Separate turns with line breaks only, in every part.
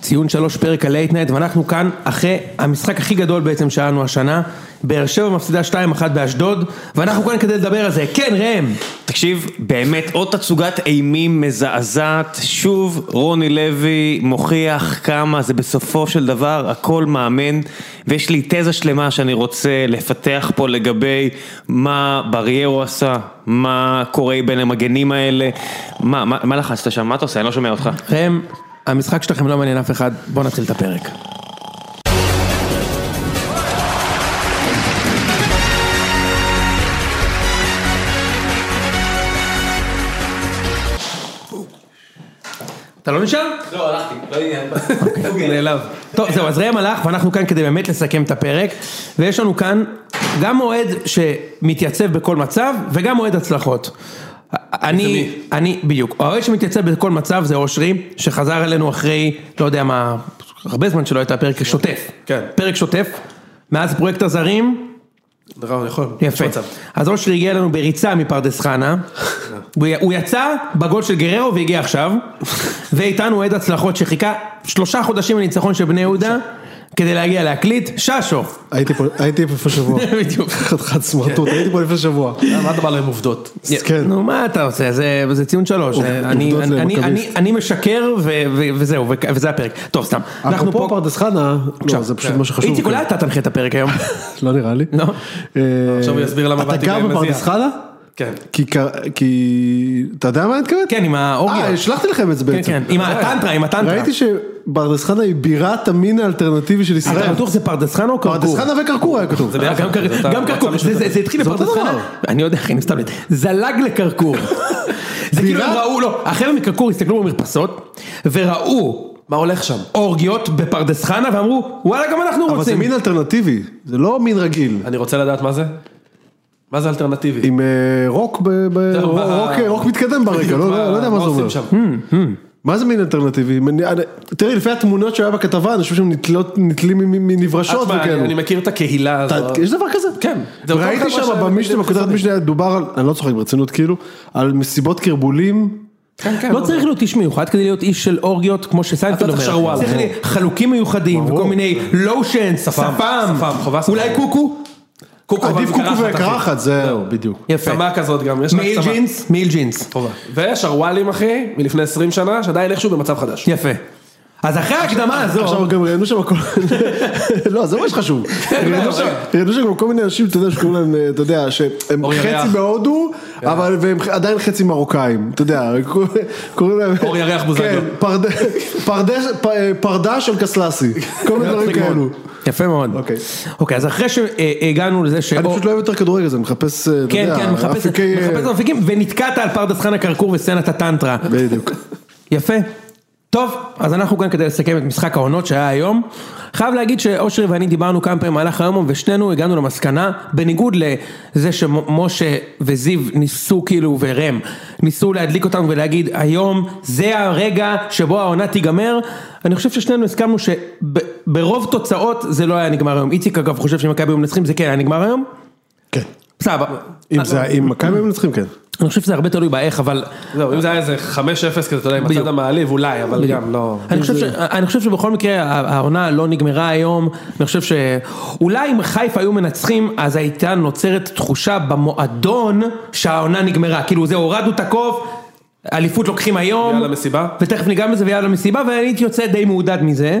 ציון שלוש פרק הלייט נייט ואנחנו כאן אחרי המשחק הכי גדול בעצם שהיה לנו השנה באר שבע מפסידה 2-1 באשדוד ואנחנו כאן כדי לדבר על זה, כן ראם
תקשיב, באמת עוד תצוגת אימים מזעזעת, שוב רוני לוי מוכיח כמה זה בסופו של דבר הכל מאמן ויש לי תזה שלמה שאני רוצה לפתח פה לגבי מה בריירו עשה, מה קורה בין המגנים האלה, מה, מה, מה לחצת שם, מה אתה עושה? אני לא שומע אותך.
ראם, המשחק שלכם לא מעניין אף אחד, בואו נתחיל את הפרק אתה לא נשאר?
לא, הלכתי, לא עניין.
נעלב. טוב, זהו, אז ראם הלך, ואנחנו כאן כדי באמת לסכם את הפרק, ויש לנו כאן גם אוהד שמתייצב בכל מצב, וגם אוהד הצלחות. אני, אני, בדיוק, האוהד שמתייצב בכל מצב זה אושרי, שחזר אלינו אחרי, לא יודע מה, הרבה זמן שלא הייתה פרק שוטף.
כן.
פרק שוטף, מאז פרויקט הזרים,
נכון, נכון.
יפה.
יש מצב.
אז אושרי הגיע אלינו בריצה מפרדס חנה, הוא י- הוא יצא בגול של גררו והגיע עכשיו, ואיתנו אוהד הצלחות שחיכה שלושה חודשים לניצחון של בני יהודה, כדי להגיע להקליט, ששו.
הייתי פה, הייתי פה לפני שבוע.
בדיוק.
חתיכת סמרטוט,
כן.
הייתי פה לפני שבוע.
אה, מה אתה בא להם עובדות?
כן.
נו מה אתה עושה, זה, זה ציון שלוש, אני, אני,
עובדות
אני, אני,
למכביסט.
אני משקר ו, ו, וזהו, ו, וזה הפרק. טוב סתם, אנחנו
אפרופו
פה,
פרדס חנה, לא, זה פשוט מה שחשוב.
איציק אולי אתה תנחה את הפרק היום,
לא נראה לי.
לא?
אה,
עכשיו הוא יסביר למה באתי
אתה גר
במזיע.
בפרדס חנה?
אה,
כן.
כי, קר- כי, אתה יודע מה אני מתכוון?
כן עם
אה,
האורגיה,
שלחתי לכם את זה
כן
בעצם.
כן, עם הטנטרה, עם הטנטרה,
ראיתי שברדס חנה היא בירת המין האלטרנטיבי של ישראל. לא,
אתה בטוח זה פרדס חנה או קרקור?
ברדס חנה וכרכור היה כתוב.
אה, גם קר-
אותה-
גם קרקור, זה- זה זה התחיל
זה אותו
בפרדס חנה,
דבר.
אני יודע אחי, אני מסתלבט, זלג לקרקור. זה כאילו הם
בירה?
ראו, לא, החבר'ה מקרקור הסתכלו במרפסות, וראו
מה הולך שם?
אורגיות בפרדס חנה, ואמרו, וואלה גם אנחנו
אבל זה
רוצים.
מין אלטרנטיבי, זה לא מין רגיל.
אני רוצה לדעת מה זה. מה זה אלטרנטיבי?
עם אה, רוק, ב- ב-
זהו, מה-
רוק-
אה,
רוק מתקדם ברקע, לא-
מה-
לא לא יודע מה זה
עושים
אומר.
שם?
מה זה מין אלטרנטיבי? מנ- אני- תראי, לפי התמונות שהיה בכתבה, אנשים שם נתלות- נתלים מ- מ- מנברשות
תשמע, אני-
וכאלה.
אני מכיר את הקהילה
אתה-
הזו.
יש דבר כזה?
כן, זה אותו חבר'ה
ראיתי שם
ש-
במשנה, בכותרת משנה, דובר על, אני לא צוחק ברצינות כאילו, על מסיבות קרבולים.
כן,
לא צריך להיות איש מיוחד כדי להיות איש של אורגיות, כמו שסיינפלד
אתה צריך
אומר.
שרוואלה.
צריך לי חלוקים מיוחדים, וכל מיני לושנס,
שפם,
שפם,
שפם, חובה שפם.
אולי קוקו,
קוקו, אבל
עדיף קוקו
קרחת, אחי.
וקרחת, זהו, בדיוק.
יפה.
צמה כזאת גם, יש רק
מעיל
צמה.
ג'ינס, מעיל ג'ינס.
טובה. ושרוואלים אחי, מלפני 20 שנה, שעדיין איכשהו במצב חדש.
יפה. אז אחרי ההקדמה הזו,
עכשיו גם ראיינו שם הכל, לא זה מה שחשוב,
לא,
ראיינו שם- ראיינו שם גם כל מיני אנשים, אתה יודע, שקוראים להם, אה, אתה יודע, שהם
אור ירח.
חצי בהודו,
כן.
אבל והם עדיין חצי מרוקאים, אתה יודע, קוראים להם,
אור ירח בוזגלו.
כן, פרד- פרדס- פ- אה, פרדה של קסלסי, כל מיני דברים כאלו,
יפה מאוד.
אוקיי.
אוקיי, אז אחרי שהגענו לזה ש...
אני פשוט לא אוהב יותר כדורגל, אז אני מחפש, אה, אתה
כן,
יודע,
כן, מחפש את
אפיקי, אה,
מחפש את האפיקים, ונתקעת על פרדס חנה כרכור וסצנת הטנטרה.
בדיוק.
יפה. טוב, אז אנחנו כאן כדי לסכם את משחק העונות שהיה היום. חייב להגיד שאושרי ואני דיברנו כמה פעמים במהלך היום, ושנינו הגענו למסקנה, בניגוד לזה שמשה וזיו ניסו כאילו, ורם, ניסו להדליק אותנו ולהגיד, היום זה הרגע שבו העונה תיגמר. אני חושב ששנינו הסכמנו שברוב תוצאות זה לא היה נגמר היום. איציק אגב חושב שמכבי היו מנצחים, זה כן היה נגמר היום?
כן.
סבבה.
אם זה, אם מכבי היו מנצחים, כן.
אני חושב שזה הרבה תלוי באיך, אבל
זהו, אם זה היה איזה 5-0 כזה, אתה יודע, עם
בדיוק.
הצד המעליב, אולי, אבל גם לא...
אני חושב, ש... אני חושב שבכל מקרה הע- העונה לא נגמרה היום, אני חושב שאולי אם חיפה היו מנצחים אז הייתה נוצרת תחושה במועדון שהעונה נגמרה, כאילו זה הורדנו את הקוף, אליפות לוקחים היום,
יאללה מסיבה.
ותכף ניגע בזה ויאללה מסיבה והייתי יוצא די מעודד מזה,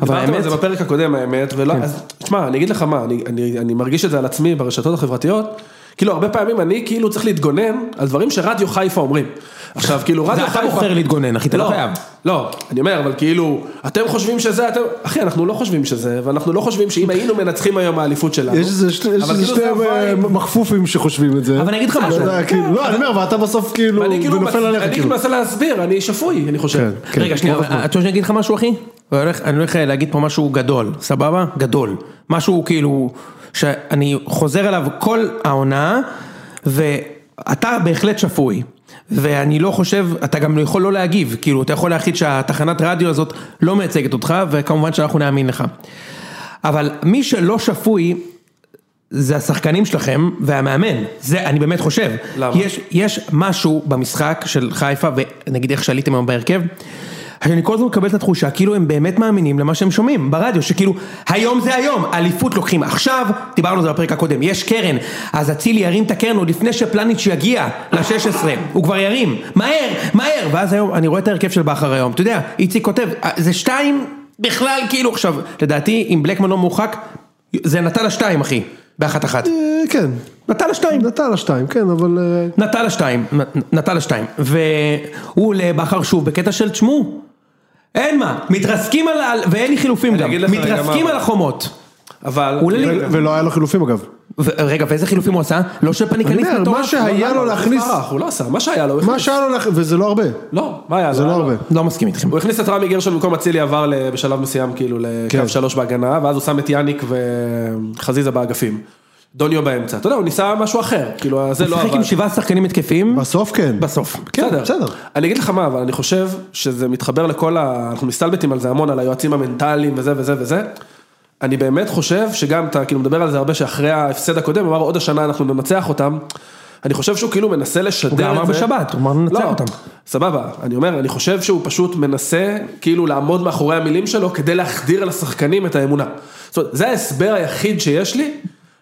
אבל
דיברתם
האמת,
על זה בפרק הקודם האמת, ולא, אז תשמע, אני אגיד לך מה, אני, אני, אני מרגיש את זה על עצמי ברשתות החברתיות, כאילו הרבה פעמים אני כאילו צריך להתגונן על דברים שרדיו חיפה אומרים. עכשיו כאילו רדיו
אתה
חיפה...
בוחר להתגונן, אחי, אתה לא חייב.
לא, אני אומר, אבל כאילו, אתם חושבים שזה, אתם... אחי, אנחנו לא חושבים שזה, ואנחנו לא חושבים שאם היינו מנצחים היום האליפות שלנו,
יש איזה שני- יש
אבל
איזה
כאילו
שני
זה
אה,
הווייב.
מכפופים שחושבים את זה.
אבל אני אגיד לך
אתה
משהו. כן,
יודע, כאילו, לא, אני אומר, ואתה בסוף כאילו,
ואני כאילו,
ונופל עליך
אני
כאילו.
מנסה להסביר, אני שפוי, אני חושב.
כן, כן.
רגע שנייה, אבל אתה רוצה שאני אגיד לך משהו אחי? אני הולך- אני הולך אה, להגיד פה משהו גדול, סבבה? גדול. משהו כאילו, שאני חוזר עליו כל העונה, ואתה בהחלט שפוי. ואני לא חושב, אתה גם לא יכול לא להגיב, כאילו אתה יכול להחליט שהתחנת רדיו הזאת לא מייצגת אותך, וכמובן שאנחנו נאמין לך. אבל מי שלא שפוי, זה השחקנים שלכם והמאמן, זה אני באמת חושב.
למה?
יש, יש משהו במשחק של חיפה, ונגיד איך שעליתם היום בהרכב, אני כל הזמן מקבל את התחושה, כאילו הם באמת מאמינים למה שהם שומעים ברדיו, שכאילו, היום זה היום, אליפות לוקחים עכשיו, דיברנו על זה בפרק הקודם, יש קרן, אז אצילי ירים את הקרן עוד לפני שפלניץ' יגיע ל-16, הוא כבר ירים, מהר, מהר, ואז היום, אני רואה את ההרכב של בכר היום, אתה יודע, איציק כותב, "אה, זה שתיים, בכלל כאילו, עכשיו, לדעתי, אם בלקמן לא מורחק, זה נטל השתיים, אחי, באחת אחת.
אה, כן,
נטל השתיים.
נתן לשתיים, כן, אבל... אה,
נטל השתיים, נ- נטל השתיים, והוא לבכר שוב בקטע של תשמעו, אין מה, מתרסקים על, על ואין לי חילופים גם,
אגיד לך רגע
מתרסקים
מה-
על החומות.
אבל...
הוא עולה לי-
ו- ולא היה לו חילופים אגב.
ו- רגע, ואיזה חילופים הוא עשה? לא של
אני
פניקניסט
אומר, מה
מטורף?
שהיה לו להכניס...
ברח, הוא לא עשה, מה שהיה לו, הוא
מה
הכניס.
שהיה לו להכניס... וזה לא הרבה.
לא, מה היה לו?
זה לא
היה לו-
הרבה.
לא מסכים איתכם.
הוא הכניס את רמי גרשון במקום אצילי עבר ל- בשלב מסוים כאילו לקו
כן.
שלוש בהגנה, ואז הוא שם את יאניק וחזיזה באגפים. דוניו באמצע, אתה יודע, הוא ניסה משהו אחר, כאילו זה
הוא
לא
שיחק עם
עבד.
שבעה שחקנים התקפיים,
בסוף כן.
בסוף.
כן, בסדר.
אני אגיד לך מה, אבל אני חושב שזה מתחבר לכל ה... אנחנו מסתלבטים על זה המון, על היועצים המנטליים וזה וזה וזה. אני באמת חושב שגם אתה כאילו מדבר על זה הרבה שאחרי ההפסד הקודם, הוא אמר עוד השנה אנחנו ננצח אותם. אני חושב שהוא כאילו מנסה לשדר את זה.
גם אמר בשבת, הוא אמר, "ננצח אותם".
לא, סבבה, אני אומר, אני חושב שהוא פשוט מנסה כאילו לעמוד מאחורי המילים שלו כדי להחדיר לשחקנים את האמונה. זאת אומרת, זה ההסבר היחיד שיש לי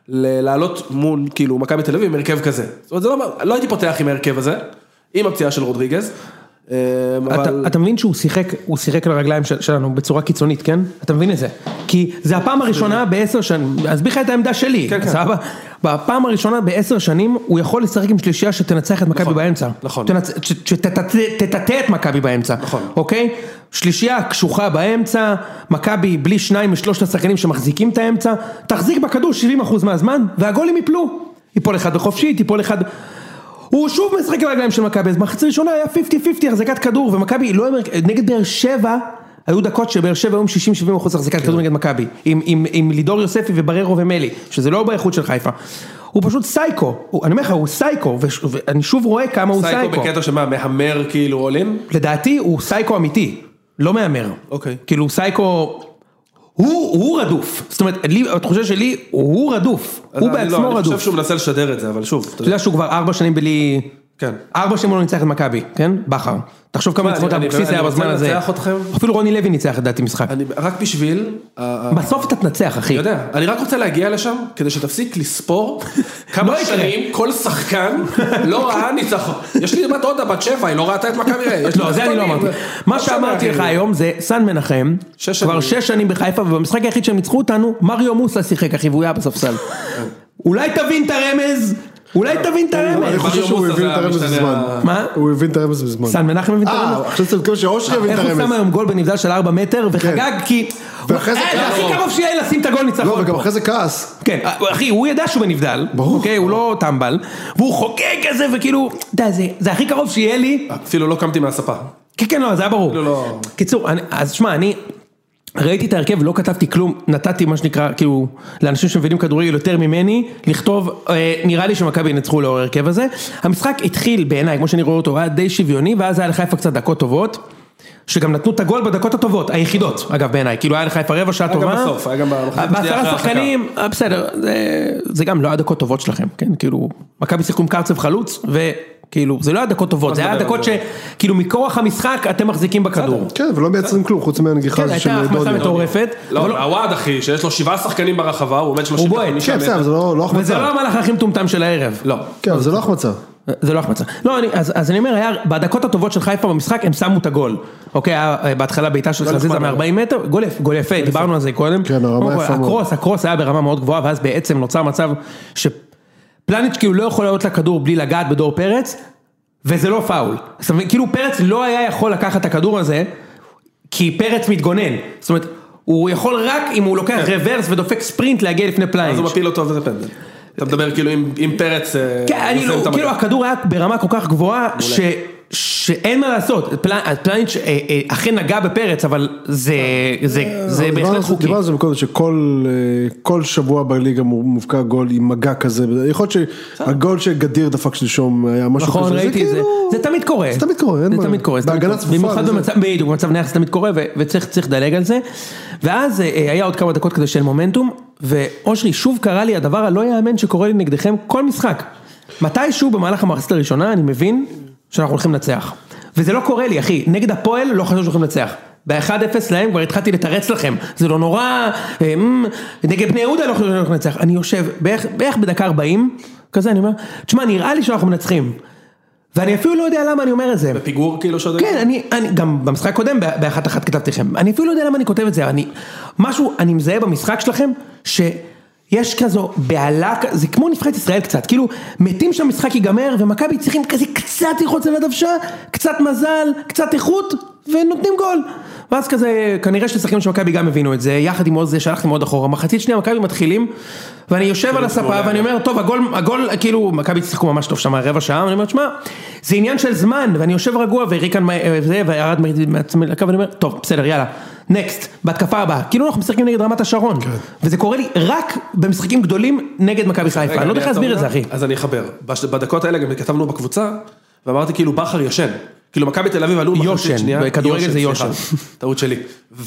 ל- לעלות מול כאילו מכבי תל אביב עם הרכב כזה. זאת אומרת, זה לא, לא הייתי פותח עם ההרכב הזה, עם הפציעה של רודריגז, אמ, אבל...
אתה, אתה מבין שהוא שיחק, הוא שיחק לרגליים של, שלנו בצורה קיצונית, כן? אתה מבין את זה? כי זה הפעם הראשונה בעשר שנים, אז לך את העמדה שלי,
כן, כן.
סבבה? בפעם הראשונה בעשר שנים הוא יכול לשחק עם שלישייה שתנצח את מכבי באמצע.
נכון.
תנצ... ש- שתטטה תטטה את מכבי באמצע.
נכון.
אוקיי? שלישייה קשוחה באמצע, מכבי בלי שניים משלושת השחקנים שמחזיקים את האמצע, תחזיק בכדור 70% מהזמן, והגולים ייפלו. ייפול אחד בחופשי, תיפול אחד... הוא שוב משחק על הרגליים של מכבי, אז מחצית ראשונה היה 50-50 החזקת כדור, ומכבי לא... נגד באר שבע, היו דקות שבאר שבע היו עם 60-70 אחוז החזקת כדור נגד מכבי, עם, עם, עם לידור יוספי ובררו ומלי, שזה לא באיכות של חיפה. הוא פשוט סייקו, הוא, אני אומר לך, הוא סייקו, וש- ואני שוב רואה כמה הוא
סייקו
סייקו.
בקטע שמה, מהמר כאילו עולים?
לדעתי הוא סייקו אמיתי, לא מהמר.
אוקיי.
כאילו הוא סייקו, הוא, הוא רדוף, זאת אומרת, לי, התחושה שלי, הוא רדוף, הוא בעצמו
לא, אני
רדוף.
חושב שהוא מנסה לשדר את זה, אבל שוב, אתה
אתה
יודע,
יודע שהוא כבר ארבע שנים בלי...
כן.
ארבע שנים הוא לא ניצח את מכבי, כן? בכר. תחשוב כמה
מה,
ניצחונות
אני- לא
אבוקסיס
אני
היה
רוצה
בזמן הזה.
לנצח אתכם?
אפילו רוני לוי ניצח לדעתי משחק.
אני רק בשביל... ה- ה-
בסוף אתה תנצח, אחי.
אני לא יודע, אני רק רוצה להגיע לשם, כדי שתפסיק לספור
לא
כמה
יקרה.
שנים כל שחקן לא ראה ניצחון. יש לי בת דודה בת שבע, היא לא ראתה את מכבי ראה. יש לי
לא, זה אני לא
תחתונים.
אמרתי. מה
לא
שאמרתי
שמעתי.
לך היום זה סן מנחם,
שש
כבר
שנים.
שש שנים בחיפה, ובמשחק היחיד שהם ניצחו אותנו, מריו מוסה שיחק, אחי, והוא היה בספסל. אולי תבין את הרמז? אולי תבין את
אני
לא
הרמז?
חושב
מריו
שהוא
מוסה
הבין
זה
את הרמז
המשתנה
מזמן.
ה-
מה?
הוא הבין את הרמז מזמן.
סן מנחם הבין את הרמז?
אה, עכשיו אתה מתכוון שאושרי הבין את
איך הוא שם
הרמז.
היום גול בנבדל של ארבע מטר, וחגג
כן.
כי...
ואחרי זה
אה, זה
קרא
הכי
לו.
קרוב שיהיה לשים את הגול ניצחון.
לא, וגם
פה.
אחרי זה כעס.
כן, אחי, הוא ידע שהוא בנבדל,
ברור.
אוקיי, הוא לא טמבל, והוא חוגג כזה, וכאילו, אתה יודע, זה- זה הכי קרוב שיהיה לי,
אפילו לא קמתי מהספה.
כן, כן, לא, זה היה ברור.
לא, לא.
קיצור, אני- אז שמע, אני ראיתי את ההרכב, לא כתבתי כלום, נתתי מה שנקרא, כאילו, לאנשים שמבינים כדורגל יותר ממני, לכתוב, אה, נראה לי שמכבי ינצחו לאור ההרכב הזה. המשחק התחיל בעיניי, כמו שאני רואה אותו, היה די שוויוני, ואז היה לחיפה קצת דקות טובות. שגם נתנו את הגול בדקות הטובות, היחידות, אגב בעיניי, כאילו היה לחיפה רבע שעה
גם
טובה.
בסוף, היה גם במחצית השנייה אחרי
בעשרה
ההרחקה.
שחקנים, אה, בסדר, זה- זה גם לא היה דקות טובות שלכם, כן, כאילו, מכבי שיחקו עם קרצב חלוץ, וכאילו, זה לא היה דקות טובות, זה היה
נדבר על
דקות
זה.
שכאילו כאילו, מכורח המשחק אתם מחזיקים בכדור.
כן, ולא מייצרים כלום, חוץ מהנגיחה
כן,
הזו של
הייתה החמצה
דוניו.
מטורפת, אבל
לא,
לא-
הוואד אחי, שיש לו שבעה שחקנים ברחבה, הוא עומד
הוא
30
בועט,
כן, בסדר, אבל זה לא לא
וזה לא
החמצה.
המהלך הכי מטומטם של הערב.
לא.
כן, אבל זה לא החמצה.
זה לא החמצה. לא, אני, אז, אז אני אומר, היה, בדקות הטובות של חיפה במשחק, הם שמו את הגול. אוקיי, היה אה, בהתחלה בעיטה של חזיזה מ-40 מטר, גול יפה, גול יפה, דיברנו על זה קודם.
כן, הרמה
קודם כל,
יפה מאוד.
הקרוס, הקרוס היה ברמה מאוד גבוהה, ואז בעצם נוצר מצב שפלניץ' כאילו לא יכול לעלות לכדור בלי לגעת בדור פרץ, וזה לא פאול. זאת אומרת, כאילו פרץ לא היה יכול לקחת את הכדור הזה, כי פרץ מתגונן. זאת אומרת, הוא יכול רק אם הוא לוקח רוורס ודופק ספרינט להגיע לפני פליינץ'.
אז הוא מפיל אותו וזה פנדל. אתה מדבר כאילו עם עם פרץ... אה,
כן, אני
יוזם את
לא,
המגע.
כאילו הכדור היה ברמה כל כך גבוהה, ש... שאין מה לעשות, פל- פלניץ' אה, אה, אכן נגע בפרץ, אבל זה, זה, זה
אבל אה, דיברנו על
בהחלט חוקי.
דיברנו על זה מקודם, שכל אה, כל שבוע בליגה מו- מובקע גול עם מגע כזה, יכול להיות שהגול שגדיר דפק שלשום היה משהו כזה.
נכון, ראיתי את זה,
כאילו-
זה תמיד קורה,
זה תמיד קורה, אין
זה
מה.
תמיד קורה, זה תמיד
בהגנה
קורה.
צפופה,
במיוחד
וזה.
במצב, בדיוק, במצב נייח זה תמיד קורה ו- וצריך צריך לדלג על זה, ואז אה, אה, היה עוד כמה דקות כזה של מומנטום, ואושרי שוב קרה לי הדבר הלא יאמן שקורה לי נגדכם כל משחק, מתישהו במהלך המחצית הראשונה אני מבין שאנחנו הולכים לנצח, וזה לא קורה לי, אחי. נגד הפועל לא חשבנו שהולכים לנצח. ב-1-0 להם כבר התחלתי לתרץ לכם, זה לא נורא, אה, אמ, נגד בני יהודה לא חשבנו שהולכים לנצח. אני יושב בערך, בערך בדקה 40, כזה אני אומר, תשמע, נראה לי שאנחנו מנצחים. ואני אפילו לא יודע למה אני אומר את זה.
פיגור כאילו שאתה...
כן, אני, אני גם במשחק הקודם ב- באחת אחת כתבתי לכם, אני אפילו לא יודע למה אני כותב את זה, אני, משהו, אני מזהה במשחק שלכם, שיש כזו בהלה, כ- זה כמו נבחרת ישראל קצת, כאילו, מתים שהמשחק ייגמר, ומכבי צריכים כזה קצת ללחוץ על הדוושה, קצת מזל, קצת איכות, ונותנים גול. ואז כזה, כנראה ששחקנים של מכבי גם הבינו את זה, יחד עם עוד זה, שהלכתם עוד אחורה, מחצית שנייה מכבי מתחילים, ואני יושב על הספה ואני אומר, טוב, הגול, הגול, כאילו, מכבי שיחקו ממש טוב שם רבע שעה, ואני אומר, תשמע, זה עניין של זמן, ואני יושב רגוע, וריקן מה- אה, זה, וירד מה- מעצמי לקו, ואני אומר, טוב, בסדר, יאללה, נקסט, בהתקפה הבאה, כאילו אנחנו משחקים נגד רמת השרון,
כן.
וזה קורה לי רק במשחקים גדולים נגד מכבי חיפה,
רגע,
אני לא יודע איך
אעצור
להסביר את זה,
רגע.
אחי.
אז אני אחבר. בש- בדקות האלה גם כתבנו בקבוצה, ואמרתי כאילו בכר ישן. כאילו מכבי תל אביב עלו
יושן, בכדורגל זה יושן.
סליחה, טעות שלי.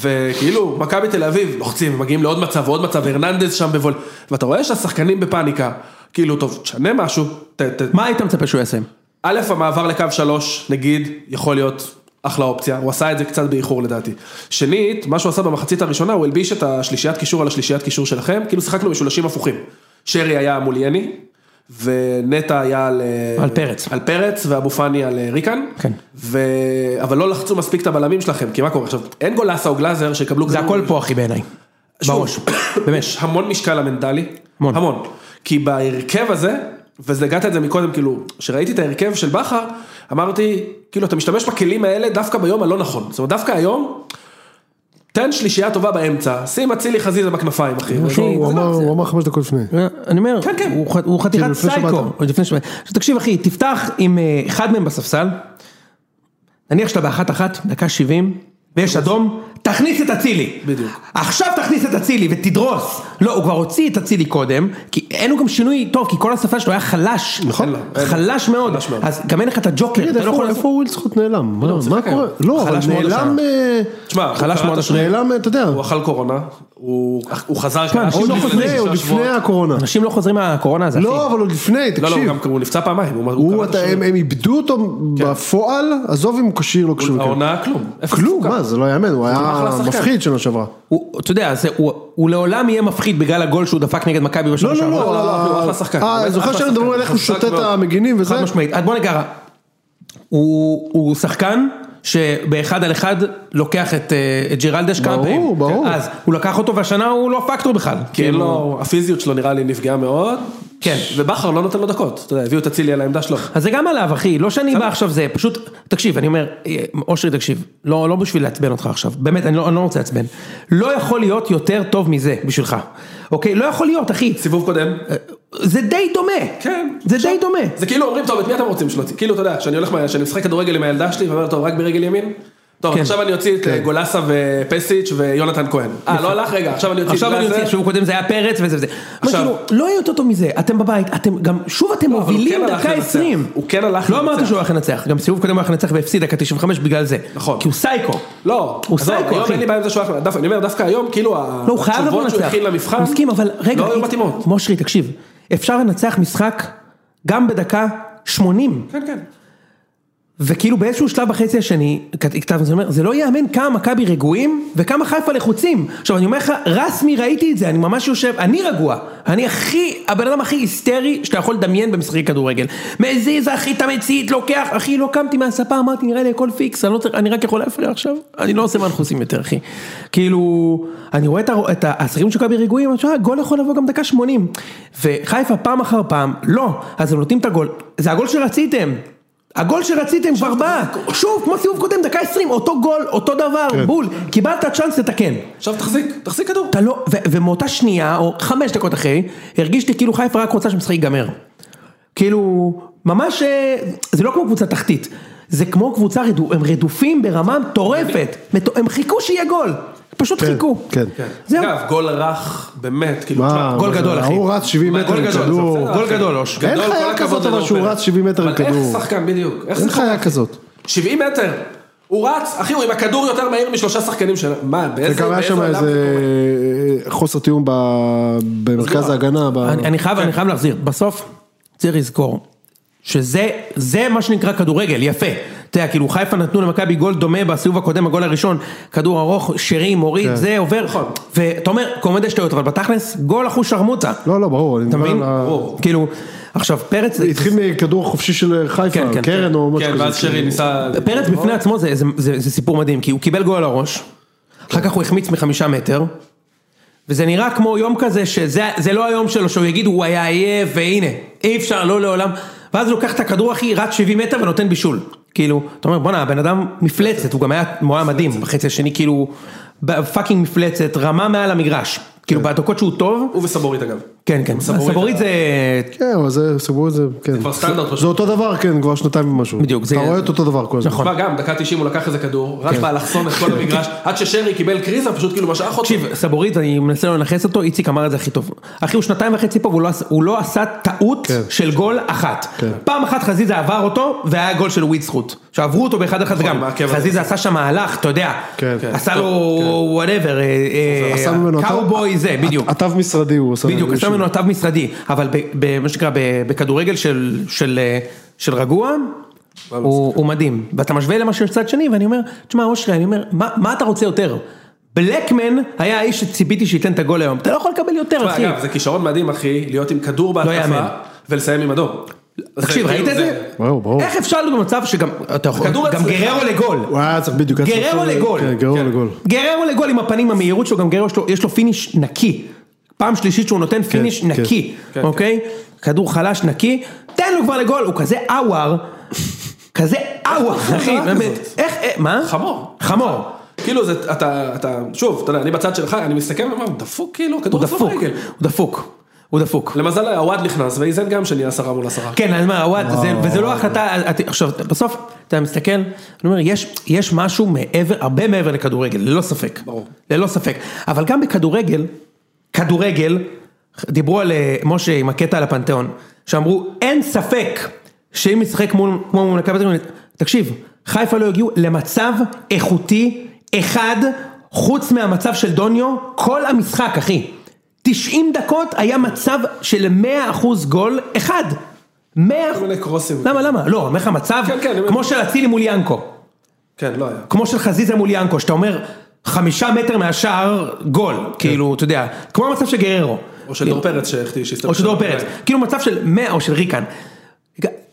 וכאילו, מכבי תל אביב לוחצים, מגיעים לעוד מצב ועוד מצב, הרננדז שם בבול... ואתה רואה שהשחקנים בפאניקה, כאילו, טוב, תשנה משהו, ת, ת,
מה היית מצפה שהוא יעשה?
א', המעבר לקו שלוש, נגיד, יכול להיות אחלה אופציה, הוא עשה את זה קצת באיחור לדעתי. שנית, מה שהוא עשה במחצית הראשונה, הוא הלביש את השלישיית קישור על השלישיית קישור שלכם, כאילו שיחקנו משולשים הפוכים. שרי היה מול יני, ונטע היה על... אה,
על פרץ.
על פרץ, ואבו פאני על אה, ריקן.
כן.
ו... אבל לא לחצו מספיק את הבלמים שלכם, כי מה קורה עכשיו? אין גולסה או גלאזר שיקבלו...
זה
כדור-
הכל פה, אחי, בעיניי.
שוב,
בראש, באמת.
יש המון משקל המנטלי,
המון.
המון. המון. כי בהרכב הזה, וזגעת את זה מקודם, כאילו, כשראיתי את ההרכב של בכר, אמרתי, כאילו, אתה משתמש בכלים האלה דווקא ביום הלא נכון. זאת אומרת, דווקא היום, תן שלישייה טובה באמצע, שים אצילי חזיזה בכנפיים, אחי.
הוא- הוא
זה לא
אמר-
זה.
הוא אמר חמש דקות לפני.
אני אומר,
כן, כן.
הוא ח- הוא חתיכת
כאילו, לפני
סייקו,
שבאת.
עוד לפני שבאת. עכשיו תקשיב אחי, תפתח עם אה, אחד מהם בספסל, נניח שאתה באחת אחת, דקה שבעים, ויש אדום, תכניס את אצילי.
בדיוק.
עכשיו תכניס את אצילי ותדרוס. לא, הוא כבר הוציא את אצילי קודם, כי אין לו גם שינוי טוב, כי כל הספסל שלו היה חלש.
נכון. אין לו, אין לו.
חלש מאוד.
חלש מאוד.
אז גם אין לך את הג'וקר,
תגיד,
אתה לא
איפה
יכול
איפה
לעשות...
ווילסקוט נעלם? מה- מה
משחק
קורה?
היום.
לא, אבל
חלש מאוד
נעלם... אה,
תשמע, הוא
חלש
קרא
מאוד
את השם,
נעלם, אתה יודע.
הוא אכל קורונה, הוא הוא חזר
תשמע, אנשים
כן, עוד
לא
לפני
לפני,
שישה
עוד לפני
שבועות.
הקורונה.
אנשים לא חוזרים מהקורונה הזה, אחי.
לא, אבל עוד לפני,
לא, לא, הוא
תקשיב.
גם- הוא נפצע פעמיים.
הוא,
קרא את
אתה-
השם.
הם הם איבדו אותו בפועל, עזוב אם הוא כשיר לא כשיר.
העונה כלום. אפס
כלום,
תפוקה.
מה, זה לא יאמן, הוא היה
אחלה שחקן.
מפחיד שנה שעברה.
הוא, אתה יודע, זה, הוא, הוא לעולם יהיה מפחיד בגלל הגול שהוא דפק נגד מכבי בשנה
לא, לא,
שעברה.
לא,
לא, לא, לא, הוא אחלה שחקן.
אה,
באמת,
זוכר
אחלה
שהם מדברים על איך הוא
שחקן.
שותה את
חזק מאוד.
המגינים וזה?
חד משמעית. אז בוא נגע, הוא, הוא שחקן שבאחד על אחד לוקח את, אה, את ג'ירלדש כמה
ברור,
פעמים.
ברור. כאילו-
אז הוא לקח אותו והשנה הוא לא פקטור בכלל. כאילו-
כי אין לו, הפיזיות שלו נראה לי נפגעה מאוד.
כן.
ובכר לא נותן לו דקות, אתה יודע, הביאו את אצילי על העמדה שלו.
אז זה גם עליו אחי, לא שאני בא עכשיו זה, פשוט, תקשיב, אני אומר, אה, אושרי תקשיב, לא, לא בשביל לעצבן אותך עכשיו, באמת, אני לא, אני לא רוצה לעצבן. לא יכול להיות יותר טוב מזה בשבילך, אוקיי? לא יכול להיות אחי, אה,
סיבוב קודם.
זה די דומה.
כן.
זה
עכשיו,
די דומה.
זה כאילו אומרים, טוב, את מי אתם רוצים שלא תוציא? כאילו, אתה יודע, שאני הולך, מה- שאני משחק כדורגל עם הילדה שלי, ואומר, טוב, רק ברגל ימין? טוב,
כן.
עכשיו אני אוציא את אה, גולסה ופסיץ' ויונתן כהן. אה, לא הלך? רגע, עכשיו אני אוציא את
עכשיו אני
גלאזר.
יוצא, שהוא קודם זה היה פרץ וזה וזה. אבל
עכשיו-
כאילו, לא יהיה יותר טוב מזה, אתם בבית, אתם גם, שוב אתם
אבל הוא
מובילים
כן הלך
דקה
לנצח.
20.
הוא כן הלך
לא אמרתי
לנצח.
שהוא הלך לנצח, גם סיבוב קודם הוא הלך לנצח והפסיד דקה 95 בגלל זה.
נכון.
כי הוא סייקו.
לא,
הוא
עזוב,
סייקו,
היום
אחי.
אין לי בעיה עם זה שהוא הלך, דווקא- אני אומר, דווקא היום, כאילו,
לא, הוא חייב לבוא
התשובות שהוא
לנצח.
הכין למבחן,
אני מסכים, אבל רגע,
לא היו
איציק,
מתאימות.
מושרי, תקשיב, אפשר לנצח משחק גם בדקה 80.
כן, כן.
וכאילו באיזשהו שלב בחצי השני, כת- כתבנו, זה אומר, זה לא ייאמן כמה מכבי רגועים וכמה חיפה לחוצים. עכשיו אני אומר לך, רסמי ראיתי את זה, אני ממש יושב, אני רגוע, אני הכי, הבן אדם הכי היסטרי שאתה יכול לדמיין במשחקי כדורגל. מזיז אחי את המצית, לוקח, אחי לא קמתי מהספה, אמרתי נראה לי הכל פיקס, אני, לא צריך, אני רק יכול להפריע עכשיו, אני לא עושה מה אנחנו עושים יותר אחי. כאילו, אני רואה את, הר- את השחקנים של מכבי רגועים, אני חושב, הגול יכול לבוא גם דקה 80. וחיפה פעם אחר פעם, לא, אז הם נותנים את הגול, זה הגול שרציתם. הגול שרציתם כבר בא, שוב, כמו סיבוב קודם, דקה 20, אותו גול, אותו דבר,
כן.
בול, קיבלת צ'אנס לתקן.
עכשיו תחזיק, תחזיק כדור.
אתה לא, ו- ומאותה שנייה, או חמש דקות אחרי, הרגיש לי כאילו חיפה רק רוצה שהמשחק ייגמר. כאילו, ממש, אה, זה לא כמו קבוצה תחתית, זה כמו קבוצה, רדו, הם רדופים ברמה מטורפת, מט- הם חיכו שיהיה גול, פשוט
כן,
חיכו.
כן.
זהו.
אגב, גול רך, באמת, כאילו,
מה,
תשמע,
גול גדול, אחי.
הוא רץ 70 מטר
גול
עם
גדול,
כדור.
זה בסדר,
גול
אחי.
גדול, אוש.
גדול,
אין
כל
חיה
הכבוד
כזאת, אבל
לדור
שהוא
פרץ.
רץ 70 מטר עם
אבל
כדור.
איך שחקן, בדיוק. איך
אין
שחקן?
חיה כזאת.
70 מטר. הוא רץ, אחי, הוא עם הכדור יותר מהיר משלושה שחקנים של... מה, באיזה...
וגם היה
באיזה
שם
עולם
איזה
זה קורה?
אה, חוסר תיאום ב- במרכז ההגנה. ב-
לא, אני, אני, חייב, אני חייב להחזיר, בסוף צריך לזכור שזה זה מה שנקרא כדורגל, יפה. אתה יודע, כאילו חיפה נתנו למכבי גול דומה בסיבוב הקודם, הגול הראשון, כדור ארוך, שרי,
כן.
מוריד, זה עובר, נכון. ואתה אומר, קומדיה שטויות, אבל בתכלס, גול אחוז שרמוטה.
לא, לא, ברור. אני
אתה
מדבר
מבין?
על ה-
כאילו, עכשיו פרץ,
זה התחיל מכדור חופשי של
כן, כן,
חיפה, קרן או משהו
כן,
כזה.
ואז
כאילו.
שרי ניסה...
פרץ בפני עצמו זה, זה, זה, זה סיפור מדהים, כי הוא קיבל גול על הראש, אחר כך הוא החמיץ מחמישה מטר, וזה נראה כמו יום כזה שזה זה לא היום שלו, שהוא יגיד הוא היה עייף והנה, אי אפשר, לא לעולם, ואז הוא לוקח את הכדור אחי, רץ 70 מטר ונותן בישול, כאילו, אתה אומר בואנה הבן אדם מפלצת, הוא גם היה, הוא היה מדהים, בחצי השני כאילו, ב- פאקינג מפלצת, רמה מעל המגרש, כאילו בהדקות שהוא טוב,
הוא וסבורית אגב.
כן כן,
סבורית.
סבורית זה,
כן, אבל זה, סגרו את זה, כן.
כבר סטנדרט פשוט.
זה אותו דבר, כן, כבר שנתיים ומשהו.
בדיוק, זה-
אתה רואה את אותו דבר כל הזמן.
נכון. כן.
תשמע גם, דקה 90 הוא לקח איזה כדור, רץ באלכסון את כל המגרש, עד ששרי קיבל קריזה, פשוט כאילו משך אותו.
תקשיב, סבורית, אני מנסה לא לנכס אותו, איציק אמר את זה הכי טוב. אחי, הוא שנתיים וחצי פה, והוא לא עשה- הוא לא עשה טעות
כן.
של גול אחת.
כן.
פעם אחת חזיזה עבר אותו, והיה גול של וויד זכות. שעברו אותו באחד
נכון,
אחד גם.
עם העקב הזה.
חזיזה עשה שם מהלך, אתה יודע.
כן. כן.
עשה לו וואטאבר,
עשה ממנו הת-
קאובוי אה, זה, בדיוק.
התו משרדי הוא עשה.
בדיוק, עשה ממנו התו משרדי. אבל ב- במה שנקרא, ב- בכדורגל של- של אה, של רגוע, הוא הוא מדהים. ואתה משווה למה שיש צד שני, ואני אומר, תשמע, אושרי, אני אומר, מה מה אתה רוצה יותר? בלקמן היה האיש שציפיתי שייתן את הגול היום. אתה לא יכול לקבל יותר,
תשמע,
אחי. לא
אגב, זה כישרון מדהים אחי, להיות עם כדור בהתקפה,
יאמן.
ולסיים עם אדום.
תקשיב,
זה
ראית את
כאילו,
זה?
ברור, ברור.
איך אפשר להיות במצב שגם, אתה יכול,
הכדור
גם
אצלך.
גררו לגול.
הוא היה צריך בדיוק. היה צריך
גררו
לעשות-
לגול.
כן, גררו
כן.
לגול.
גררו לגול עם הפנים, המהירות שלו, גם גררו יש לו, יש לו פיניש נקי. פעם שלישית שהוא נותן פיניש
כן,
נקי,
כן.
אוקיי? כדור חלש נקי, תן לו כבר לגול, הוא כזה אוואר, כזה אוואר, אחי,
חזרה
באמת. איך, אה, מה?
חמור.
חמור.
כאילו זה, אתה, אתה, שוב, אתה יודע, אני בצד שלך, אני מסתכל ואומר, הוא דפוק כאילו, כדור
הוא
עזוב
דפוק,
רגל.
הוא דפוק, הוא דפוק.
למזל עווד נכנס, ואיזן גם שנהיה עשרה מול עשרה.
כן, אז מה, וואט, זה- וזה לא החלטה, את- עכשיו, בסוף, אתה מסתכל, אני אומר, יש, יש משהו מעבר, הרבה מעבר לכדורגל, ללא ספק.
ברור.
ללא ספק. אבל גם בכדורגל, כדורגל, דיברו על אה, משה עם הקטע על הפנתיאון, שאמרו, אין ספק שאם נשחק מול, כמו מול מכבי תל אביב, תקשיב, חיפה לא הגיעו למצב איכותי אחד, חוץ מהמצב של דוניו, כל המשחק, אחי. 90 דקות היה מצב של 100% גול אחד. 100%.
מיני קרוסים.
למה, למה? לא, אני אומר לך מצב,
כן, כן, אני אומר-
כמו של אצילי מול ינקו.
כן, לא היה.
כמו של חזיזה מול ינקו, שאתה אומר חמישה מטר מהשער גול,
כן.
כאילו, אתה יודע, כמו המצב של גררו.
או של דור פרץ שהחטיא, שהסתכל.
או של דור
כן.
פרץ, כאילו מצב של 100 או של ריקן.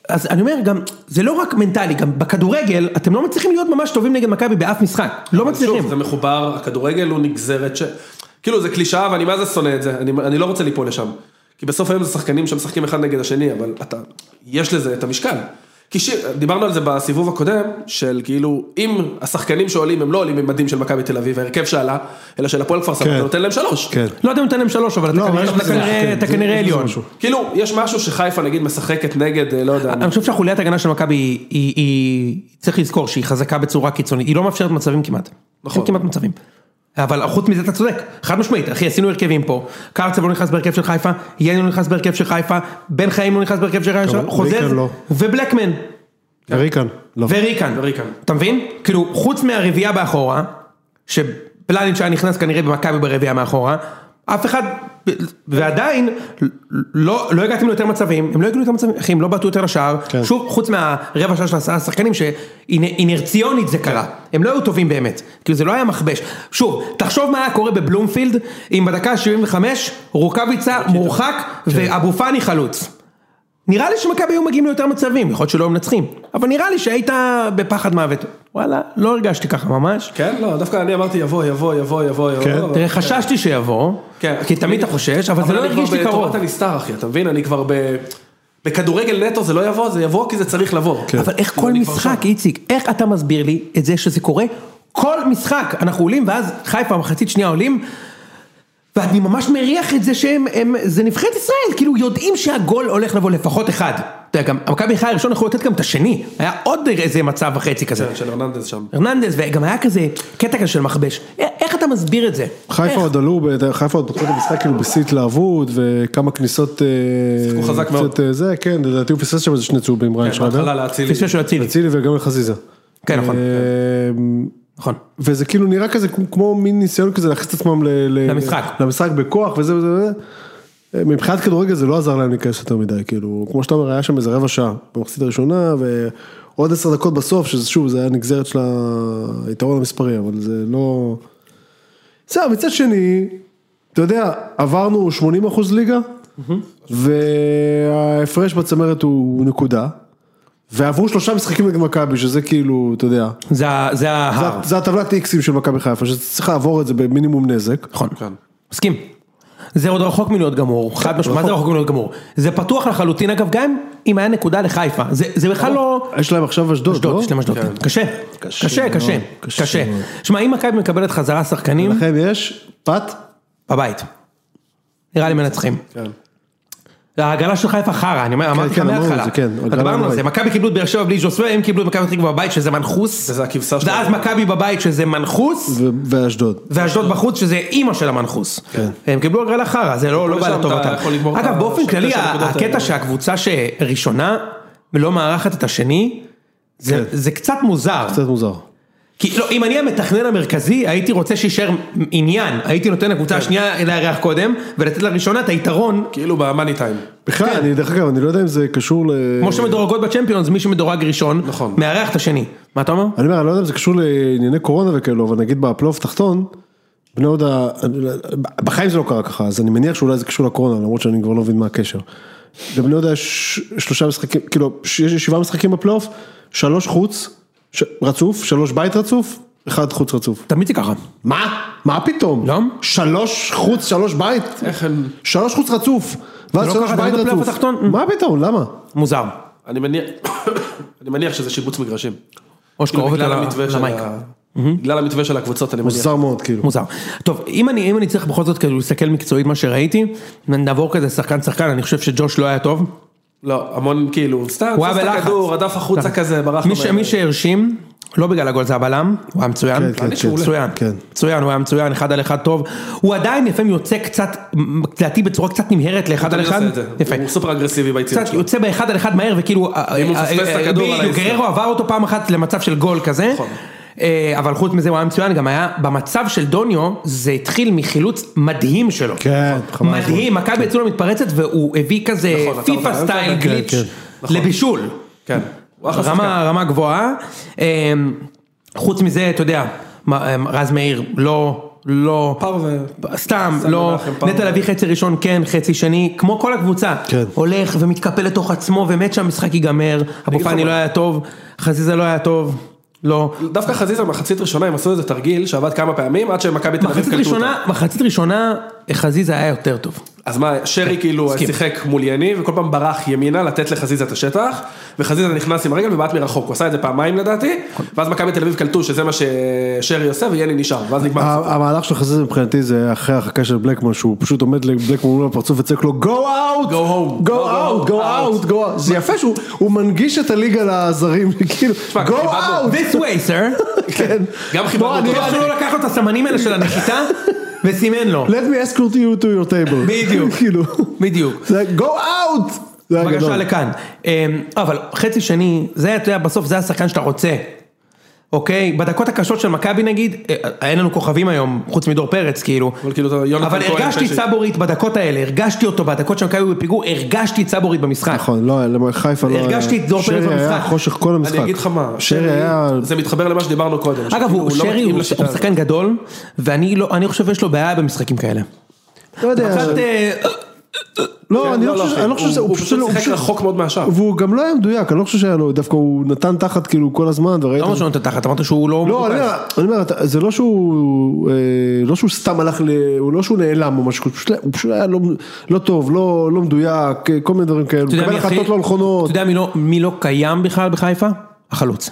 אז אני אומר גם, זה לא רק מנטלי, גם בכדורגל, אתם לא מצליחים להיות ממש טובים נגד מכבי באף משחק, לא מצליחים.
שוב, זה מחובר, הכדורגל הוא נגזרת ש... כאילו זה קלישאה ואני מה זה שונא את זה, אני, אני לא רוצה ליפול לשם. כי בסוף היום זה שחקנים שמשחקים אחד נגד השני, אבל אתה, יש לזה את המשקל. כי ש... דיברנו על זה בסיבוב הקודם, של כאילו, אם השחקנים שעולים, הם לא עולים במדים של מכבי תל אביב, ההרכב שעלה, אלא של הפועל כפר סבא,
כן.
אתה נותן להם שלוש.
כן.
לא יודע אם נותן להם שלוש, אבל אתה
לא, אבל
כנראה-
יש
אתה
בזה-
כנראה-
כן,
אתה
זה-
כנראה
יש בזה
עליון.
משהו.
כאילו, יש משהו שחיפה נגיד משחקת נגד, אה, לא יודע,
אני חושב שהחוליית ההגנה של מכבי, היא- היא- היא, צריך לזכור שהיא חזקה בצורה קיצונית, היא לא מאפשרת מצבים כמעט.
נכון.
אין כמעט מצבים. אבל חוץ מזה אתה צודק, חד משמעית, אחי עשינו הרכבים פה, קרצב לא נכנס בהרכב של חיפה, יני לא נכנס בהרכב של חיפה, בן חיים לא נכנס בהרכב של חיפה,
אבל
חוזז,
ריקן לא.
ובלקמן,
ריקן. לא.
כן. וריקן,
וריקן.
אתה מבין? כאילו חוץ מהרביעייה באחורה, שבלניץ' היה נכנס כנראה במכבי ברביעייה מאחורה, אף אחד, ועדיין לא, לא הגעתם ליותר מצבים, הם לא הגיעו ליותר מצבים, אחי, הם לא בעטו יותר לשער,
כן.
שוב חוץ מהרבע שעה של עשרה השחקנים שאינרציונית זה קרה,
כן.
הם לא היו טובים באמת, כאילו זה לא היה מכבש, שוב, תחשוב מה היה קורה בבלומפילד, אם בדקה ה-75 רוקאביצה
כן.
מורחק ואבו פאני חלוץ. נראה לי שמכבי היו מגיעים ליותר מצבים, יכול להיות שלא היו מנצחים, אבל נראה לי שהיית בפחד מוות. וואלה, לא הרגשתי ככה ממש.
כן, לא, דווקא אני אמרתי יבוא, יבוא, יבוא, יבוא, יבוא.
כן.
אבל-
תראה, חששתי שיבוא,
כן.
כי תמיד אתה חושש, אבל זה לא
אני
הרגיש לי
כבר
קרוב.
בתורת הנסתר אחי, אתה מבין? אני כבר ב... בכדורגל נטו זה לא יבוא, זה יבוא כי זה צריך לבוא.
אבל איך כל
אני כבר
משחק, איציק, איך אתה מסביר לי את זה שזה קורה? כל משחק, אנחנו עולים ואז חיפה מחצית שנייה עולים, ואני ממש מריח את זה שהם, הם, זה נבחרת ישראל, כאילו יודעים שהגול הולך לבוא לפחות אחד. אתה יודע, גם המכבי חיפה הראשון יכול לתת גם את השני, היה עוד איזה מצב וחצי כזה.
שם. של הרננדז שם.
הרננדז, וגם היה כזה קטע כזה של מכבש. א- איך אתה מסביר את זה? איך?
חיפה עוד עלו, ב- חיפה עוד פתחו את המשחק כאילו בשיא התלהבות וכמה כניסות, אה,
שיחקו חזק
קצת,
מאוד. כן,
אה, זה, כן, לדעתי הוא פספס שם איזה שני צהובים, ריין
בהתחלה
שרדר,
להצילי.
פספס של אצילי.
אצילי וגם לחזיזה.
כן, נכון.
אה,
נכון.
וזה כאילו נראה כזה כמו- כמו מין ניסיון כזה להכניס את עצמם ל- ל-
למשחק.
למשחק בכוח וזה וזה וזה. מבחינת כדורגל זה לא עזר להם להיכנס יותר מדי, כאילו, כמו שאתה אומר, היה שם איזה רבע שעה במחצית הראשונה, ועוד עשר דקות בסוף, שזה שוב, זה היה נגזרת של היתרון המספרי, אבל זה לא... בסדר, מצד שני, אתה יודע, עברנו 80 אחוז ליגה, וההפרש בצמרת הוא נקודה, ועברו שלושה משחקים נגד מכבי, שזה כאילו, אתה יודע,
זה ה- זה
זה-
ההר.
זה הטבלת איקסים של מכבי חיפה, שצריך לעבור את זה במינימום נזק.
נכון. מסכים. זה עוד רחוק מלהיות גמור, חד משמעית, מה זה כן, רחוק מלהיות גמור? זה פתוח לחלוטין אגב, גם אם היה נקודה לחיפה, זה זה בכלל לא...
יש להם עכשיו אשדוד,
אשדוד,
לא?
יש להם אשדוד, כן. קשה, קשה, קשה,
מאוד, קשה
קשה.
מאוד.
שמע, אם מכבי מקבלת חזרה שחקנים,
לכם יש פת?
בבית. נראה לי מנצחים. העגלה של חיפה חרא, אני אומר, אמרתי לך
כן, אמרנו
מההתחלה.
את זה, כן,
אבל
עגלה
דיברנו על
נוראית.
זה, מכבי קיבלו את באר שבע בלי ז'וסווה, הם קיבלו את מכבי פתח תקווה בבית שזה מנחוס.
וזה הכבשה שלהם.
ואז מכבי בבית שזה מנחוס,
ו- ואשדוד.
ואשדוד בחוץ שזה אימא של המנחוס.
כן.
הם קיבלו הגרלה חרא, זה לא לא בא
לשם, אתה
לטובתם.
יכול לגמור את
אגב,
ה-
באופן
של
כללי,
תשע הנקודות
הקטע
האלה.
שהקבוצה שראשונה לא מארחת את השני, זה
כן.
זה קצת מוזר.
קצת מוזר.
כי לא, אם אני המתכנן המרכזי, הייתי רוצה שיישאר עניין, הייתי נותן לקבוצה
כן.
השנייה לארח קודם, ולתת לראשונה את היתרון,
כאילו במאני טיים.
כן.
בכלל, אני דרך אגב, אני לא יודע אם זה קשור ל...
כמו שמדורגות בצ'מפיונס, מי שמדורג ראשון,
נכון.
מארח את השני. מה אתה אומר?
אני אומר, אני לא יודע אם זה קשור לענייני קורונה וכאלו, אבל נגיד בפלייאוף תחתון, בני יהודה, בחיים זה לא קרה ככה, אז אני מניח שאולי זה קשור לקורונה, למרות שאני כבר לא מבין מה הקשר. לבני יהודה יש שלושה משחקים, כאילו, יש שבעה משחקים בפלייאוף, שלוש חוץ ש... רצוף, שלוש בית רצוף, אחד חוץ רצוף.
תמיד זה ככה.
מה? מה פתאום?
לא?
שלוש חוץ, שלוש בית?
איך הם-
שלוש חוץ רצוף,
לא
ואז שלוש
קרה,
בית
גם בפלייאוף
רצוף.
התחתון?
מה פתאום, למה?
מוזר.
אני מניח, אני מניח שזה שיבוץ מגרשים.
או שקרובת
כאילו, בגלל
על ה-
המתווה של
למייק.
ה- בגלל המתווה של הקבוצות, אני מניח.
מוזר מאוד, כאילו.
מוזר. טוב, אם אני, אם אני צריך בכל זאת כאילו להסתכל מקצועית מה שראיתי, נעבור כזה שחקן שחקן, אני חושב שג'וש לא היה טוב.
לא, המון כאילו, סתם,
הוא היה
תפס את
בלחץ. כן.
הכדור, רדף החוצה כזה, ברח
מי
לו
ש-
מהידיים.
מי שהרשים, לא בגלל הגול זה הבלם, הוא היה מצוין,
כן, כן, כן.
מצוין,
כן.
מצוין, הוא היה מצוין, אחד על אחד טוב, הוא עדיין לפעמים יוצא קצת, לדעתי בצורה קצת נמהרת לאחד על
תמיד
אחד,
עושה את זה.
יפה,
הוא סופר אגרסיבי ביציאות
קצת
שלו.
יוצא באחד על אחד מהר וכאילו, אה,
הוא
אה,
מפספס את
אה,
הכדור על
בדיוק,
האקסטרה.
גררו עבר אותו פעם אחת למצב של גול כזה,
נכון.
אה, אבל חוץ מזה הוא היה מצוין, גם היה במצב של דוניו, זה התחיל מחילוץ מדהים שלו,
כן, חבל על הזמן.
מדהים, מכבי יצאו לו מתפרצת והוא הביא כזה
נכון, עצר
פיפא
אותה,
סטייל
כן,
גליץ'
כן.
לבישול.
כן. הוא אחלה שחקן.
רמה, רמה גבוהה. אמ, חוץ מזה, אתה יודע, מה, אמ, רז מאיר, לא, לא,
פר ו...
סתם,
סתם
לא,
מנחם, פר
נטע
ו-
לביא חצי ראשון כן, חצי שני, כמו כל הקבוצה,
כן.
הולך ומתקפל לתוך עצמו ומת שהמשחק ייגמר, אבו
אגיד לך
פאני
מה.
לא היה טוב, חזיזה לא היה טוב, לא.
דווקא חזיזה במחצית ראשונה הם עשו איזה תרגיל שעבד כמה פעמים עד שמכבי תל אביב
מחצית
קלטו אותו.
ראשונה, מחצית ראשונה, חזיזה היה יותר טוב.
אז מה, שרי כאילו
מסכים.
שיחק מול יניב וכל פעם ברח ימינה לתת לחזיזה את השטח וחזיזה נכנס עם הרגל ובעט מרחוק, הוא עשה את זה פעמיים לדעתי ואז מכבי תל אביב קלטו שזה מה ששרי עושה ויני נשאר ואז נגמר. הסיפור.
ה- המהלך של חזיזה מבחינתי זה אחרי ההרחקה של בלקמן שהוא פשוט עומד לבלקמן מול הפרצוף וצועק לו go out,
Go home.
go
Go home.
out, go out, go out, זה יפה שהוא הוא מנגיש את הליגה לזרים, כאילו go
כיבדנו.
out,
This way, sir.
כן,
אה, גם חיברנו
בוא, אני-
אותו.
איך שהוא לא לקח לו את הסמנים האלה של הנחיתה וסימן לו.
לא.
let me escort you to your table,
בדיוק.
כאילו,
בדיוק.
זה go out, זה היה
בבקשה
גדול,
לכאן. אמ, אבל חצי שני, זה, אתה יודע, בסוף זה השחקן שאתה רוצה. אוקיי? בדקות הקשות של מכבי נגיד, אה, אין לנו כוכבים היום, חוץ מדור פרץ, כאילו.
אבל כאילו, אתה- יונתן
אבל
כהן,
הרגשתי
פשט.
צבורית בדקות האלה, הרגשתי אותו בדקות שמכבי היו בפיגור, הרגשתי את צבורית במשחק.
נכון, לא, למ- חיפה לא, היה-
אה. הרגשתי את דור פרץ
שרי היה
במשחק.
חושך כל המשחק,
אני אגיד לך מה,
אוקיי. שרי היה,
זה מתחבר למה שדיברנו קודם.
אגב,
שכאילו
הוא
לא
שרי,
מתאים
הוא
לשיטה
הוא
הזאת.
שחקן גדול, ואני לא, אני חושב יש לו בעיה במשחקים כאלה.
לא יודע,
קצת, אה,
לא, אני לא
לא,
חושב,
אחי,
אני לא חושב שזה,
הוא פשוט שיחק רחוק מאוד מהשאר.
והוא גם לא היה מדויק, אני לא חושב שהיה לו, דווקא הוא נתן תחת כאילו כל הזמן, וראית
לא אמרת שהוא נותן תחת, אמרת שהוא לא...
לא,
מרוכז.
אני אומר, אני אומר, אתה- זה לא שהוא, אה, לא שהוא סתם הלך, ל- הוא לא שהוא נעלם או משהו, הוא פשוט- הוא פשוט היה לא- לא טוב, לא לא מדויק, אה, כל מיני דברים כאלו,
אתה יודע
מקבל
מי הכי-
החלטות לא
אתה
נכונות,
יודע מי לא- מי לא קיים בכלל בחיפה? החלוץ.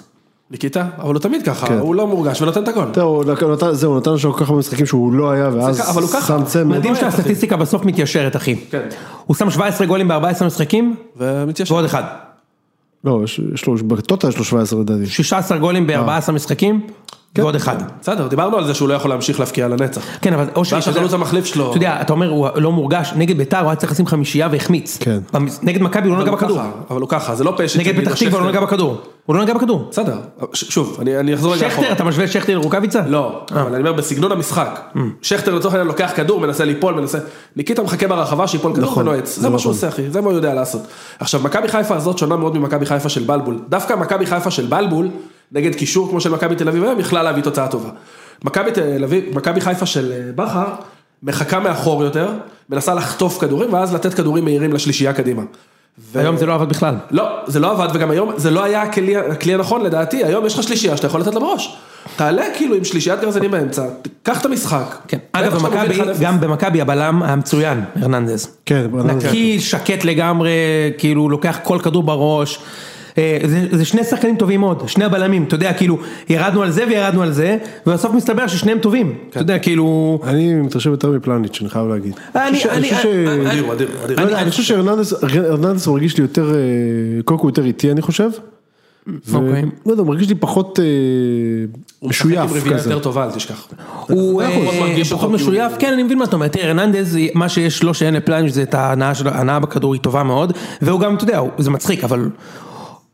ניקיטה, אבל הוא תמיד ככה,
כן.
הוא לא מורגש ונותן את הגול.
אתה יודע, הוא נתן- זהו, הוא נתן לו כל כך הרבה משחקים שהוא לא היה,
זה ככה, אבל הוא
ואז
ככה.
שם צמד,
מדהים שהסטטיסטיקה בסוף מתיישרת, אחי.
כן.
הוא שם 17 גולים ב-14 משחקים,
ומתיישב.
ועוד אחד.
לא, יש- יש לו, בטוטה יש לו 17 לדעתי,
אה.
16 גולים ב-14 משחקים,
כן.
ועוד אחד.
בסדר, דיברנו על זה שהוא לא יכול להמשיך להפקיע לנצח.
כן, אבל אושרי,
ואז
אתה יודע-
החלוץ המחליף שלו-
אתה יודע, אתה אומר, הוא לא מורגש, נגד ביתר הוא היה צריך לשים חמישייה והחמיץ.
כן.
במס- נגד מכבי הוא לא
אבל
נגע
הוא
בכדור.
ככה, אבל הוא ככה, זה לא פשע.
נגד
תגיד,
פתח תקווה הוא לא
שכטר-
נגע בכדור. הוא לא נגע בכדור.
בסדר, ש- שוב, אני אני אחזור רגע
שכטר, אתה משווה את שכטר לרוקאביצה?
לא, אבל אני אומר בסגנון המשחק. שכטר לצורך העניין לוקח כדור, מנסה ליפול, מנסה... ניקיטה מחכה ברחבה שיפול כדור ונועץ. זה מה שהוא עושה, אחי, זה מה הוא יודע לעשות. עכשיו, מכבי חיפה הזאת שונה מאוד ממכבי חיפה של בלבול. דווקא מכבי חיפה של בלבול, נגד קישור כמו של מכבי תל אביב היום, יכלה להביא תוצאה טובה. מכבי תל אביב, מכבי חיפה של אה, בכר, מחכה מאחור יותר, מנסה לחטוף כדורים, ואז לתת כדורים מהירים לשלישייה קדימה. ו-
היום זה לא עבד בכלל.
לא, זה לא עבד, וגם היום, זה לא היה הכלי, הכלי הנכון לדעתי, היום יש לך שלישייה שאתה יכול לתת לה בראש. תעלה כאילו עם שלישיית גרזנים באמצע, תיקח את המשחק.
כן.
בטח
אגב,
שאתה מוביל
במכבי,
1-0.
גם במכבי הבלם היה מצוין, הרננדז.
כן,
נקי, שקט לגמרי, כאילו לוקח כל כדור בראש. אה, זה, זה שני שחקנים טובים מאוד, שני הבלמים, אתה יודע, כאילו, ירדנו על זה וירדנו על זה, ובסוף מסתבר ששניהם טובים, אתה יודע, כאילו,
אני מתרשם יותר מפלניץ', אני חייב להגיד.
אני-
חושב ש-
אני-
חושב ש-
אני-
אדיר, אדיר, אדיר.
לא יודע,
אני-
אני חושב שהרננדס מרגיש לי יותר, אה, קודם כל הוא יותר איטי אני חושב. ו-
אוקיי.
לא יודע, הוא מרגיש לי פחות אה,
הוא משחק עם
משויף
רביעייה
כזה.
יותר טובה, אל תשכח.
הוא
אנחנו פחות
אה,
מרגיש
פחות
אותו,
משויף,
כאילו.
כן, אני מבין מה אתה אומר, תראה, הרננדז, מה שיש לו שאין לפלניץ' זה את ההנאה שלו, ההנאה בכדור היא טובה מאוד, והוא גם, אתה יודע, הוא- זה מצחיק, אבל...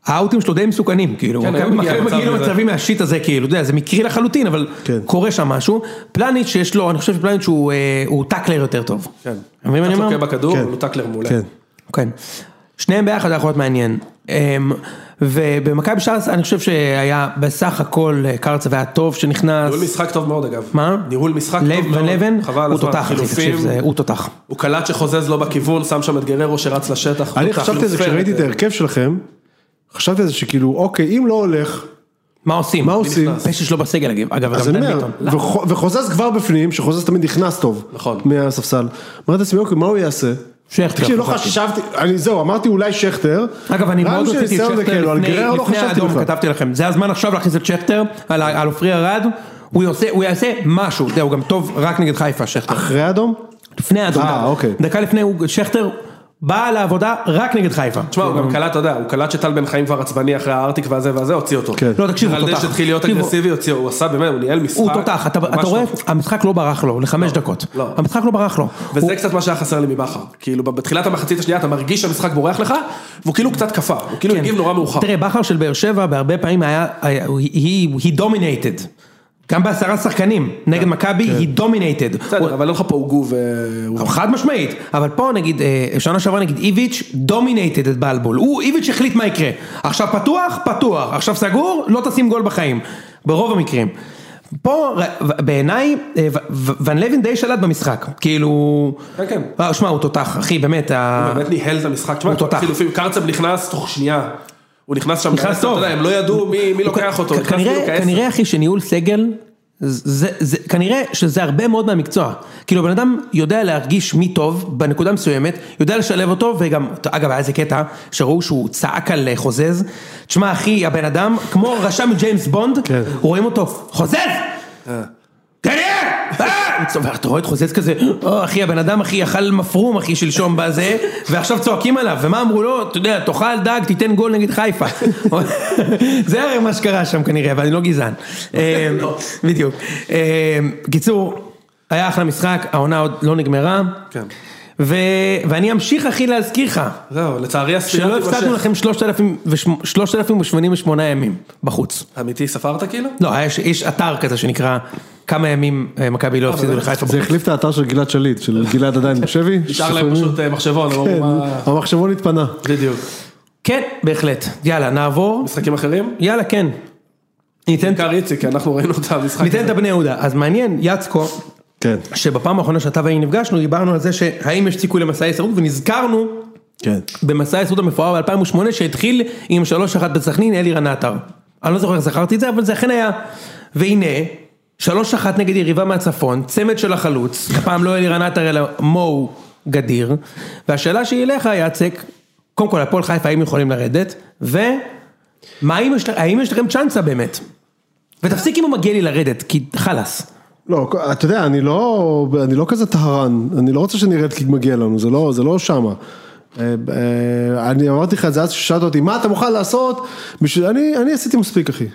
האאוטים שלו די מסוכנים, כאילו,
כן, היום
מכבי
הגיע
מכבי
למצב
מגיעים
הזה.
למצבים מהשיט הזה, כאילו, אתה יודע, זה מקרי לחלוטין, אבל
כן.
קורה שם משהו. פלניץ' שיש לו, אני חושב שפלניץ' הוא אה, הוא טאקלר יותר טוב.
כן.
אתה מבין מה אני
אתה
אומר?
תוקע בכדור,
כן.
הוא טאקלר מעולה.
כן.
כן. שניהם ביחד היה יכול להיות מעניין. אמ, ובמכבי ש"ס אני חושב שהיה בסך הכל אה, קרצה והיה טוב שנכנס.
ניהול משחק טוב מאוד אגב.
מה?
ניהול משחק
לב-
טוב מאוד.
ולבן,
חבל על
הוא
הזמן,
תותח, אחי,
חילופים.
תקשיב, זה- הוא תותח.
הוא קלט שחוזז לא בכיוון, שם שם את גררו שרץ לשטח.
אני
לא,
תותח,
חשבתי על זה
נופל.
כשראיתי את
אה,
ההרכב שלכם, חשבתי על זה שכאילו אוקיי אם לא הולך,
מה עושים?
מה עושים?
פשע שלו בסגל אגב, אגב,
אז
גם
אני
דן
אומר,
ביטון.
וחו- וחוזז כבר בפנים, שחוזז תמיד נכנס טוב,
נכון.
מהספסל. אמרתי לעצמי אוקיי מה הוא יעשה?
שכטר,
תקשיב, לא
חשבתי.
חשבתי, אני זהו, אמרתי אולי שכטר.
אגב, אני
רק
מאוד
בשביל
רציתי את
ניסיון וכאילו,
שכטר
על
לפני-
גרר לא
לפני
חשבתי
האדום,
בכלל.
כתבתי לכם. זה הזמן עכשיו להכניס את שכטר על ה- על עופרי ארד. הוא יעשה- הוא יעשה משהו, אתה יודע, הוא גם טוב רק נגד חיפה, שכטר.
אחרי האדום?
לפני האדום.
אה,
גם.
אוקיי.
דקה לפני הוא- שכטר בא לעבודה רק נגד חיפה.
תשמע, הוא גם קלט, אתה יודע, הוא קלט שטל בן חיים כבר עצבני אחרי הארטיק והזה והזה, הוציא אותו.
כן.
לא, תקשיב, הוא
רלדש
תותח.
התחיל להיות
תקשיב,
אגרסיבי, הוציא, הוא עשה באמת, הוא ניהל משחק.
הוא תותח, אתה
ממש
אתה רואה,
טוב.
המשחק לא ברח לו לחמש דקות.
לא.
המשחק לא ברח לו. הוא-
וזה קצת מה שהיה חסר לי מבכר. כאילו, בתחילת המחצית השנייה אתה מרגיש שהמשחק בורח לך, והוא כאילו קצת קפא, הוא כאילו
כן.
הגיב נורא מאוחר.
תראה, בכר של באר שבע בהרבה פעמים היה, היה- he- he dominated. גם בעשרה שחקנים, נגד מכבי, he dominated. הוא-
כן, בסדר, אבל אין לך פה אה, הוגו ו...
אבל חד משמעית, אבל פה נגיד, אה, שנה שעברה נגיד איביץ' דומינייטד את בלבול, הוא איביץ' החליט מה יקרה, עכשיו פתוח, פתוח, עכשיו סגור, לא תשים גול בחיים, ברוב המקרים. פה ר- ו- בעיניי אה, ו- ו- ון לוין די שלט במשחק, כאילו,
כן, כן.
אה, שמע הוא תותח, אחי באמת, ה-
הוא באמת ניהל את המשחק. תשמע,
הוא תותח.
חילופים, קרצב נכנס תוך שנייה. הוא נכנס שם.
נכנס
בעצם,
טוב.
אתה יודע, הם לא ידעו מי מי לוקח אותו.
כ-
נכנס כאילו
כנראה-
בדיוק העשר.
כנראה אחי שניהול סגל, זה, זה, כנראה שזה הרבה מאוד מהמקצוע. כאילו בן אדם יודע להרגיש מי טוב בנקודה מסוימת, יודע לשלב אותו וגם, אגב היה איזה קטע, שראו שהוא צעק על אה, חוזז, תשמע אחי הבן אדם, כמו רשם ג'יימס בונד,
כן.
רואים אותו, חוזז! תראה! אה!" הוא צובר, אתה רואה את חוזז כזה, "אה, אחי הבן אדם אחי אכל מפרום אחי שלשום בזה, ועכשיו צועקים עליו, ומה אמרו לו, אתה יודע, תאכל דג, תיתן גול נגד חיפה. זה הרי מה שקרה שם כנראה, אבל אני לא גזען. אה, בדיוק. אה, קיצור, היה אחלה משחק, העונה עוד לא נגמרה.
כן.
ו- ואני אמשיך אחי להזכיר לך,
זהו, לצערי הספירה
שלא
תימשך.
הפסדנו לכם 3,088 ימים בחוץ.
אמיתי ספרת כאילו?
לא, יש, יש אתר כזה שנקרא כמה ימים אה, מכבי לא הפסידו לחיפה.
זה החליף את האתר של גלעד שליט, של גלעד עדיין בשבי.
נשאר להם פשוט אה, מחשבון, הם אמרו
כן,
מה...
המחשבון התפנה.
בדיוק.
כן, בהחלט. יאללה, נעבור.
משחקים אחרים?
יאללה, כן. ניתן,
בעיקר איציק, כי אנחנו ראינו את המשחק
ניתן את
הזה.
הבני יהודה. אז מעניין, יצקו,
כן,
שבפעם האחרונה שאתה ואני נפגשנו, דיברנו על זה שהאם יש סיכוי למסע הישרדות, ונזכרנו
כן.
במסע ההישרדות המפואר ב-2008, שהתחיל עם 3-1 בסכנין, אלירן עטר. אני לא זוכר איך זכרתי את זה, אבל זה אכן היה. והנה, 3-1 נגד יריבה מהצפון, צמד של החלוץ, הפעם לא אלירן עטר אלא מו גדיר, והשאלה שהיא אליך, יצק, קודם כל, הפועל חיפה, האם יכולים לרדת, ו... מה, האם יש, האם יש לכם צ'אנסה באמת? ותפסיק אם הוא מגיע לי לרדת, כי חלאס.
לא, אתה יודע, אני לא, אני לא כזה טהרן, אני לא רוצה שנרד כי מגיע לנו, זה לא, זה לא שמה. אה, אה, אני אמרתי לך את זה אז ששאלת אותי, מה אתה מוכן לעשות? בשביל, אני, אני עשיתי מספיק אחי,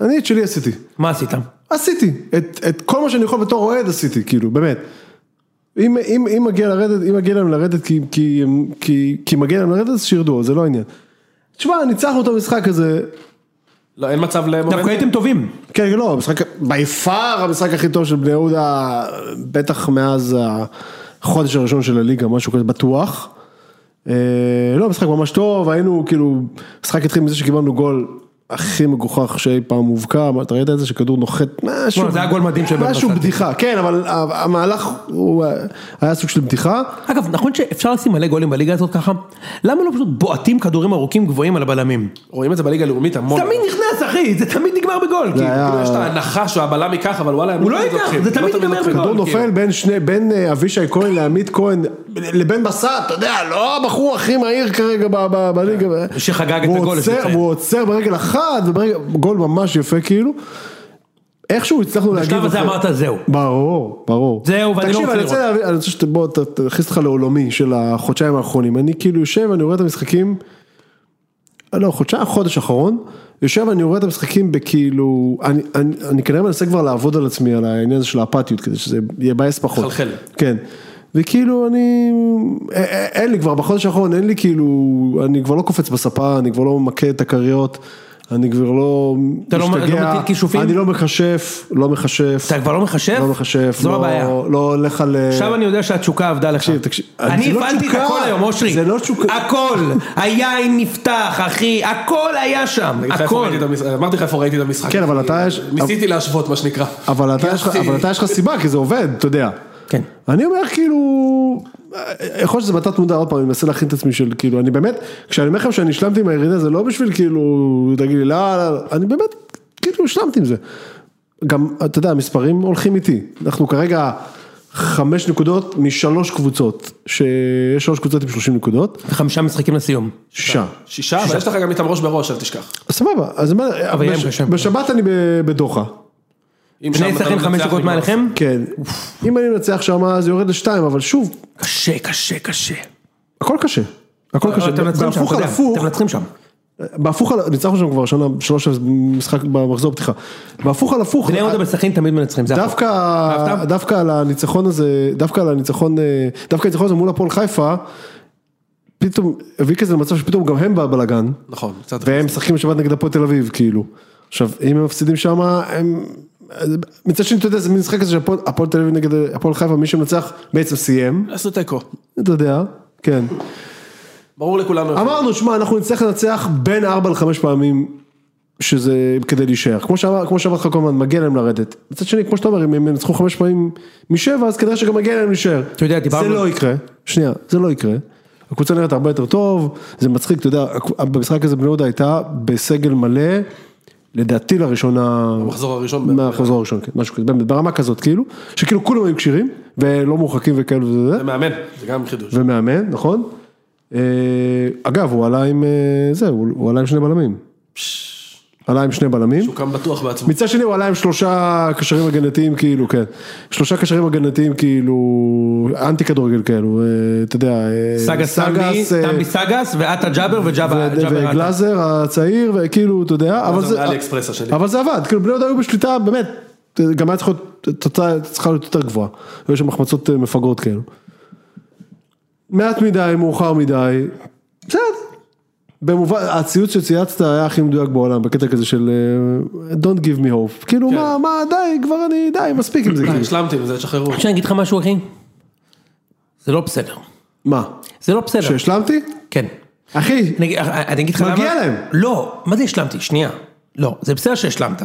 אני את שלי עשיתי.
מה עשית?
עשיתי, את, את כל מה שאני יכול בתור אוהד עשיתי, כאילו, באמת. אם, אם, אם מגיע לרדת, אם מגיע להם לרדת כי, כי, הם- כי, כי מגיע להם לרדת, אז שירדו, זה לא העניין. תשמע, ניצחנו את המשחק הזה,
לא, אין מצב למומנטום.
דווקא הייתם טובים.
כן, לא, המשחק, בי פאר המשחק הכי טוב של בני יהודה, בטח מאז החודש הראשון של הליגה, משהו כזה בטוח. אה, לא, משחק ממש טוב, היינו כאילו, משחק התחיל מזה שקיבלנו גול הכי מגוחך שאי פעם הובקע, מה, אתה ראית את זה שכדור נוחת, משהו,
וואי, לא, זה היה גול מדהים של בן
משהו
בסט.
בדיחה, כן, אבל ה- המהלך הוא אה, היה סוג של בדיחה,
אגב, נכון שאפשר לשים מלא גולים בליגה הזאת ככה? למה לא פשוט בועטים כדורים ארוכים גבוהים על הבלמים?
רואים את זה בליגה הלאומית המון.
תמיד נכנס, אחי, זה תמיד נגמר בגול.
זה
כאילו.
היה-
כאילו יש את ההנחה שהבלם ייקח, אבל וואלה, הם
הוא לא
תמיד
ייקח,
לוקחים.
זה
לא
תמיד ייגמר
לוקחים.
בגול.
כדור נופל בין שני, בין אה, אבישי כהן לעמית כהן, לבן בסט, אתה יודע, לא הבחור הכי מהיר כרגע ב- ב- בליגה.
כן, שחגג את
והוא
הגול, יש
עוצר-
לציין.
והוא עוצר ברגל אחת, וברגל- גול ממש יפה כאילו. איכשהו הצלחנו להגיב.
בשלב הזה
אחרי-
אמרת זהו.
אה, ברור, ברור.
זהו, ואני לא
תקשיב,
רוצה
אני
לראות.
רוצה להבין, אני רוצה שבוא, ת- תכניס אותך לעולמי של החודשיים האחרונים. אני כאילו יושב, אני רואה את המשחקים, לא, חודשיים, חודש אחרון, יושב, אני רואה את המשחקים בכאילו, אני- אני אני כנראה מנסה כבר לעבוד על עצמי, על העניין הזה של האפתיות, כדי שזה יבאס פחות.
חלחל.
כן. וכאילו אני, א- א- אין לי כבר בחודש האחרון, אין לי כאילו, אני כבר לא קופץ בספה, אני כבר לא מכה את הכריות, אני כבר לא
אתה לא- לא מטיל כישופים?
אני לא מכשף, לא מכשף.
אתה כבר לא מחשב?
לא מכשף,
זו
לא-
הבעיה.
לא הולך על...
עכשיו אני יודע שהתשוקה עבדה לך.
תקשיב, תקשיב,
אני
זה לא
הבנתי את
תשוקה.
הכל היום, אושרי.
זה לא תשוקה.
הכל. היין נפתח, אחי. הכל היה שם.
ראיתי לך איפה
הכל.
ראיתי את המש- אמרתי לך איפה ראיתי את המשחק. כאילו,
כן, אבל אתה יש-
ניסיתי להשוות, מה שנקרא.
אבל אתה יש לך-
כי-
אבל אתה יש לך סיבה, כי זה עובד, אתה יודע.
כן.
אני אומר כאילו, יכול להיות שזה בתת מודע, עוד פעם, אני מנסה להכין את עצמי של כאילו, אני באמת, כשאני אומר לכם שאני השלמתי עם הירידה, זה לא בשביל כאילו, תגיד לי, לא, לא, לא", אני באמת, כאילו, השלמתי עם זה. גם, אתה יודע, המספרים הולכים איתי. אנחנו כרגע חמש נקודות משלוש קבוצות, שיש שלוש קבוצות עם שלושים נקודות,
חמישה משחקים לסיום.
שישה.
שישה, אבל יש לך גם איתם ראש בראש, אל תשכח.
סבבה, אז מה,
אבל יהיה
בש-
להם קשה.
בשבת אני ב- בדוחה.
אם
שני
שם אתה
לא
ישחקים
מנצח,
חמש דקות
נגמר.
מעליכם?
כן, אם אני מנצח שם אז יורד לשתיים, אבל שוב,
קשה, קשה, קשה.
הכל קשה. הכל קשה,
אתם מנצחים שם,
בהפוך
אתה
על
יודע.
הפוך,
אתם מנצחים שם.
בהפוך על, ניצחנו שם כבר שנה, שלוש משחק במחזור פתיחה, בהפוך על הפוך,
בני יהודה בסכין תמיד מנצחים, זה החוק.
דווקא,
אהבת?
דווקא על הניצחון הזה, דווקא על הניצחון, אה, דווקא הניצחון הזה מול הפועל חיפה, פתאום הביא כזה למצב שפתאום גם הם בבלאגן,
נכון, קצת.
והם משחקים בשבת נגד הפועל תל אביב, כאילו. עכשיו, אם הם מפסידים שם, הם... מצד שני, אתה יודע, זה מין משחק כזה שהפועל הפועל תל אביב נגד אה, הפועל חיפה, מי שמנצח בעצם סיים,
עשו תיקו.
אתה יודע, כן.
ברור לכולנו. איפה.
אמרנו, שמע, אנחנו נצטרך לנצח בין 4 ל-5 פעמים, שזה כדי להישאר. כמו שאמר- כמו שאמרתי לך כל הזמן, מגיע להם לרדת. מצד שני, כמו שאתה אומר, אם הם ינצחו 5 פעמים משבע, אז כנראה שגם מגיע להם להישאר.
אתה יודע, דיברנו-
זה לא יקרה, שנייה, זה לא יקרה. הקבוצה נראית הרבה יותר טוב, זה מצחיק, אתה יודע, במשחק הזה בני יהודה הייתה בסגל מלא, לדעתי לראשונה...
במחזור הראשון.
מהמחזור הראשון, כן, משהו כזה, באמת, ברמה כזאת, כאילו, שכאילו כולם היו כשירים, ולא מורחקים וכאלה וזה.
זה מאמן, זה גם חידוש.
ומאמן, נכון? אה, אגב, הוא עלה עם, אה, זה, הוא הוא עלה עם שני בלמים. עלה עם שני בלמים.
הוא קם בטוח בעצמו.
מצד שני הוא עלה עם שלושה קשרים הגנתיים כאילו, כן. שלושה קשרים הגנתיים כאילו, אנטי כדורגל כאלו, אה, אתה יודע. אה,
סגס סמבי,
סגס, אה,
סמבי סגס, ועטה ג'אבר וג'אבר ג'אבר עטה.
וגלאזר הצעיר, וכאילו, אתה יודע, אבל
גלאזר
זה,
מעלי אקספרס השני.
אבל זה עבד, כאילו בני יהודה היו בשליטה, באמת, גם היה צריך להיות, תוצאה צריכה להיות יותר גבוהה, היו שם החמצות אה, מפגרות כאלו. מעט מדי, מאוחר מדי, בסדר. במובן, הציוץ שצייצת היה הכי מדויק בעולם, בקטע כזה של אה, Don't give me hope, כאילו מה, מה, די, כבר אני, די, מספיק עם זה, כאילו.
אה, השלמתי עם זה, תשחררו.
עכשיו אני אגיד לך משהו, אחי? זה לא בסדר.
מה,
זה לא בסדר.
שהשלמתי?
כן.
אחי,
אני אגיד- אני אגיד לך למה...
מגיע להם.
לא, מה זה השלמתי? שנייה. לא, זה בסדר שהשלמת.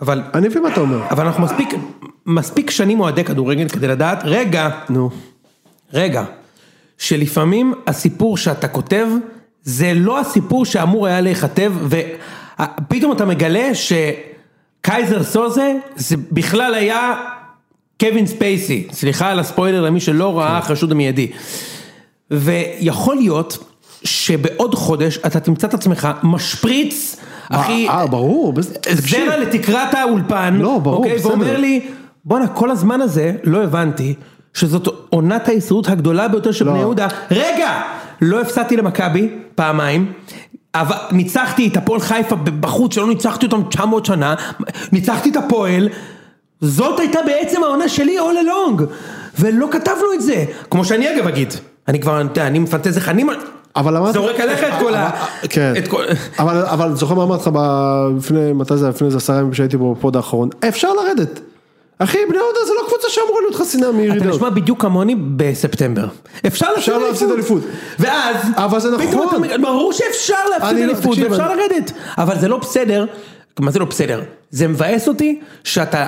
אבל
אני מבין מה אתה אומר.
אבל אנחנו מספיק, מספיק שנים אוהדי כדורגל כדי לדעת, רגע,
נו.
רגע, שלפעמים הסיפור שאתה כותב, זה לא הסיפור שאמור היה להיכתב, ופתאום אתה מגלה שקייזר סוזה, זה בכלל היה קווין ספייסי, סליחה על הספוילר למי שלא ראה
כן.
חשוד המיידי. ויכול להיות שבעוד חודש אתה תמצא את עצמך משפריץ, אחי,
אה, ברור, בס- תקשיב.
זרע לתקרת האולפן,
לא, ברור,
אוקיי,
בסדר.
ואומר לי, בואנה, כל הזמן הזה לא הבנתי שזאת עונת ההישרדות הגדולה ביותר של
לא.
בני יהודה. רגע, לא הפסדתי למכבי פעמיים, אבל ניצחתי את הפועל חיפה בחוץ שלא ניצחתי אותם 900 שנה, ניצחתי את הפועל, זאת הייתה בעצם העונה שלי all along, ולא כתבנו את זה, כמו שאני אגב אגיד, אני כבר, אתה יודע, אני מפנטז איך אני,
אבל אמרתי...
זורק עליך את כל ה...
כן,
את כל-
אבל, אבל זוכר מה אמרתי לך ב- לפני, מתי זה היה? לפני איזה עשרה ימים שהייתי בפוד האחרון, אפשר לרדת. אחי, בני יהודה זה לא קבוצה שאמורה להיות חסינה
אתה
מירידות.
נשמע בדיוק כמוני בספטמבר. אפשר
אפשר
להפסיד
להפסיד אליפות.
ואז,
אבל זה
פתאום
נכון.
אתה- ברור שאפשר להפסיד
אני לא-
אליפות,
תקשיב,
ואפשר
אני-
לרדת. אבל זה לא בסדר, מה זה לא בסדר? זה מבאס אותי שאתה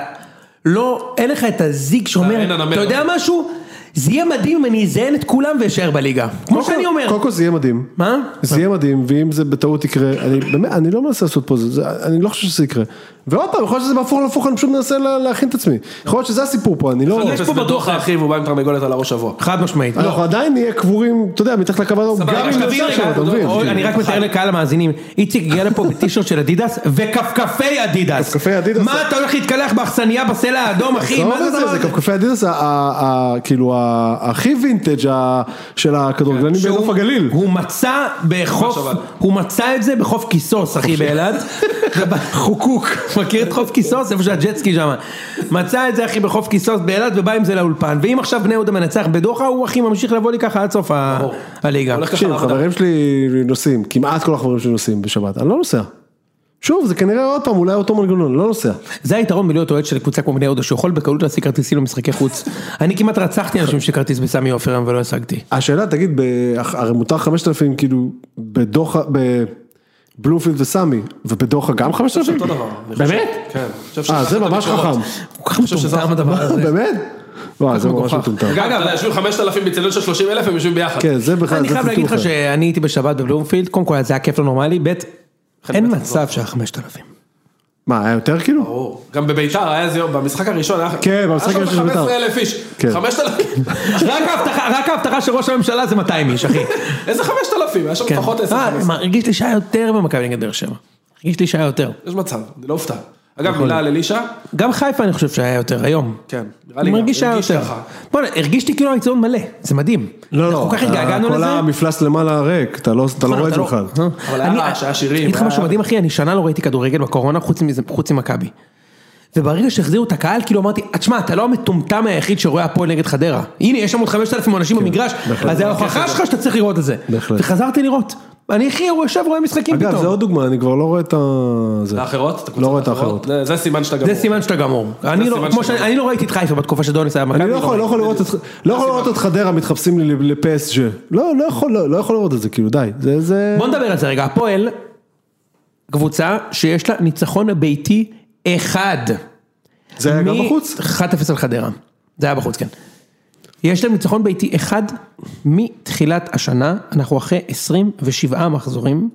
לא, אין לך את הזיג
אין
שאומר,
הנמר.
אתה יודע משהו? זה יהיה מדהים אם אני אזיין את כולם ואשאר בליגה. כמו
קודם כל-
שאני אומר.
קודם כל זה יהיה מדהים.
מה?
זה יהיה מדהים, ואם זה בטעות יקרה, אני באמת, אני לא מנסה לעשות פה, זה- זה- אני לא חושב שזה יקרה. ועוד פעם, יכול להיות שזה בהפוך להפוך, אני פשוט מנסה לה- להכין את עצמי. יכול להיות שזה הסיפור פה, אני לא...
יש פה בטוח האחי והוא בא עם תרנגולת על הראש שבוע.
חד משמעית.
אנחנו עדיין נהיה קבורים, אתה יודע, מתחת לקו האדום, גם
רגע,
אם
שתבין
נעשה
רגע,
שם, אתה
עוד-
מבין?
עוד- אני
כאילו.
כן.
רק מתאר לקהל המאזינים, איציק הגיע לפה בטישרט של אדידס וכפכפי אדידס.
כפכפי אדידס.
מה אתה הולך להתקלח באכסניה בסלע האדום אחי?
עזוב
מה זה
את
הדבר
זה, זה
הזה?
כפכפי אדידס, ה- ה- ה- כאילו ה- הכי וינטג' ה- של הכדורגלנים
שהוא-
בנוף הגליל.
הוא מצא בחוף,
ממש עבד.
הוא מצא את זה בחוף כיסוס אחי באילת, ובחוקוק, מכיר את חוף כיסוס? איפה שהג'טסקי שם, מצא את זה אחי בחוף כיסוס באילת ובא עם זה לאולפן, ואם עכשיו בני יהודה מנצח בדוחה הוא אחי ממשיך לבוא לי ככה עד סוף ה-
ברור.
הליגה.
הולך
תקשיב, חברים שלי נוסעים, כמעט כל החברים שלי נוסעים בשבת, אני לא נוסע. שוב, זה כנראה עוד פעם, אולי אותו מנגנון, לא נוסע.
זה היתרון בלהיות אוהד של קבוצה כמו בני יהודה שיכול בקלות להשיג כרטיסים למשחקי חוץ. אני כמעט רצחתי אנשים שכרטיס בסמי עופר היום ולא השגתי.
השאלה, תגיד, ב- הרי מותר 5,000 כאילו בדוחה, בבלומפילד וסמי, ובדוחה גם 5,000?
אותו דבר. אני חושב.
באמת?
כן. אני חושב
אה,
ששכחת
זה
את
ממש
הביקורות.
חכם.
כל כך מטומטם הדבר הזה.
באמת? וואי, זה ממש מטומטם.
אגב, אתה יודע, יושבים 5,000 בצלון של 30 אלף, הם יושבים ביחד.
כן, זה בכלל,
אני
זה
חייב להגיד
טמטום
לך
אחר.
שאני הייתי בשבת בבלומפילד, קודם כל זה היה כיף לא נורמלי, ב' אין מצב שהיה 5,000.
מה, היה יותר כאילו?
ברור. גם בביתר היה איזה יום, במשחק הראשון היה...
כן, במשחק הראשון של
היה שם
ביתר.
15 אלף איש.
כן.
5,000.
רק ההבטחה- רק ההבטחה של ראש הממשלה זה 200 איש אחי.
איזה 5,000? היה שם
כן.
לפחות 10.
אה, מה, הרגיש לי שהיה יותר במכבי נגד באר שבע. הרגיש לי שהיה יותר.
יש מצב, אני לא אופתע. אגב,
נכון.
מילה על אלישע.
גם חיפה אני חושב שהיה יותר היום.
כן, נראה לי
אני
גם,
מרגיש שהיה
הרגיש
יותר.
ככה. לא,
בוא'נה, הרגישתי כאילו האיצטדיון מלא, זה מדהים. אנחנו
אה,
כל כך התגעגענו
לא, כל
לזה.
המפלס למעלה ריק, אתה לא אתה לא רואה את זה בכלל.
אה?
אבל אה, היה רעש, היה שירים,
אני אגיד לך
היה-
משהו מדהים אחי, אני שנה לא ראיתי כדורגל בקורונה חוץ מזה- חוץ ממכבי. וברגע שהחזירו את הקהל, כאילו אמרתי, תשמע, אתה לא המטומטם היחיד שרואה הפועל נגד חדרה. הנה, יש שם עוד 5,000 אנשים במגרש, אז זה
כן,
ההוכחה שלך שאתה צריך לראות את זה.
כן, בהחלט.
וחזרתי לראות. אני אחי, הוא יושב רואה משחקים
אגב, זה
פתאום.
עוד דוגמה, אני כבר לא רואה את ה... זה.
האחרות? את הקבוצות
לא רואה את האחרות.
זה- זה סימן שאתה גמור.
זה סימן שאתה גמור. אני לא-
סימן
כמו
שאתה
שאני- אני לא ראיתי את חיפה בתקופה שדוניס היה במכבי.
אני לא יכול, לא יכול לראות את, לא יכול לראות את חדרה מתחפשים לי לפסג' לא, לא יכול, לא, לא יכול לראות את זה, כאילו, די, זה, זה,
בוא נדבר על זה רגע, הפועל, קבוצה שיש לה ניצחון ביתי אחד.
זה היה גם בחוץ.
1-0 על חדרה, זה היה בחוץ, כן. יש להם ניצחון ביתי אחד מתחילת השנה, אנחנו אחרי 27 מחזורים,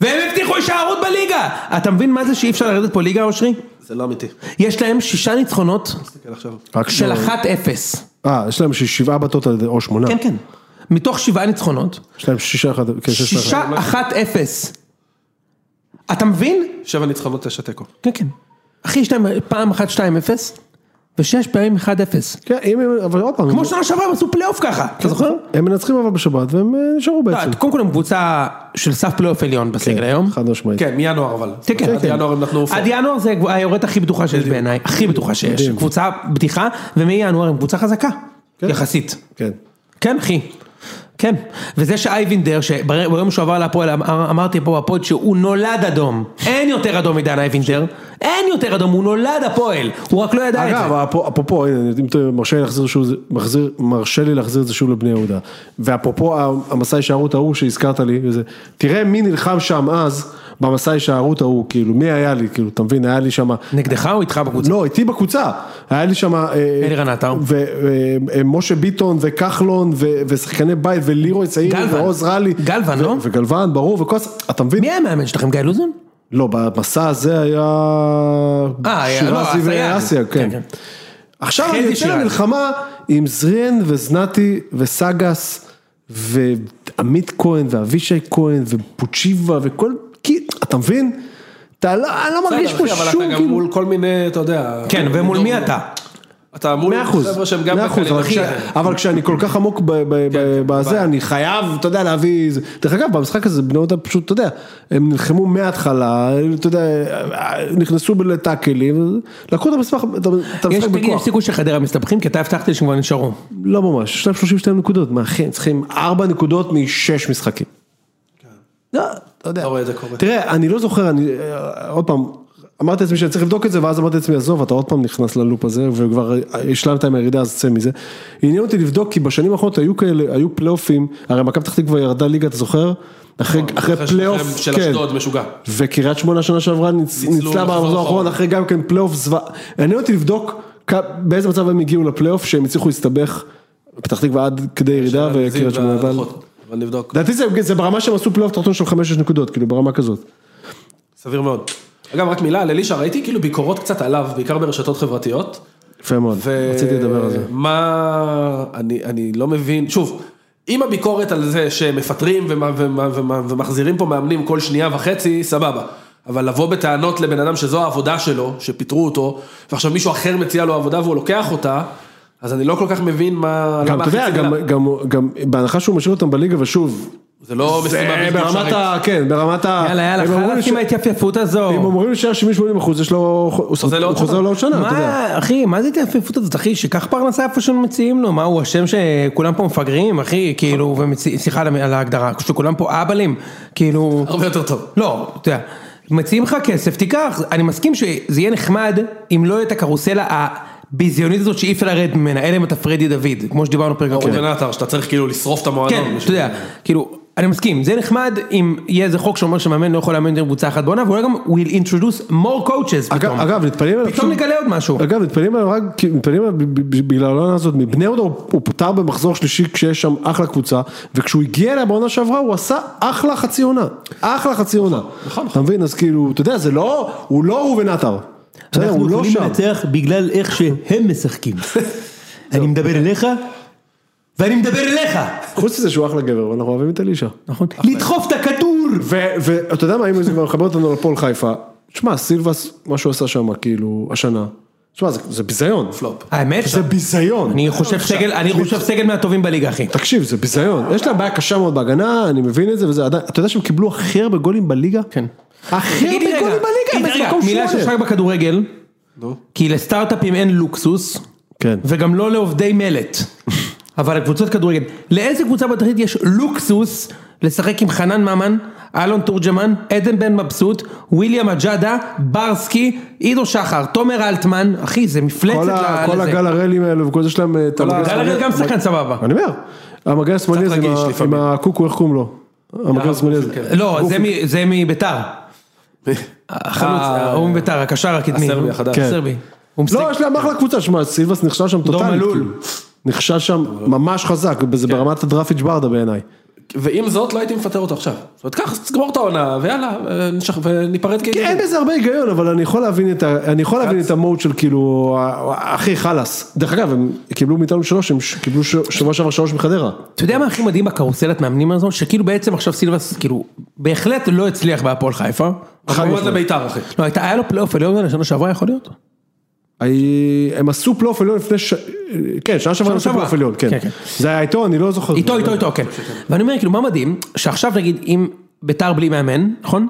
והם הבטיחו הישארות בליגה! אתה מבין מה זה שאי אפשר לרדת פה ליגה, אושרי?
זה לא אמיתי.
יש להם שישה ניצחונות
תסתכל עכשיו.
רק
של
ש-
1-0.
אה, יש להם ש- שבעה בתות או שמונה.
כן, כן. מתוך שבעה ניצחונות,
יש להם שישה אחד, כן, שש אחד.
שישה 1-0. אתה מבין?
שבע ניצחונות תשע תיקו.
כן, כן. אחי, יש להם פעם אחת 2-0, ושש פעמים 1-0.
כן, אם הם, אבל עוד פעם,
כמו
הם-
שנה שעברה הם עשו פלייאוף ככה,
כן.
אתה זוכר?
הם מנצחים אבל בשבת והם אה, נשארו בעצם.
קודם כל הם קבוצה של סף פלייאוף עליון בסגל לא, היום.
כן, חד משמעית.
כן, מינואר אבל.
כן, כן.
עד ינואר הם נתנו אופן.
עד ינואר זה היורדת הכי בטוחה שיש בעיניי, הכי בטוחה שיש. קבוצה בדיחה, ומינואר הם קבוצה חזקה,
כן.
יחסית.
כן.
כן אחי, כן, וזה שאייבינדר, שביום שהוא עבר להפועל אמר- אמרתי פה בפוד שהוא נולד אדום, אין יותר אדום מדן אייבינדר, אין יותר אדום, הוא נולד הפועל, הוא רק לא ידע את זה.
אגב, אפו- אפרופו, הנה, אם אתה מרשה לי להחזיר שוב, זה- מחזיר- מרשה לי להחזיר את זה שוב לבני יהודה. ואפרופו ה- המסע הישארות ההוא שהזכרת לי, וזה, תראה מי נלחם שם אז, במסע הישארות ההוא, כאילו, מי היה לי, כאילו, אתה מבין, היה לי שם,
נגדך או איתך בקבוצה?
לא, איתי בקבוצה, היה לי אה, שם,
אלירן עטר.
ומשה אה, ביטון, וכחלון, ו- ושחקני בית, ולירוי צעיר,
גלוון.
ועוז רלי,
גלוון,
ו-
לא?
וגלוון, ברור, וכל, הס- אתה מבין?
מי היה המאמן שלכם, גיא לוזון?
לא, במסע הזה היה
אה, היה- לא,
שירזי
אסייג.
ואסיה,
כן,
כן.
כן.
עכשיו
חזי
אני יוצא
שירזי.
למלחמה עם זריאן וזנתי וסגס ועמית כהן ואבישי כהן ופוצ'יבה וכל, כי, אתה מבין? אתה לא, אני לא מרגיש פה
בסדר, אחי, אבל
שום
אתה גם
כאילו, לא.
מול כל מיני, אתה יודע.
כן, ומול כן, מי אתה?
אתה אמור
מאה אחוז,
חבר'ה שהם גם כן,
מאה אחוז, אבל
אחי.
כשה- אבל כשאני כל כך עמוק ב- ב- ב- בזה, אני חייב, אתה יודע, להביא... איזה- דרך אגב, במשחק הזה בני יהודה פשוט, אתה יודע, הם נלחמו מההתחלה, אתה יודע, נכנסו ב- לטאקלים, לקחו את המשחק את
יש
המשחק
תגיד, יש
בכוח.
סיכוי שחדרה מסתבכים, כי אתה הבטחת לי שהם כבר נשארו.
לא ממש, יש להם 32 נקודות, מה אחי, הם צריכים 4 נקודות משש משחקים. לא, אתה
כן.
יודע.
אתה רואה את זה קורה.
תראה, אני לא זוכר, אני, אה, עוד פעם, אמרתי לעצמי שאני צריך לבדוק את זה, ואז אמרתי לעצמי, עזוב, אתה עוד פעם נכנס ללופ הזה, וכבר השלמת עם הירידה, אז צא מזה. עניין אותי לבדוק, כי בשנים האחרונות היו כאלה, היו פלייאופים, הרי מכבי פתח תקווה ירדה ליגה, אתה זוכר? אחרי, אחרי
נכון, אחרי
פלייאוף,
של
כן.
אשדוד משוגע.
וקריית שמונה שנה שעברה ניצ-
ניצלו מחזור
ניצלה במחזור
אחרון.
האחרון אחרי גם כן פלייאוף זוועה. עניין אותי לבדוק כ- באיזה מצב הם הגיעו לפלייאוף שהם הצליחו להסתבך, פתח תקווה עד כדי ירידה וקריית שמונה עדיין.
וההדחות. אבל נבדוק.
לדעתי זה- זה ברמה שהם עשו פלייאוף תחתון של 5-6 נקודות, כאילו ברמה כזאת.
סביר מאוד. אגב, רק מילה על אלישע, ראיתי כאילו ביקורות קצת עליו, בעיקר ברשתות חברתיות.
יפה מאוד, רציתי לדבר על זה.
מה, אני, אני לא מבין, שוב, אם הביקורת על זה שמפטרים ומה, ומה, ומה, ומחזירים פה מאמנים כל שנייה וחצי, סבבה. אבל לבוא בטענות לבן אדם שזו העבודה שלו, שפיטרו אותו, ועכשיו מישהו אחר מציע לו עבודה והוא לוקח אותה, אז אני לא כל כך מבין מה...
גם,
למה
אתה יודע,
החצי
גם-
מילה.
גם- גם בהנחה שהוא משאיר אותם בליגה, ושוב,
זה לא משימה
זה
בלתי
ברמת
אפשרית.
ה... כן, ברמת ה...
יאללה, יאללה,
הם אומרים
חלאס
ש-
עם ההתייפייפות הזו.
הם אומרים לו שיש 70-80 אחוז, יש לו... הוא
חוזר לעוד
חוזר
שנה.
לעוד שנה, אתה יודע.
מה, אחי, מה זה התעפיפות הזאת, אחי, שיקח פרנסה איפה שמציעים לו, מה הוא אשם שכולם פה מפגרים, אחי, כאילו, ומצ- סליחה על המ- על ההגדרה, שכולם פה אבלים, כאילו,
הרבה יותר טוב.
כן.
לא, אתה יודע, מציעים לך כסף, תיקח, אני מסכים שזה יהיה נחמד, אם לא יהיה את הקרוסלה הביזיונית הזאת שאי אפשר לרדת ממנה, אלא אם אתה פרדי דוד, כמו שדיברנו פרק
אורן
אוקיי.
הקודם.
בנאטר, שאתה צריך כאילו לשרוף את המועדון.
לא,
כן, אתה
בשביל-
יודע, כאילו, אני מסכים, זה נחמד אם יהיה איזה חוק שאומר שמאמן לא יכול לאמן יותר קבוצה אחת בעונה, ואולי גם will introduce more coaches
אגב,
פתאום.
אגב, נתפלאים
פתאום
עליו. פשוט- אוקיי,
נגלה עוד משהו.
אגב, מתפלאים עליו רק, כי- מתפלאים עליו ב- ב- ב- בגלל העונה הזאת, מבני יהודה הוא הוא פוטר במחזור שלישי כשיש שם אחלה קבוצה, וכשהוא הגיע אליה בעונה שעברה הוא עשה אחלה חצי עונה, אחלה חצי עונה. נכון, אתה מבין? אז כאילו, אתה יודע, זה לא, הוא לא ראובן עטר. בסדר, הוא לא שם.
לנצח בגלל איך שהם משחקים. אני מדבר
אוקיי.
אליך, ואני מדבר אליך.
חוץ מזה שהוא אחלה גבר, ואנחנו אוהבים את אלישע.
נכון.
לדחוף את הכדור.
ו- ואתה יודע מה, אם זה כבר מחבר אותנו לפועל חיפה, תשמע, סילבס, מה שהוא עשה שם, כאילו, השנה, תשמע, זה זה ביזיון.
פלופ.
האמת,
זה ביזיון.
אני חושב סגל, אני חושב סגל מהטובים בליגה, אחי.
תקשיב, זה ביזיון. יש להם בעיה קשה מאוד בהגנה, אני מבין את זה, וזה עדיין... אתה יודע שהם קיבלו הכי הרבה גולים בליגה?
כן.
הכי
תגיד לי
הרבה
רגע,
גולים
תגיד
בליגה,
רגע,
הם במקום
מילה של
שמונה.
שחק בכדורגל, כי לסטארט-אפים אין לוקסוס,
כן.
וגם לא לעובדי מלט, אבל לקבוצות כדורגל, לאיזה קבוצה בתחתית יש לוקסוס לשחק עם חנן ממן, אלון תורג'מן, עדן בן מבסוט, וויליאם אג'אדה, ברסקי, עידו שחר, תומר אלטמן, אחי זה מפלצת
כל ה-
ל-
כל
לזה.
הגל אוקיי. הרלים האלו וכל זה שלהם... את המגן
גל
השמאלי-
הראל גם שחקן סבבה.
אני אומר, המגן השמאלי הזה עם
רגיש
ה-
לפעמים.
עם הקוקו, איך קוראים לו? המגן השמאלי הזה.
לא, זה מ- זה מביתר. החלוץ,
אה,
ההוא מביתר, הקשר הקדמי.
הסרבי החדש.
כן.
הסרבי. הוא משחק.
לא, יש להם אחלה קבוצה, שמע, סילבס נכשל שם טוטאלית.
מלול. כן.
כאילו. נכשל שם ממש חזק, וזה ברמת הדרפיג' ברדה בעיניי.
ועם זאת לא הייתי מפטר אותו עכשיו. זאת אומרת, קח, תגמור את העונה, ויאללה, אה, נשח- וניפרד
כי
כאילו.
אין בזה הרבה היגיון, אבל אני יכול להבין את, ה... אני יכול להבין את המוד של כאילו, אחי חלאס. דרך אגב, הם קיבלו מאיתנו שלוש, הם ש- קיבלו ש- שבוע שעבר שלוש מחדרה.
אתה יודע מה הכי מדהים בקרוסלת מאמנים הזו? שכאילו בעצם עכשיו סילבס, כאילו, בהחלט לא הצליח בהפועל חיפה.
חד משמעית לביתר, אחי.
לא, הייתה- היה לו פלייאוף עליון על השנה שעברה יכול להיות?
היי- הם עשו פלייאוף עליון לפני ש... כן, שנה שעברה הם עשו
שעברה.
פלייאוף עליון, כן.
כן, כן.
זה היה איתו, אני לא זוכר.
איתו, איתו, איתו, כן. ואני אומר, כאילו, מה מדהים? שעכשיו נגיד, אם ביתר בלי מאמן, נכון?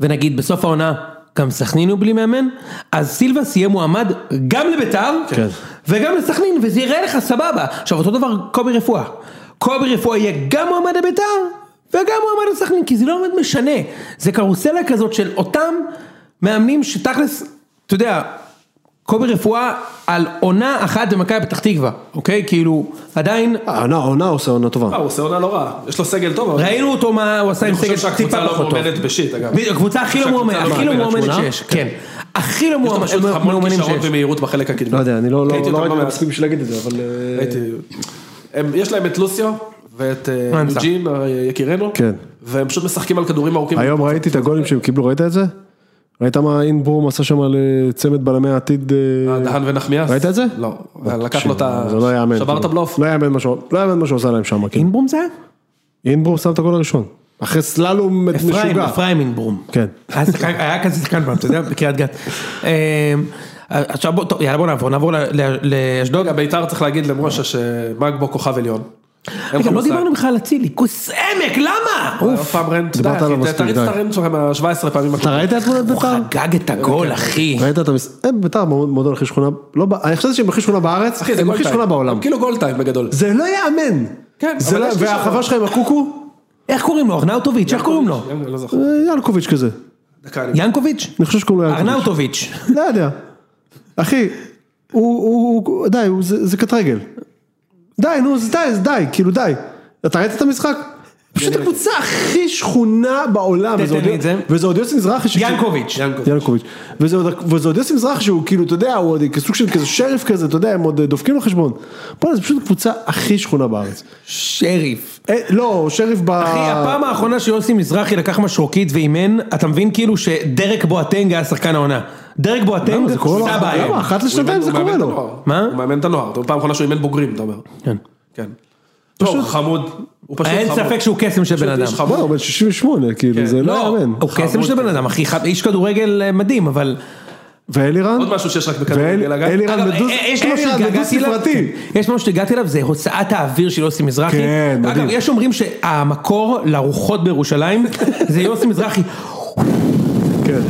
ונגיד בסוף העונה, גם סכנין הוא בלי מאמן, אז סילבס יהיה מועמד גם לביתר,
כן.
וגם לסכנין, וזה יראה לך סבבה. עכשיו, אותו דבר קובי רפואה. קובי רפואה יהיה גם מועמד לביתר, וגם מועמד לסכנין, כי זה לא באמת משנה. זה קרוסלה כזאת של אותם מאמנים שתכלס, אתה יודע, קובי רפואה על עונה אחת במכבי פתח תקווה, אוקיי? כאילו, עדיין
העונה, העונה עושה עונה
אה,
טובה.
הוא עושה עונה לא רעה. יש לו סגל טוב, אבל...
ראינו אותו מה הוא עשה עם
אני
סגל
חושב
טיפה
שהקבוצה לא
פחות טוב.
מאומנת בשיט, אגב.
בדיוק, הקבוצה הכי לא
שהקבוצה
מאומנת,
לא
הכי לא
מאומנת
מאומנת
שמונה?
שיש, כן. הכי לא
יש לו
מאומ-
פשוט המון
מאומנים
כישרון
שיש.
ומהירות בחלק הקדמי.
לא יודע, אני לא לא-
ראיתי
לא
אותם
ראיתי
לא
מספיק בשביל להגיד את זה, אבל... אה,
ראיתי. הם- יש להם את לוסיו, ואת אה,
אנסה.
יוג'ין, אה, יקירנו.
כן.
והם פשוט משחקים על כדורים ארוכים.
היום ראיתי את הגולים שהם קיבלו, ראית את זה? ראית מה אינברום עשה שם לצמד בלמי העתיד? אה,
אה, דהן ונחמיאס.
ראית את זה?
לא. לקח לו את ה...
זה לא יאמן.
שבר את הבלוף.
לא יאמן מה שהוא- לא יאמן מה שהוא עשה להם שם, כאילו.
אינברום זה היה?
אינברום שם את הגול הראשון. אחרי סללום משוגע.
אפרים, אפרים אינברום.
כן.
היה שחקן- היה כזה שחקן פעם, אתה יודע, בקריית גת. אמ, עכשיו בוא, טוב, יאללה בוא נעבור, נעבור ל- ל- לאשדוד.
רגע, ביתר צריך להגיד למשה שמאגבו כוכב עליון. אין לך
רגע, לא
מושג.
דיברנו בכלל על אצילי, כוס עמק, למה?
אה, עוד פעם רנט, די,
דיברת
אחי,
עליו מספיק,
תריץ
די.
את הרנט שלך מה-17 פעמים.
אתה ראית את תמונת
הוא
ביתר?
חגג את הגול, אחי.
ראית את המס... אה, ביתר מאוד- מועדון הכי שכונה, לא, ב- אני חשבתי שהם הכי שכונה בארץ,
אחי, זה
הם
גול
הכי
טיים.
שכונה בעולם.
הם כאילו גול טיים בגדול.
זה לא יאמן.
כן,
זה
אבל
לא-
יש לי
והחבר
שם-
שלך עם הקוקו?
איך קוראים לו? ארנאוטוביץ', איך קוראים לו?
לא זוכר.
אה, ינקוביץ' כזה.
דקה, אני-
ינקוביץ'?
אני חושב שקוראים לו ינקוביץ'.
ארנאוטוביץ'.
לא יודע. אחי, הוא, הוא, הוא די, הוא, זה, זה קט רגל. די, נו, זה די, זה די, כאילו די. אתה ראית את המשחק? פשוט הקבוצה הכי שכונה בעולם,
תן-
וזה
תן לי
עוד-
את זה.
וזה עוד יוסי מזרחי, שכאילו-
ינקוביץ'.
ינקוביץ', וזה עוד- וזה עוד יוסי מזרחי שהוא כאילו, אתה יודע, הוא עוד סוג של כזה שריף כזה, אתה יודע, הם עוד דופקים לו חשבון. בוא'נה, זה פשוט הקבוצה הכי שכונה בארץ.
שריף.
אה, לא, שריף ב...
אחי, הפעם האחרונה שיוסי מזרחי לקח משרוקית ואימן, אתה מבין כאילו שדרק בואטנג היה שחקן העונה. דרק בואטנג,
למה? זה קורה לו?
סבא היה.
למה? אחת לשנתיים
הוא
זה
מאמן
קורה
את
לו.
הנוער.
מה?
הוא מאמן את הנוער, אתה פעם אחרונה שהוא אימן בוגרים, אתה אומר.
כן.
כן. טוב, חמוד. הוא פשוט
אין
חמוד.
ספק שהוא קסם של בן
פשוט איש
אדם.
בוא'נה, הוא
חמוד.
בן 68, כאילו, זה לא
לא,
יאמן.
הוא קסם של בן אדם, אחי, ח- איש כדורגל אה, מדהים, אבל...
ואלירן?
עוד משהו שיש רק בכדורגל, אגב.
ואלירן
אגב,
מדוס,
אה, יש משהו
אלירן מדוס
שהתגעגעתי אליו,
ספרתי.
כן, יש משהו שהגעתי אליו, זה הוצאת האוויר של יוסי מזרחי.
כן, מדהים.
אגב, יש אומרים שהמקור לרוחות בירושלים זה יוסי מזרחי.
כן.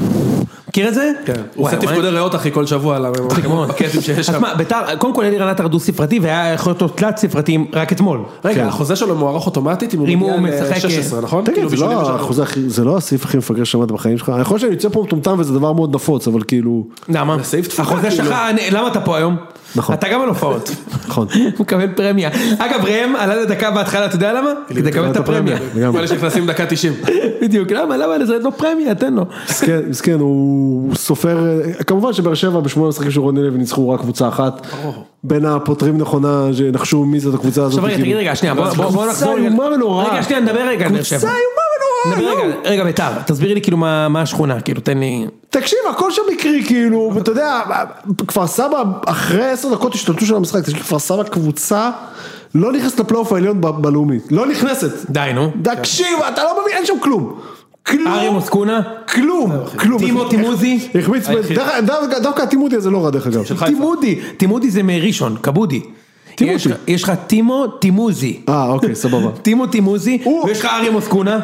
מכיר את זה?
כן. הוא עושה תפקודי ריאות אחי כל שבוע על המקטים שיש
אז
שם.
מה, ביתר, קודם כל אלירן עטר דו ספרתי והיה יכול להיות לו תלת ספרתי רק אתמול.
רגע,
כן.
החוזה שלו מוארך אוטומטית אם הוא
אם הוא
מגיע
משחק-
ל-16, נכון?
תגיד,
כאילו,
זה לא
ב- 83.
החוזה הכי- זה לא הסעיף הכי מפגר ששמעת בחיים שלך? יכול להיות שאני יוצא פה מטומטם וזה דבר מאוד נפוץ, אבל כאילו,
למה?
זה סעיף תפוקה,
החוזה
כאילו.
שלך, אני- למה אתה פה היום?
נכון.
אתה גם על הופעות.
נכון.
מקבל פרמיה. אגב, ראם עלה לדקה בהתחלה, אתה יודע למה? כדי לקבל את הפרמיה.
לגמרי.
כל אלה שנכנסים דקה 90.
בדיוק, למה? למה? זה לא פרמיה, תן לו.
מסכן, מסכן, הוא הוא סופר, אה, כמובן שבאר שבע בשמונה המשחקים של רוני לוי ניצחו רק קבוצה אחת. בין הפותרים נכונה, שנחשו מי זאת הקבוצה הזאת.
עכשיו רגע, תגיד
כאילו.
רגע, שנייה, בוא- בוא בוא
קבוצה
נחזור. רגע-
איומה ונוראה.
רגע, שנייה, נדבר רגע על באר שבע.
קבוצה איומה לא.
נדבר
ונוראה,
רגע,
יואו.
רגע, ביתר, תסבירי לי כאילו מה מה השכונה, כאילו, תן לי...
תקשיב, הכל שם מקרי, כאילו, ואתה יודע, כפר סבא, אחרי עשר דקות השתלטו של המשחק, תקשיב, כפר סבא קבוצה לא נכנסת לפלייאוף העליון ב- בלאומי, לא נכנסת.
די, נו.
תקשיב, אתה לא מבין, אין שם כלום.
ארי
כלום,
מוסקונה?
כלום, כלום.
טימו טימוזי?
החמיץ, דרך- דווקא- דווקא הטימודי הזה לא רע דרך אגב.
טימודי, טימודי זה מראשון, כבודי.
טימותי.
יש לך- יש לך טימו טימוזי.
אה, אוקיי, סבבה.
טימו טימוזי,
הוא-
ויש לך ארי מוסקונה,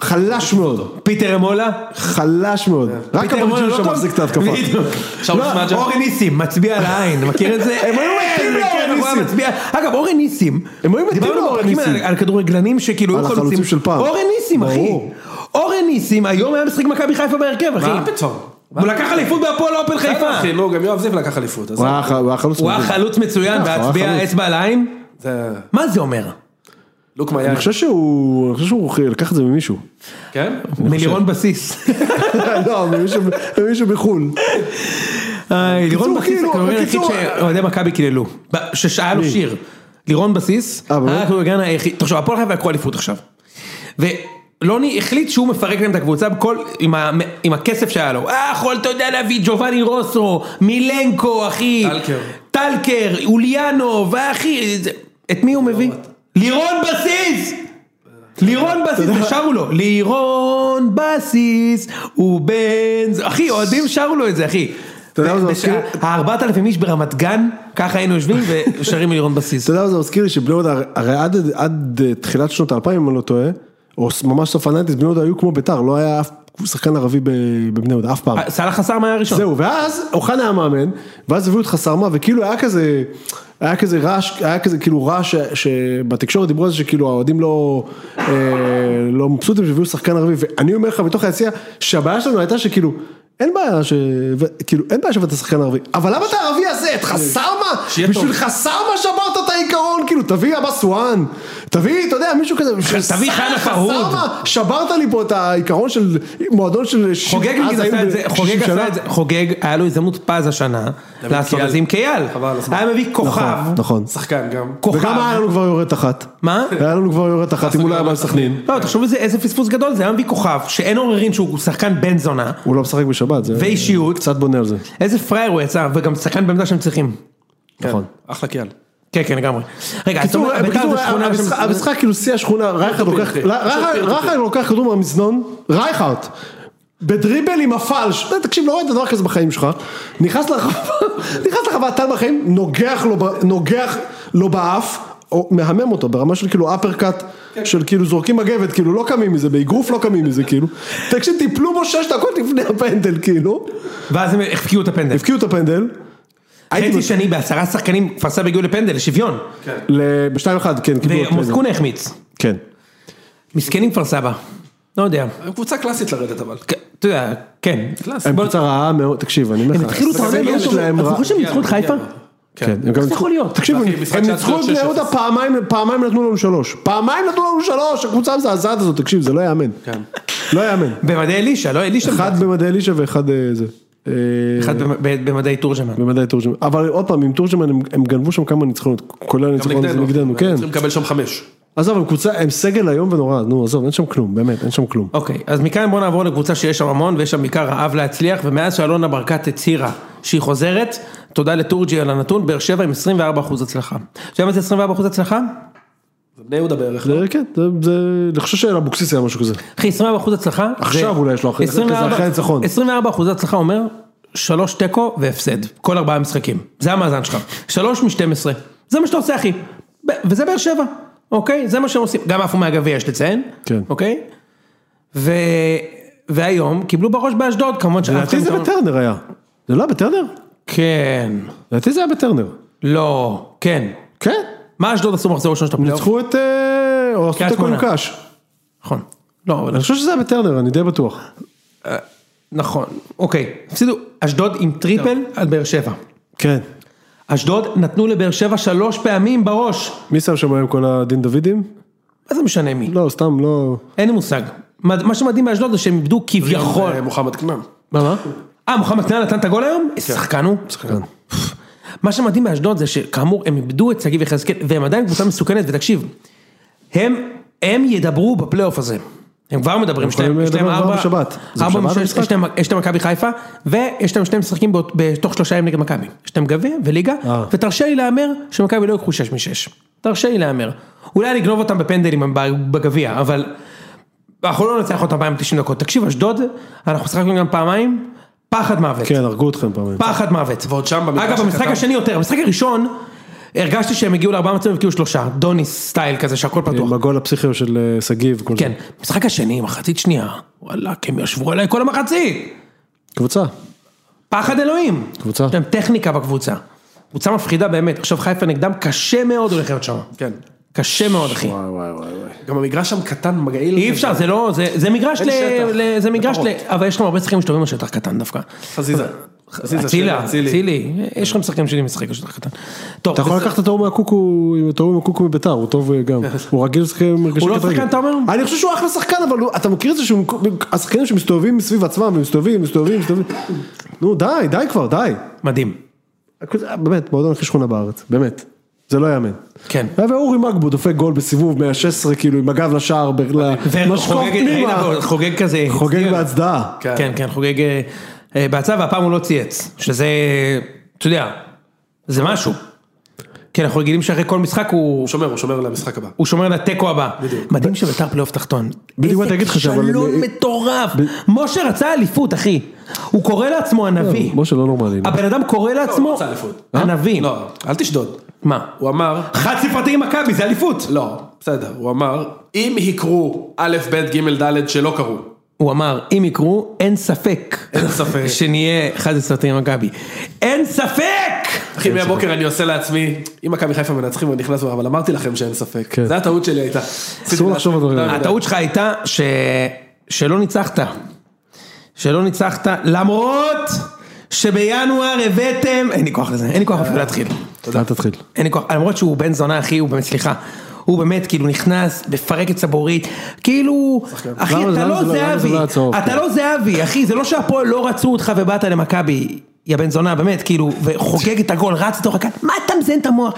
חלש מאוד,
פיטר אמולה.
חלש מאוד. רק
פיטר אמולה
הברג'ים
לא
שם
טוב.
מחזיק את ההתקפה.
בדיוק.
עכשיו הוא שמע
לא,
ג'אבר.
אורי ניסים, מצביע על העין, מכיר את זה?
הם היו
אה,
מתים לאורי
מכיר, אנחנו היה
ניסים.
מצביע- אגב, אורי ניסים.
הם היו מתים
דיברנו
לאורי
בפרקים
ניסים.
על- על כדורגלנים שכאילו
על
היו
החלוצים של פעם.
אורי ניסים, אחי.
ברור.
אורי ניסים, היום היה משחק מכבי חיפה בהרכב, אחי.
מה פתאום?
הוא לקח אליפות בהפועל הפועל חיפה.
אחי, נו, גם יואב זיו לקח אליפות. אז
הוא היה ח- הוא היה חלוץ.
הוא היה
מדהים.
חלוץ מצוין,
ככה, הוא היה
והצביע
נכון, חלוץ.
אצבע על העין.
זה...
מה זה אומר?
לוקמן היה...
אני חושב שהוא, אני חושב שהוא לקח את זה ממישהו.
כן?
מלירון בסיס.
לא, ממישהו- ממישהו בחו"ל.
היי, אה, לירון
בקיצור,
בסיס,
כאילו,
הכדורגל היחיד
בקיצור,
שאוהדי מכבי קיללו, ב- ששאל לו שיר, לירון בסיס,
אה, באמת?
היה הכדורגלן היחיד, תחשוב, הפועל חיפה לקחו אליפות עכשיו. ולוני החליט שהוא מפרק להם את הקבוצה בכל, עם, ה, עם הכסף שהיה לו, אה, יכול, אתה יודע, להביא ג'ובאני רוסו, מילנקו, אחי,
טלקר.
טלקר, אוליאנוב, אה, אחי, זה- את מי הוא מביא? לירון בסיס! לירון בסיס, ושרו לו, לירון בסיס הוא בן... ז-" אחי, אוהדים שרו לו את זה, אחי.
אתה יודע מה זה מזכיר?
הארבעת אלפים איש ברמת גן, ככה היינו יושבים ושרים לירון בסיס.
אתה יודע מה זה מזכיר לי שבני יהודה, הרי עד, עד אה, תחילת שנות האלפיים אם אני לא טועה, או ס- ממש סוף הניינטיז, בני יהודה היו כמו ביתר, לא היה אף שחקן ערבי ב- בבני יהודה, אף פעם.
אה, סאלח הסארמה היה הראשון.
זהו, ואז אוחנה היה מאמן, ואז הביאו את חסרמה, וכאילו היה כזה, היה כזה רעש, היה כזה כאילו רעש, ש- שבתקשורת דיברו על זה שכאילו האוהדים לא, אה, לא מבסוטים שהביאו שחקן ערבי, ואני אומר לך בתוך היציע, שהבעיה שלנו הייתה שכאילו, אין בעיה ש... ו- כאילו, אין בעיה שהבאת שחקן ערבי, אבל למה את הערבי הזה, את חסרמה?
שיהיה טוב.
בשביל חסרמה שברת את העיקרון, כאילו, תביא אבא סואן, תביא, אתה יודע, מישהו כזה, בשביל
תביא חנה
חסרמה,
פרהוד.
שברת לי פה את העיקרון של מועדון של...
חוגג
אז
נגיד
היינו
עשה את זה,
ב-
חוגג
60 שנה.
עשה את זה, חוגג, היה לו הזדמנות פז השנה לעשות
קיאל.
את זה עם קייל.
חבל על הזמן.
היה מביא כוכב,
נכון.
שחקן כן, גם.
כוכב.
וגם היה לנו כבר יורדת אחת.
מה? אה,
היה לנו כבר יורדת אחת, אם הוא לא היה בא לסכנין.
לא, תחשוב איזה- איזה פספוס גדול זה, היה מביא כוכב, שאין עוררין שהוא שחקן בן זונה,
הוא לא משחק בשבת, זה...
ואישיות.
קצת בונה על זה,
איזה פראייר הוא יצא, וגם שחקן בעמדה שהם צריכים.
נכון.
אחלה קיאל.
כן, כן, לגמרי. רגע, אז אתה
בקיצור,
אומר, ביתר
בקיצור,
זה שכונה
המשחק-
שם-
המשחק כאילו שיא השכונה, רייכרד לוקח,
אחי.
רייכרד- רייכרד לוקח כדור מהמזנון, רייכרד, בדריבל עם הפלש, תקשיב, לא ראית דבר כזה בחיים שלך, נכנס לרחבה, נכנס לרחבה, טל בחיים, נוגח לו, ב- נוגח לו באף, או מהמם אותו, ברמה של כאילו אפרקאט, של כאילו זורקים מגבת, כאילו לא קמים מזה, באגרוף לא קמים מזה, כאילו, תקשיב, טיפלו בו שש דקות לפני הפנדל, כאילו,
ואז הם הפקיעו את הפנדל.
הבקיעו את הפנדל, הייתי
חצי
בט-
שני בעשרה שחקנים, כפר סבא הגיעו לפנדל, לשוויון.
ל- בשתיים אחד, כן, קיבלו את הפנדל,
ומוסקונה החמיץ.
כן,
מסכנים כפר סבא. לא יודע.
הם קבוצה קלאסית לרדת אבל.
כ- אתה יודע, כן.
הם קבוצה רעה מאוד, תקשיב, אני אומר לך,
הם התחילו את
השחקנים
העונה מאוד
שלהם
טוב,
לא רע.
אתה חושב שהם ניצחו את חיפה?
כן, הם גם ניצחו,
יכול להיות?
תקשיבו,
אחי, משחק
הם
שהיה
ניצחו את
צריך להיות
בני יהודה
6-0.
פעמיים, פעמיים נתנו לנו שלוש, פעמיים נתנו לנו שלוש, הקבוצה המזעזעת הזאת, תקשיב, זה לא יאמן, לא יאמן,
במדעי אלישע, לא אלישע.
אחד במדעי אלישע ואחד אה, זה, אה,
אחד במ- ב- במדעי תורג'מן.
במדעי תורג'מן, אבל עוד פעם, עם תורג'מן הם- הם גנבו שם כמה ניצחונות, כולל הניצחון הזה נגדנו, כן,
צריכים לקבל שם חמש.
עזוב, הם קבוצה, הם סגל איום ונורא, נו עזוב, אין שם כלום, באמת, אין שם כלום,
אוקיי, אז מכאן בוא נעבור לקבוצה שיש שם המון ויש שם בעיקר רעב להצליח ומאז שאלונה ברקת הצהירה שהיא חוזרת, תודה לתורג'י על הנתון, באר שבע עם 24% הצלחה. אתה יודע מה זה 24% הצלחה?
זה בני יהודה בערך.
זה כן, זה- זה, אני חושב שאבוקסיס היה משהו כזה,
אחי, 24% הצלחה. זה-
עכשיו אולי יש לו אחרי-
24
כזה אחרי הניצחון.
24% הצלחה אומר, שלוש תיקו והפסד, כל ארבעה משחקים. זה המאזן שלך. שלוש מ-12. זה מה שאתה עושה, אחי. ב- וזה באר שבע, אוקיי? זה מה שהם עושים. גם עפו מהגביע, יש לציין.
כן.
אוקיי? ו... והיום קיבלו בראש באשדוד, כמובן שאף
לדעתי זה
לא-
בטרנר היה, זה לא היה בטרנר?
כן.
לדעתי זה היה בטרנר,
לא. כן.
כן,
מה אשדוד עשו במחזור ראשון של הפלייאוף?
ניצחו את, אה, או עשו
לא. קריית
תיקו עם
שמונה.
קאש.
נכון. לא, אבל...
אני חושב שזה היה בטרנר, אני די בטוח.
נכון. אוקיי. הפסידו אשדוד עם טריפל על באר שבע.
כן.
אשדוד נתנו לבאר שבע שלוש פעמים בראש.
מי שם שם היום כל הדין דוידים?
מה זה משנה מי?
לא, סתם לא...
אין לי מושג. מה מה שמדהים באשדוד זה שהם איבדו כביכול.
אה, מוחמד כנען.
מה מה? אה, מוחמד כנען נתן את הגול היום?
כן.
שחקן הוא? שחקן. מה שמדהים באשדוד זה שכאמור הם איבדו את שגיב יחזקאל והם עדיין קבוצה מסוכנת ותקשיב, הם, הם ידברו בפלייאוף הזה. הם כבר מדברים, יש להם-
יכולים
יש להם
לדבר כבר
ארבע,
בשבת. זה
ארבע
בשבת
משחק-
המשחק?
יש להם- יש להם מכבי חיפה ויש להם שני משחקים באות- בתוך שלושה ימים נגד מכבי. יש להם גביע וליגה
אה.
ותרשה לי להמר שמכבי לא יקחו שש משש. תרשה לי להמר. אולי נגנוב אותם בפנדלים ב- בגביע אבל אנחנו לא נצליח אותם פעם 90 דקות. תקשיב אשדוד, אנחנו משחקים גם פעמיים, פחד מוות.
כן, הרגו אתכם פעמים.
פחד מוות.
ועוד שם במגרש
אגב, במשחק
הקטן.
השני יותר, במשחק הראשון, הרגשתי שהם הגיעו לארבעה מצבים והבקיעו שלושה, דוניס סטייל כזה שהכל פתוח.
עם הגול הפסיכיו של אה, שגיב. כל
כן,
זה.
משחק השני, מחצית שנייה, וואלכ, הם ישבו עליי כל המחצית.
קבוצה.
פחד אלוהים.
קבוצה.
יש להם טכניקה בקבוצה. קבוצה מפחידה באמת, עכשיו חיפה נגדם קשה מאוד הולך להיות שם.
כן.
קשה מאוד אחי.
גם המגרש שם קטן מגעיל.
אי אפשר, זה לא, זה זה מגרש
אין
ל...
שטח.
ל- זה מגרש ל...
לפחות.
אבל יש לכם הרבה שחקנים שטובים על שטח קטן דווקא.
חזיזה. חזיזה,
אצילה,
אצילי.
אצילי, יש לכם שחקנים שלי משחק על שטח קטן. טוב,
אתה יכול
וזה-
לקחת את ההוא מהקוקו, עם את ההוא מהקוקו מביתר, הוא טוב אה, גם. הוא רגיל לשחק עם הרגשי
הוא לא
כדורגל.
שחקן, אתה אומר?
אני חושב שהוא אחלה שחקן, אבל הוא- אתה מכיר את זה שהשחקנים שמסתובבים מסביב עצמם, ומסתובבים, מסתובבים, מסתובבים. נו די, די כבר, די.
מדהים.
אה, באמת, מועדון הכי שכונה בארץ, באמת. זה לא יאמן.
כן.
ואורי מקבו דופק גול בסיבוב 116, כאילו עם הגב לשער, ב- ל- משקוף
וחוגג,
פנימה.
ראית, חוגג כזה,
חוגג
הצדיע.
בהצדעה.
כן, כן, חוגג אה, אה, בהצעה והפעם הוא לא צייץ, שזה, אתה יודע, זה משהו. כן, אנחנו רגילים שאחרי כל משחק הוא,
הוא שומר, הוא שומר למשחק הבא.
הוא שומר לתיקו הבא. מדהים שביתר פלייאוף תחתון.
בדיוק מה תגיד לך
איזה
שם, אבל-
כישלון מטורף. משה רצה אליפות, אחי. הוא קורא לעצמו הנביא.
משה לא נורמלי.
הבן אדם קורא לעצמו
לא, רצה אליפות.
הנביא.
לא, אל תשדוד.
מה?
הוא אמר,
חד ספרתי עם מכבי, זה אליפות.
לא, בסדר, הוא אמר, אם יקרו א', ב', ג', ד', שלא קרו.
הוא אמר, אם יקרו, אין ספק.
אין ספק.
שנהיה 11 תרים מכבי. אין ספק!
אחי, מהבוקר אני עושה לעצמי, אם מכבי חיפה מנצחים הוא נכנס, אבל אמרתי לכם שאין ספק.
כן.
זה הטעות שלי הייתה.
אסור לחשוב על דברים האלה.
הטעות שלך הייתה ש... שלא ניצחת. שלא ניצחת, למרות שבינואר הבאתם... אין לי כוח לזה, אין לי כוח אפילו להתחיל.
אל תתחיל.
אין לי כוח, למרות שהוא בן זונה אחי, הוא באמת, סליחה. הוא באמת כאילו נכנס, מפרק את סבורית, כאילו, אחי
למה-
אתה
למה
לא
זה לא- למה זה
זהבי,
לא הצהוב?
אתה לא זהבי, אחי, זה לא שהפועל לא רצו אותך ובאת למכבי, יא בן זונה, באמת, כאילו, וחוגג את הגול, רץ לתוך הקהל, מה אתה מזיין את המוח?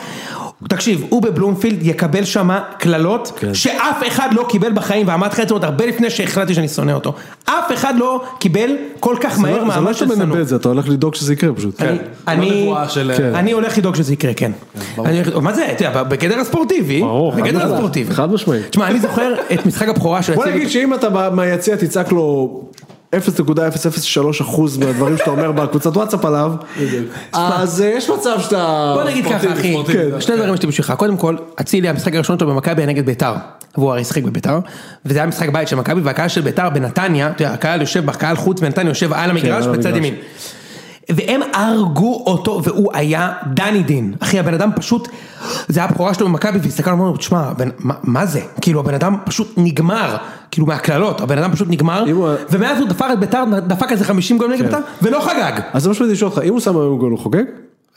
תקשיב, הוא בבלומפילד יקבל שמה קללות,
כן.
שאף אחד לא קיבל בחיים, ואמרתי לך את זה עוד הרבה לפני שהחלטתי שאני שונא אותו, אף אחד לא קיבל כל כך
זה
מהר
לא- זה לא
מעמד של
שאתה
שנוא.
מנבא את זה, אתה הולך לדאוג שזה יקרה פשוט.
אני-
לא
אני,
נבואה של-
כן.
אני הולך לדאוג שזה יקרה, כן. אני הולך- מה זה, אתה יודע, בגדר הספורטיבי,
ברור, כן. חד
בגדר
משמעית.
הספורטיבי.
חד משמעית.
תשמע, אני זוכר את משחק הבכורה של
בוא
אצילי-
נגיד שאם אתה ב- מהיציע תצעק לו 0.003 אחוז מהדברים שאתה אומר בקבוצת וואטסאפ עליו, אז אה, יש מצב שאתה...
בוא נגיד ככה, אחי,
ספורטיבי.
שני דברים יש לי בשבילך, קודם כל, אצילי המשחק הראשון שלו במכבי היה נגד ביתר, והוא הרי שיחק בביתר, וזה היה משחק בית של מכבי, והקהל של ביתר בנתניה, אתה יודע, הקהל יושב, הקהל חוץ בנתניה יושב על המגרש
כן, על
בצד
המגרש.
ימין. והם הרגו אותו, והוא היה דני דין. אחי, הבן אדם פשוט, זה היה הבכורה שלו במכבי, והסתכלנו, אמרנו, תשמע, הבן- מה- מה זה? כאילו, הבן אדם פשוט נגמר, כאילו, מהקללות, הבן אדם פשוט נגמר,
אם הוא- כן.
ומאז הוא דפק את ביתר, דפק איזה 50 גולים נגד ביתר, ולא חגג.
אז זה מה שבאתי לשאול אותך, אם הוא שם היום גול הוא חוגג?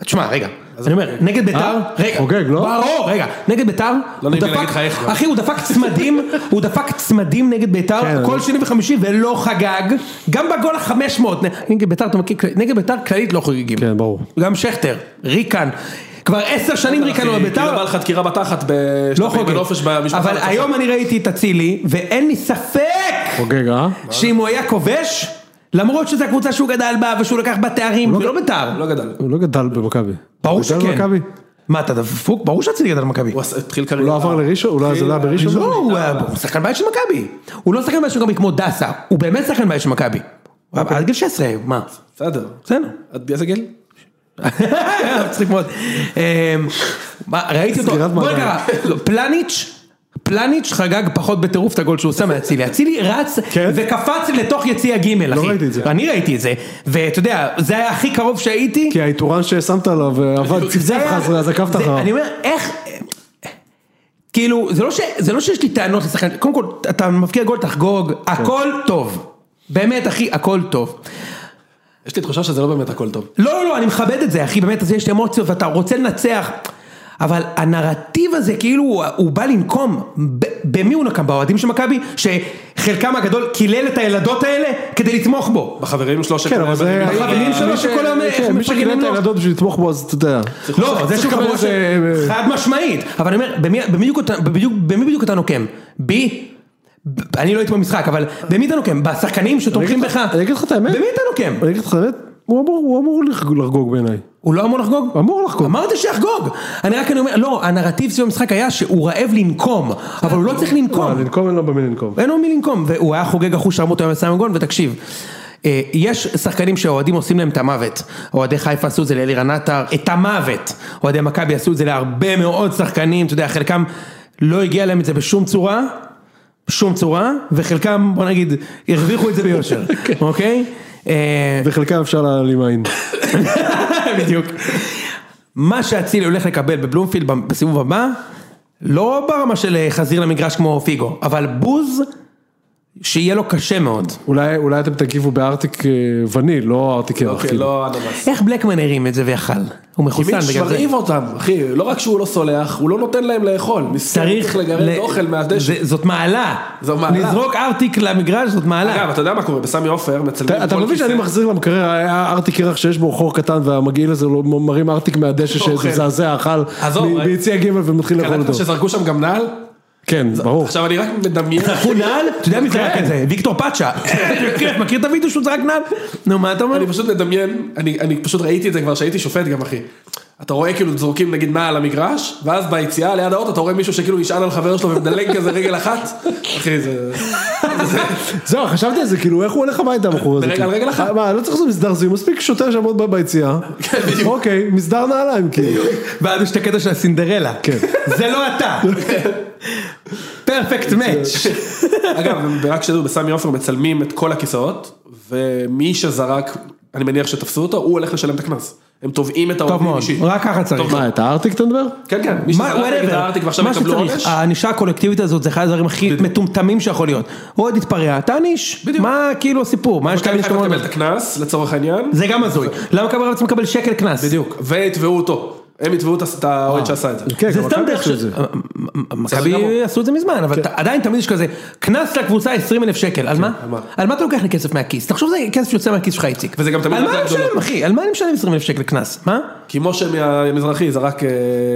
תשמע, רגע, אני אומר, נגד ביתר, רגע,
חוגג, לא?
ברור, רגע, נגד ביתר, הוא
לא נעים לי
דפק-
להגיד לך איך, לא. אבל.
אחי, הוא דפק צמדים, הוא דפק צמדים נגד ביתר,
כן,
כל
אני-
שני וחמישי ולא חגג, גם בגול החמש מאות, נגד ביתר, אתה מכיר, נגד ביתר כללית לא חוגגים,
כן, ברור.
גם שכטר, ריקן, כבר עשר שנים ריקן הוא
כאילו בא
בביתר,
לך דקירה בתחת ב...
לא
שאתה
חוגג,
בנופש במשפחה. לא
אבל
בצפון.
היום אני ראיתי את אצילי, ואין לי ספק
חוגג, אה?
שאם הוא היה כובש, למרות שזו הקבוצה שהוא גדל בה ושהוא לקח בה תארים, ולא ביתר,
הוא לא גדל.
הוא לא גדל במכבי.
ברור
הוא גדל
שכן,
במכבי?
מה אתה דפוק? ברור שאצילי גדל במכבי.
הוא עשה- התחיל קריירה.
הוא לא עבר לראשון? הוא לא אז עלה בראשון?
לא, הוא היה- הוא שחקן בית של מכבי. הוא לא שחקן בית של מכבי כמו דסה, הוא באמת שחקן בית של מכבי. הוא
אוקיי.
היה- עד גיל 16, מה?
בסדר.
בסדר.
עד איזה גיל?
מצחיק מאוד. אמ, מה, ראיתי אותו,
סגירת
בוא
מעגל.
נקרא, לא, פלניץ'. פלניץ' חגג פחות בטירוף את הגול שהוא שם מאצילי, אצילי רץ
כן? לא
וקפץ לתוך יציע ג' אחי.
ראיתי את זה.
אני ראיתי את זה, ואתה יודע, זה היה הכי קרוב שהייתי.
כי האיתורן ששמת עליו אה, עבד צלצל
זה-
לך, אז אז עקבת
זה-
אחריו.
אני אומר, איך... כאילו, זה לא, ש, זה לא שיש לי טענות לשחקן, קודם כל, אתה מבקיע גול, תחגוג,
כן.
הכל טוב. באמת, אחי, הכל טוב.
יש לי תחושה שזה לא באמת הכל טוב.
לא, לא, לא, אני מכבד את זה, אחי, באמת, אז יש אמוציות ואתה רוצה לנצח. אבל הנרטיב הזה, כאילו, הוא, הוא בא לנקום, ב, במי הוא נקם? באוהדים של מכבי, שחלקם הגדול קילל את הילדות האלה כדי לתמוך בו.
בחברים שלו
כן, אבל זה...
בחברים שלו
מי ש-
שכל היום,
כן,
איך
מי שקילל
מפרגנים
את
לו?
הילדות בשביל לתמוך בו, אז אתה יודע.
לא, זה שהוא
צריך
חבר
לקבל
של...
איזה-
חד משמעית, אבל אני אומר, במי- במי בדיוק אתה- בדיוק- במי בדיוק אתה נוקם? בי? ב- אני לא הייתי במשחק, אבל במי אתה נוקם? בשחקנים שתומכים
אני אגיד
בך?
לך- אני אגיד לך את האמת.
במי אתה נוקם?
אני אגיד לך את האמת, הוא אמור- הוא אמור לחג- לחגוג בעיניי.
הוא לא אמור לחגוג?
אמור לחגוג.
אמרתי שיחגוג! אני רק אני אומר, לא, הנרטיב סביב המשחק היה שהוא רעב לנקום, אבל הוא לא צריך
אה,
לנקום.
לנקום אין לו במי לנקום.
אין לו מי לנקום, והוא היה חוגג אחוש שרמוט היום לסיים גול, ותקשיב, אה, יש שחקנים שהאוהדים עושים להם את המוות, אוהדי חיפה עשו את זה לאלירן עטר, את המוות, אוהדי מכבי עשו את זה להרבה מאוד שחקנים, אתה יודע, חלקם לא הגיע להם את זה בשום צורה, בשום צורה, וחלקם, בוא נגיד, הרוויחו את זה ביושר, אוקיי? אה,
וחלקם אפשר להעלים עין.
בדיוק. מה שאצילי הולך לקבל בבלומפילד בסיבוב הבא, לא ברמה של אה, חזיר למגרש כמו פיגו, אבל בוז שיהיה לו קשה מאוד.
אולי אולי אתם תגיבו בארטיק אה, וניל, לא ארטיק ירח.
אוקיי,
כאילו.
לא אננס.
איך בלקמן הרים את זה ויכל? הוא מחוסן
מין
בגלל זה.
שמרעיב אותם, אחי, לא רק שהוא לא סולח, הוא לא נותן להם לאכול. מסכן,
צריך
לגרד
ל-
אוכל מהדשא.
זה- זאת מעלה.
זו מעלה.
לזרוק ארטיק למגרש זאת
אגב,
מעלה.
אתה יודע מה קורה, בסמי עופר מצלמים
אתה- אתה
כל
מבין
כיסא.
שאני מחזיר למקרר היה ארטיק ירח שיש בו חור קטן והמגעיל הזה לא- מרים ארטיק מהדשא
אוכל.
שמזעזע, אכל
אוקיי. עזוב,
מ-
אה.
ביציע ג' ומתחיל לאכול
קלטת
אותו.
שזרקו שם גם נעל?
כן, ברור.
עכשיו אני רק מדמיין.
זרקו נעל? אתה יודע מי זרק
כן.
את זה? ויקטור פאצ'ה. כן, מכיר את הוידאו שהוא זרק נעל? נו מה אתה אומר?
אני פשוט מדמיין, אני, אני פשוט ראיתי את זה כבר שהייתי שופט גם אחי. אתה רואה כאילו זורקים נגיד נעל למגרש, ואז ביציאה ליד האוטו אתה רואה מישהו שכאילו נשען על חבר שלו ומדלג כזה רגל אחת, אחי זה...
זהו, חשבתי על זה, כאילו, איך הוא הולך הביתה הבחור הזה?
ברגע-
כאילו?
על רגל אחת.
מה, לא צריך לעשות מסדר זיהוי, מספיק שוטר שעמוד ב- ביציאה.
כן,
אוקיי, מסדר נעליים, כאילו.
ואז יש את הקטע של הסינדרלה.
כן.
זה לא אתה. פרפקט מאץ'.
אגב, רק שתדעו, בסמי עופר מצלמים את כל הכיסאות, ומי שזרק, אני מניח שתפסו אותו, הוא הולך לשלם את הקנס. הם תובעים את
טוב
האוהדים
מאוד,
אישית.
רק ככה צריך.
טוב,
מה, את הארטיק אתה מדבר?
כן כן, מי
מה,
שזרק נגד
whatever.
הארטיק ועכשיו
מה
יקבלו
שצריך. אה,
עונש,
הענישה הקולקטיבית הזאת זה אחד הדברים הכי מטומטמים שיכול להיות. הוא עוד התפרע, תעניש. מה כאילו הסיפור? מה יש
מכבי
להעניש את
חיפה
המועדון?
תקבל את הקנס לצורך העניין,
זה גם הזוי. למה קבל רצים מקבל שקל קנס?
בדיוק, ויתבעו אותו, הם יתבעו את האוהד שעשה את זה.
כן,
זה
גם
סתם
מכבי
דרך
עשו את
ש-
זה.
מכבי עשו את זה מזמן, אבל ת- עדיין תמיד יש כזה, קנס לקבוצה 20 אלף שקל, על מה?
מה?
על מה אתה לוקח לי כסף מהכיס? תחשוב זה כסף שיוצא מהכיס שלך איציק.
וזה גם תמיד
על מה
יותר
אני משלם
גדולות.
אחי? על מה אני משלם 20 אלף שקל קנס? מה?
כי משה מהמזרחי זרק אה,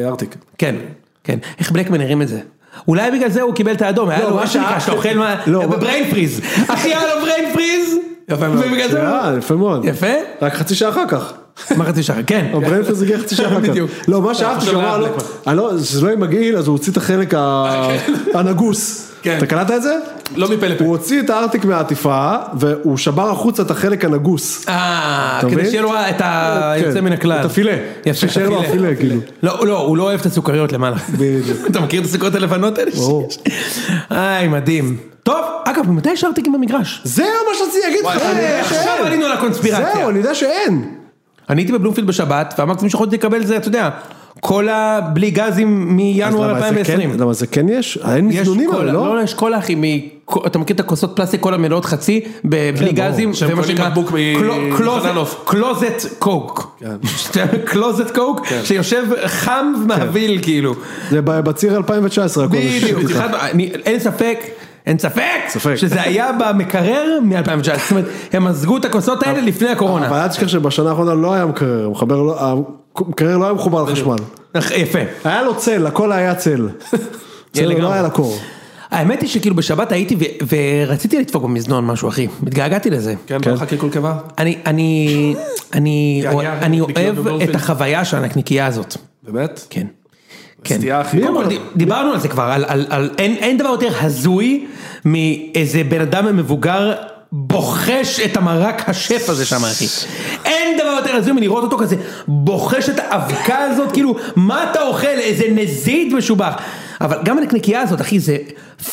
ארטיק.
כן, כן. איך בלקמן הרים את זה? אולי בגלל זה הוא קיבל את האדום, היה לו
מה
מה שנקרא,
שאהבתי-
שאתה אוכל מה... אה,
לא, מה-
בבריין פריז. אחי היה לו בריין פריז,
יפה מאוד. כן,
ובגלל זה... הוא-
אה, יפה מאוד.
יפה.
רק חצי שעה אחר כך.
מה חצי שעה? כן.
או ברנפלד הגיע חצי שעה אחר כך.
בדיוק.
לא, מה שאהבתי
עכשיו
שהוא
לאט
אמר לו,
לאט
"אה, לא, שזה לא יהיה מגעיל, אז הוא הוציא את החלק ה- הנגוס.
כן.
אתה קלטת את זה?
לא מפה לפה.
הוא הוציא את הארטיק מהעטיפה, והוא שבר החוצה את החלק הנגוס.
אה,
אתה
כדי
מבין?
שיהיה לו אה, את היוצא
כן,
מן הכלל.
את הפילה.
יפה,
שישאר לו הפילה, כאילו.
לא, לא, הוא לא אוהב את הסוכריות למעלה.
בדיוק.
אתה מכיר את הסוכריות הלבנות האלה?
ברור.
איי, מדהים. טוב, אגב, ממתי יש ארטיקים במגרש?
זהו מה שרציתי להגיד לך,
אני-
אה,
עכשיו
שאין.
עלינו על הקונספירציה.
זהו, אני יודע שאין.
אני הייתי בבלומפילד בשבת, ואמרתי מישהו יכול לקבל את זה, אתה יודע, כל הבלי גזים
אז
מינואר
למה זה כן-
2020.
למה זה כן יש? אין
יש
מזנונים
קולה,
אבל, לא?
לא, יש קולה אחי, מ- אתה מכיר את הכוסות פלסטיק קולה מלאות חצי, ב- בלי
ברור.
גזים,
כן, שהם
זה מה
קונים
שנקרא
בקבוק מ-
קלו- קלוזט-
מחננוף. כן.
קלוזט קוק, קלוזט קוק, שיושב חם ומהביל כאילו,
זה ב- בציר 2019 הכל. זה
בדיוק,
שיט איתך.
אחד- אני- אין ספק. אין ספק,
ספק.
שזה היה במקרר מ-2019, זאת אומרת, הם מזגו את הכוסות האלה לפני
אבל
הקורונה.
אל תשכח שבשנה האחרונה לא היה מקרר, המחבר לא- המקרר לא היה מחובר לחשמל.
יפה.
היה לו צל, הכל היה צל. צל
לגמרי.
לא היה לקור.
האמת היא שכאילו בשבת הייתי ו- ורציתי לדפוק במזנון משהו אחי, התגעגעתי לזה.
כן, בוא נחכה כל קיבה.
אני, אני, אני,
יעניה,
אוה- אני
לקנות
אוהב
בבלומפילד.
את החוויה של הנקניקייה הזאת,
באמת?
כן. כן.
סטייה, אחי.
קודם כל,
מי
ד- דיברנו על זה כבר, על, על, על, אין, אין דבר יותר הזוי מאיזה בן אדם מבוגר בוחש את המרק השף הזה שם אחי. אין דבר יותר הזוי מלראות אותו כזה בוחש את האבקה הזאת, כאילו מה אתה אוכל, איזה נזיד משובח. אבל גם הנקניקייה הזאת אחי זה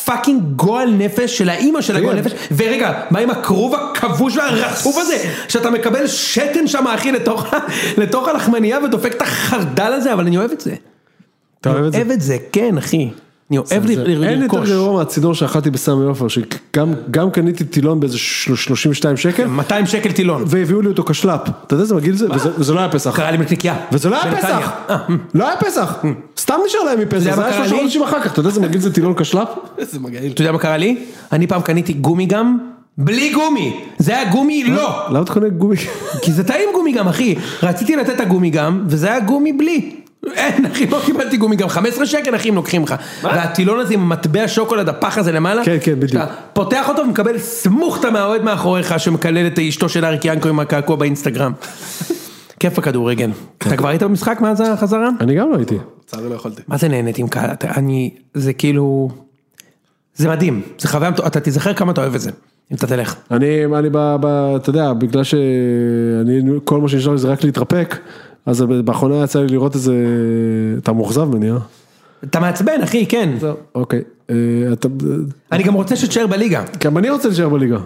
פאקינג גועל נפש של האימא של הגועל נפש ורגע מה עם הכרוב הכבוש והרצוף הזה שאתה מקבל שתן שם אחי לתוך, ה- לתוך הלחמנייה ודופק את החרדל הזה אבל אני אוהב את זה
אתה אוהב את זה?
אוהב את זה, כן אחי. אני אוהב ל-
אין יותר
לרכוש.
גרוע מהצינור שאכלתי בסמי עופר, שגם גם קניתי טילון באיזה של- 32 שקל,
200 שקל טילון.
והביאו לי אותו כשלאפ. אתה יודע איזה מגעיל זה? וזה- וזה לא היה פסח.
קרא לי מנקניקייה.
וזה לא היה
בנתניה.
פסח,
אה,
לא היה פסח, סתם נשאר להם
זה
מפסח, זה
היה
היה שלושה
בקרני?
חודשים אחר כך, אתה יודע איזה מגעיל זה טילון כשלאפ?
איזה מגעיל.
אתה יודע מה קרה לי? אני פעם קניתי גומי גם, בלי גומי. זה היה גומי לא.
למה אתה קונה גומי?
כי זה טעים גומי גם, אחי. רציתי לתת את הגומי גם, וזה היה גומי בלי. אין, אחי, לא קיבלתי גומי גם. 15 שקל, אחי, הם לוקחים לך. והטילון הזה עם המטבע שוקולד, הפח הזה למעלה.
כן, כן, בדיוק.
שאתה פותח אותו ומקבל סמוכתה מהאוהד מאחוריך, שמקלל את אשתו של אריק ינקו עם הקעקוע באינסטגרם. כיף הכדורגל.
כן.
אתה כבר היית במשחק מאז החזרה?
אני גם לא הייתי.
לצערי לא יכולתי.
מה זה נהנית עם קהל? אתה, אני, זה כאילו, זה מדהים, זה חוויה, מטו- אתה תיזכר כמה אתה אוהב את זה, אם אתה תלך.
אני, אני ב, ב... אתה יודע, בגלל שאני, כל מה שנשאר לי זה רק להתרפק, אז באחרונה יצא לי לראות איזה... אתה מאוכזב ממני, אה?
אתה מעצבן אחי, כן.
זהו. אוקיי. אה, אתה...
אני גם רוצה שתשאר בליגה.
גם אני רוצה להישאר בליגה.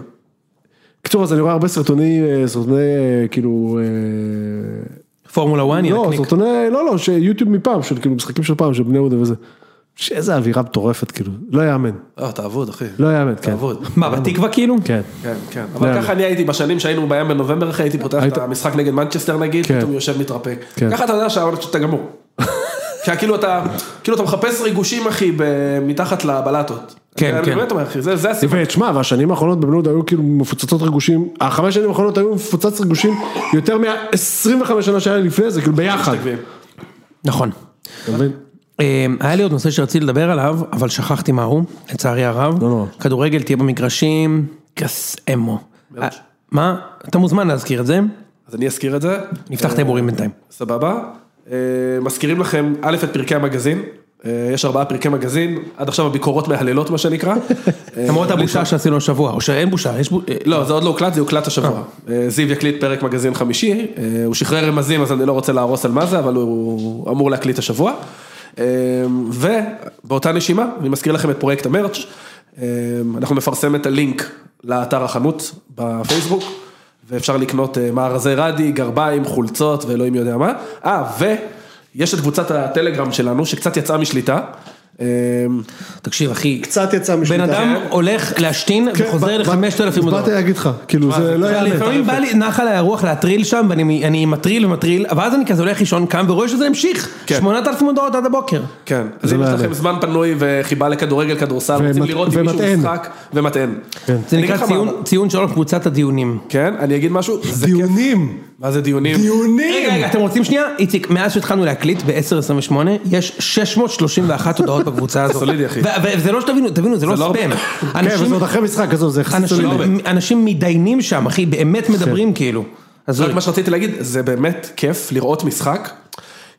בקיצור, אז אני רואה הרבה סרטונים, אה, סרטוני, אה, כאילו... אה,
פורמולה 1,
לא,
ינקניק.
סרטוני, לא, לא, שיוטיוב מפעם, של כאילו משחקים של פעם, של בני יהודה וזה. שאיזה אווירה מטורפת, כאילו, לא יאמן,
אה, תעבוד, אחי.
לא יאמן, כן.
תעבוד.
מה, בתקווה כאילו?
כן.
כן, כן. אבל ככה אני הייתי בשנים שהיינו בים בנובמבר, אחי, הייתי פותח את
היית-
המשחק נגד מנצ'סטר נגיד,
כן.
פתאום יושב מתרפק.
כן.
ככה אתה יודע שאתה גמור. כאילו אתה, כאילו אתה מחפש ריגושים אחי ב- מתחת לבלטות.
כן,
אני
כן.
באמת אומר אחי, זה זה הסיפור.
ותשמע, והשנים האחרונות בבני יהודה היו כאילו מפוצצות ריגושים, החמש שנים האחרונות היו מפוצץ ריגושים יותר מה-25 שנה שהיה לי לפני זה, כאילו ביחד.
נכון.
אתה מבין?
אה, היה לי עוד נושא שרציתי לדבר עליו, אבל שכחתי מה הוא, לצערי הרב.
לא נורא.
כדורגל תהיה במגרשים, כס אמו. אה, מה? אתה מוזמן להזכיר את זה,
אז אני אזכיר את זה. אה,
נפתח את ההימורים בינתיים.
סבבה. אה, מזכירים לכם, א', את פרקי המגזין. אה, יש ארבעה פרקי מגזין, עד עכשיו הביקורות מהללות מה שנקרא. אה,
למרות הבושה שעשינו השבוע, או שאין בושה, יש אה, בושה.
לא, זה עוד לא הוקלט, זה יוקלט השבוע. אה, זיו יקליט פרק מגזין חמישי, אה, הוא שחרר רמזים אז אני לא רוצה להרוס על מה זה, אבל הוא אמור להקליט השבוע. אה, ובאותה נשימה, אני מזכיר לכם את פרויקט המרץ', אה, אנחנו נפרסם את הלינק לאתר החנות בפייסבוק, ואפשר לקנות אה, מארזי רדי, גרביים, חולצות ואלוהים יודע מה. אה, ויש את קבוצת הטלגרם שלנו, שקצת יצאה משליטה. אה,
תקשיב אחי,
קצת יצא
בן
משליטה.
אדם הולך להשתין וחוזר ל-5,000
כן, באתי
הודעות.
להגיד לך, כאילו זה לא יאמן.
לפעמים בא לי נח עליי הרוח להטריל שם ואני אני מטריל ומטריל, ואז אני כזה הולך לישון קם ורואה שזה המשיך.
כן.
8,000 הודעות עד הבוקר.
כן, אז
זה
אם יש
לא
לכם
יעלה.
זמן פנוי וחיבה לכדורגל, כדורסל, רוצים
ומת-
לראות אם מישהו
ומטען.
משחק, ומטען.
כן.
זה
אני אגיד
נקרא
לך
ציון-
מה,
ציון שלום קבוצת הדיונים.
כן, אני אגיד משהו, זה כיף.
דיונים.
מה זה דיונים?
רגע, רגע, אתם רוצים שנייה? איציק, מאז שהתחלנו להקליט ב-10.28, יש 631 הודעות בקבוצה הזאת.
סולידי, אחי.
ו- וזה לא שתבינו, תבינו, זה לא
לא
ספאם.
הרבה.
כן,
אנשים-
אבל זה עוד אחרי משחק, עזוב, זה יחסית
אנשים- לא-
סולידי.
אנשים מתדיינים שם, אחי, באמת מדברים כאילו. אז
רק
זהו.
מה שרציתי להגיד, זה באמת כיף לראות משחק.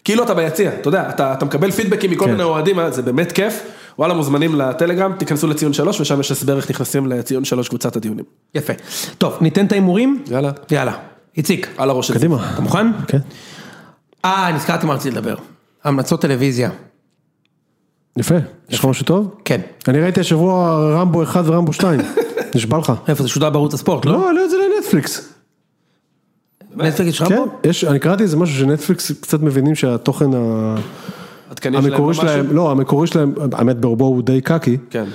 כאילו אתה ביציע, אתה יודע, אתה, אתה מקבל פידבקים
כן.
מכל מיני אוהדים, אה, זה באמת כיף. וואלה, מוזמנים לטלגרם, תיכנסו לציון שלוש, ושם יש הסבר איך נכנסים לציון שלוש קבוצת הדיונים.
יפה. טוב, ניתן את ההימורים?
יאללה.
יאללה. איציק,
על הראש של זה.
קדימה.
אתה מוכן?
כן.
אה, נזכרתי מה רציתי לדבר. המלצות טלוויזיה.
יפה. יש לך משהו טוב?
כן.
אני ראיתי השבוע רמבו 1 ורמבו 2. נשבע לך.
איפה זה שודר בערוץ הספורט, לא?
לא, העלו את זה לנטפליקס.
נטפליקס יש לך
כן,
פה?
יש, אני קראתי איזה משהו שנטפליקס קצת מבינים שהתוכן ה-
התקנים שלהם
המקורי
או משהו?
שלהם, לא, המקורי שלהם, האמת ברובו הוא די קקי.
כן.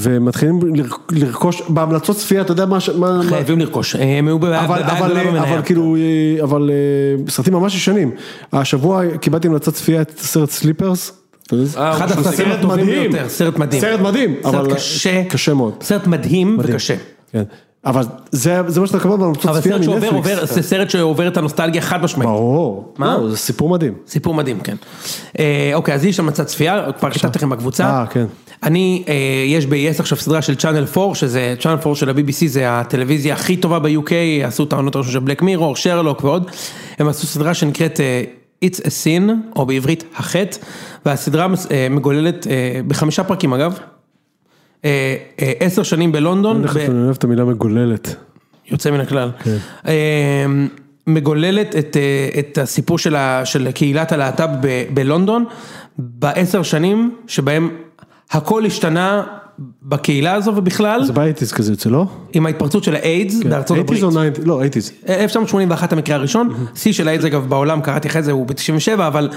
ומתחילים לרכ- לרכוש, בהמלצות צפייה, אתה יודע מה, ש- מה, מה-
חייבים לרכוש. הם היו בבעיה
כן. אבל,
בבעיה
אבל,
גדולה
אבל,
לא במניה.
אבל כאילו, אה, אבל אה, סרטים ממש ישנים. השבוע קיבלתי המלצת צפייה את הסרט סליפרס. אתה יודע?
אה,
אחד
הוא
הסרטים
סרט
הטובים
מדהים.
ביותר, סרט מדהים.
סרט מדהים, אבל
סרט קשה.
קשה מאוד.
סרט מדהים וקשה.
כן. אבל זה, זה מה שאתה מקבל בהמלצות
אבל
צפייה
סרט
מנטפליקס. אה,
שעובר, עובר, זה סרט שעובר את הנוסטלגיה חד משמעית.
ברור.
מה?
לא, זה סיפור מדהים.
סיפור מדהים, כן. אה, אוקיי, אז לי יש המלצת צפייה, כבר כתבתי לכם בקבוצה.
אה, כן.
אני, אה, יש ב-yes עכשיו סדרה של צ'אנל 4, שזה, צ'אנל 4 של ה-BBC, זה הטלוויזיה הכי טובה ב-UK, עשו את העונות הראשונות של בלק מירור, שרלוק ועוד. הם עשו סדרה שנקראת אה, It's a Sin, או בעברית החטא, והסדרה מס- אה, מגוללת, אה, בחמישה פרקים אגב, אה, אה, עשר שנים בלונדון.
אני
ב-
חושב שאני אוהב את המילה מגוללת.
יוצא מן הכלל. כן. מגוללת את, אה, את הסיפור של, ה, של קהילת הלהט"ב ב- בלונדון בעשר שנים שבהם הכל השתנה בקהילה הזו ובכלל
זה באייטיז כזה יוצא, לא?
עם ההתפרצות של האיידס כן.
כן.
בארצות הברית.
אייטיז או ניינטיז? לא, אייטיז.
1981 המקרה הראשון, שיא של האיידס אגב בעולם, קראתי אחרי זה, הוא ב-97, אבל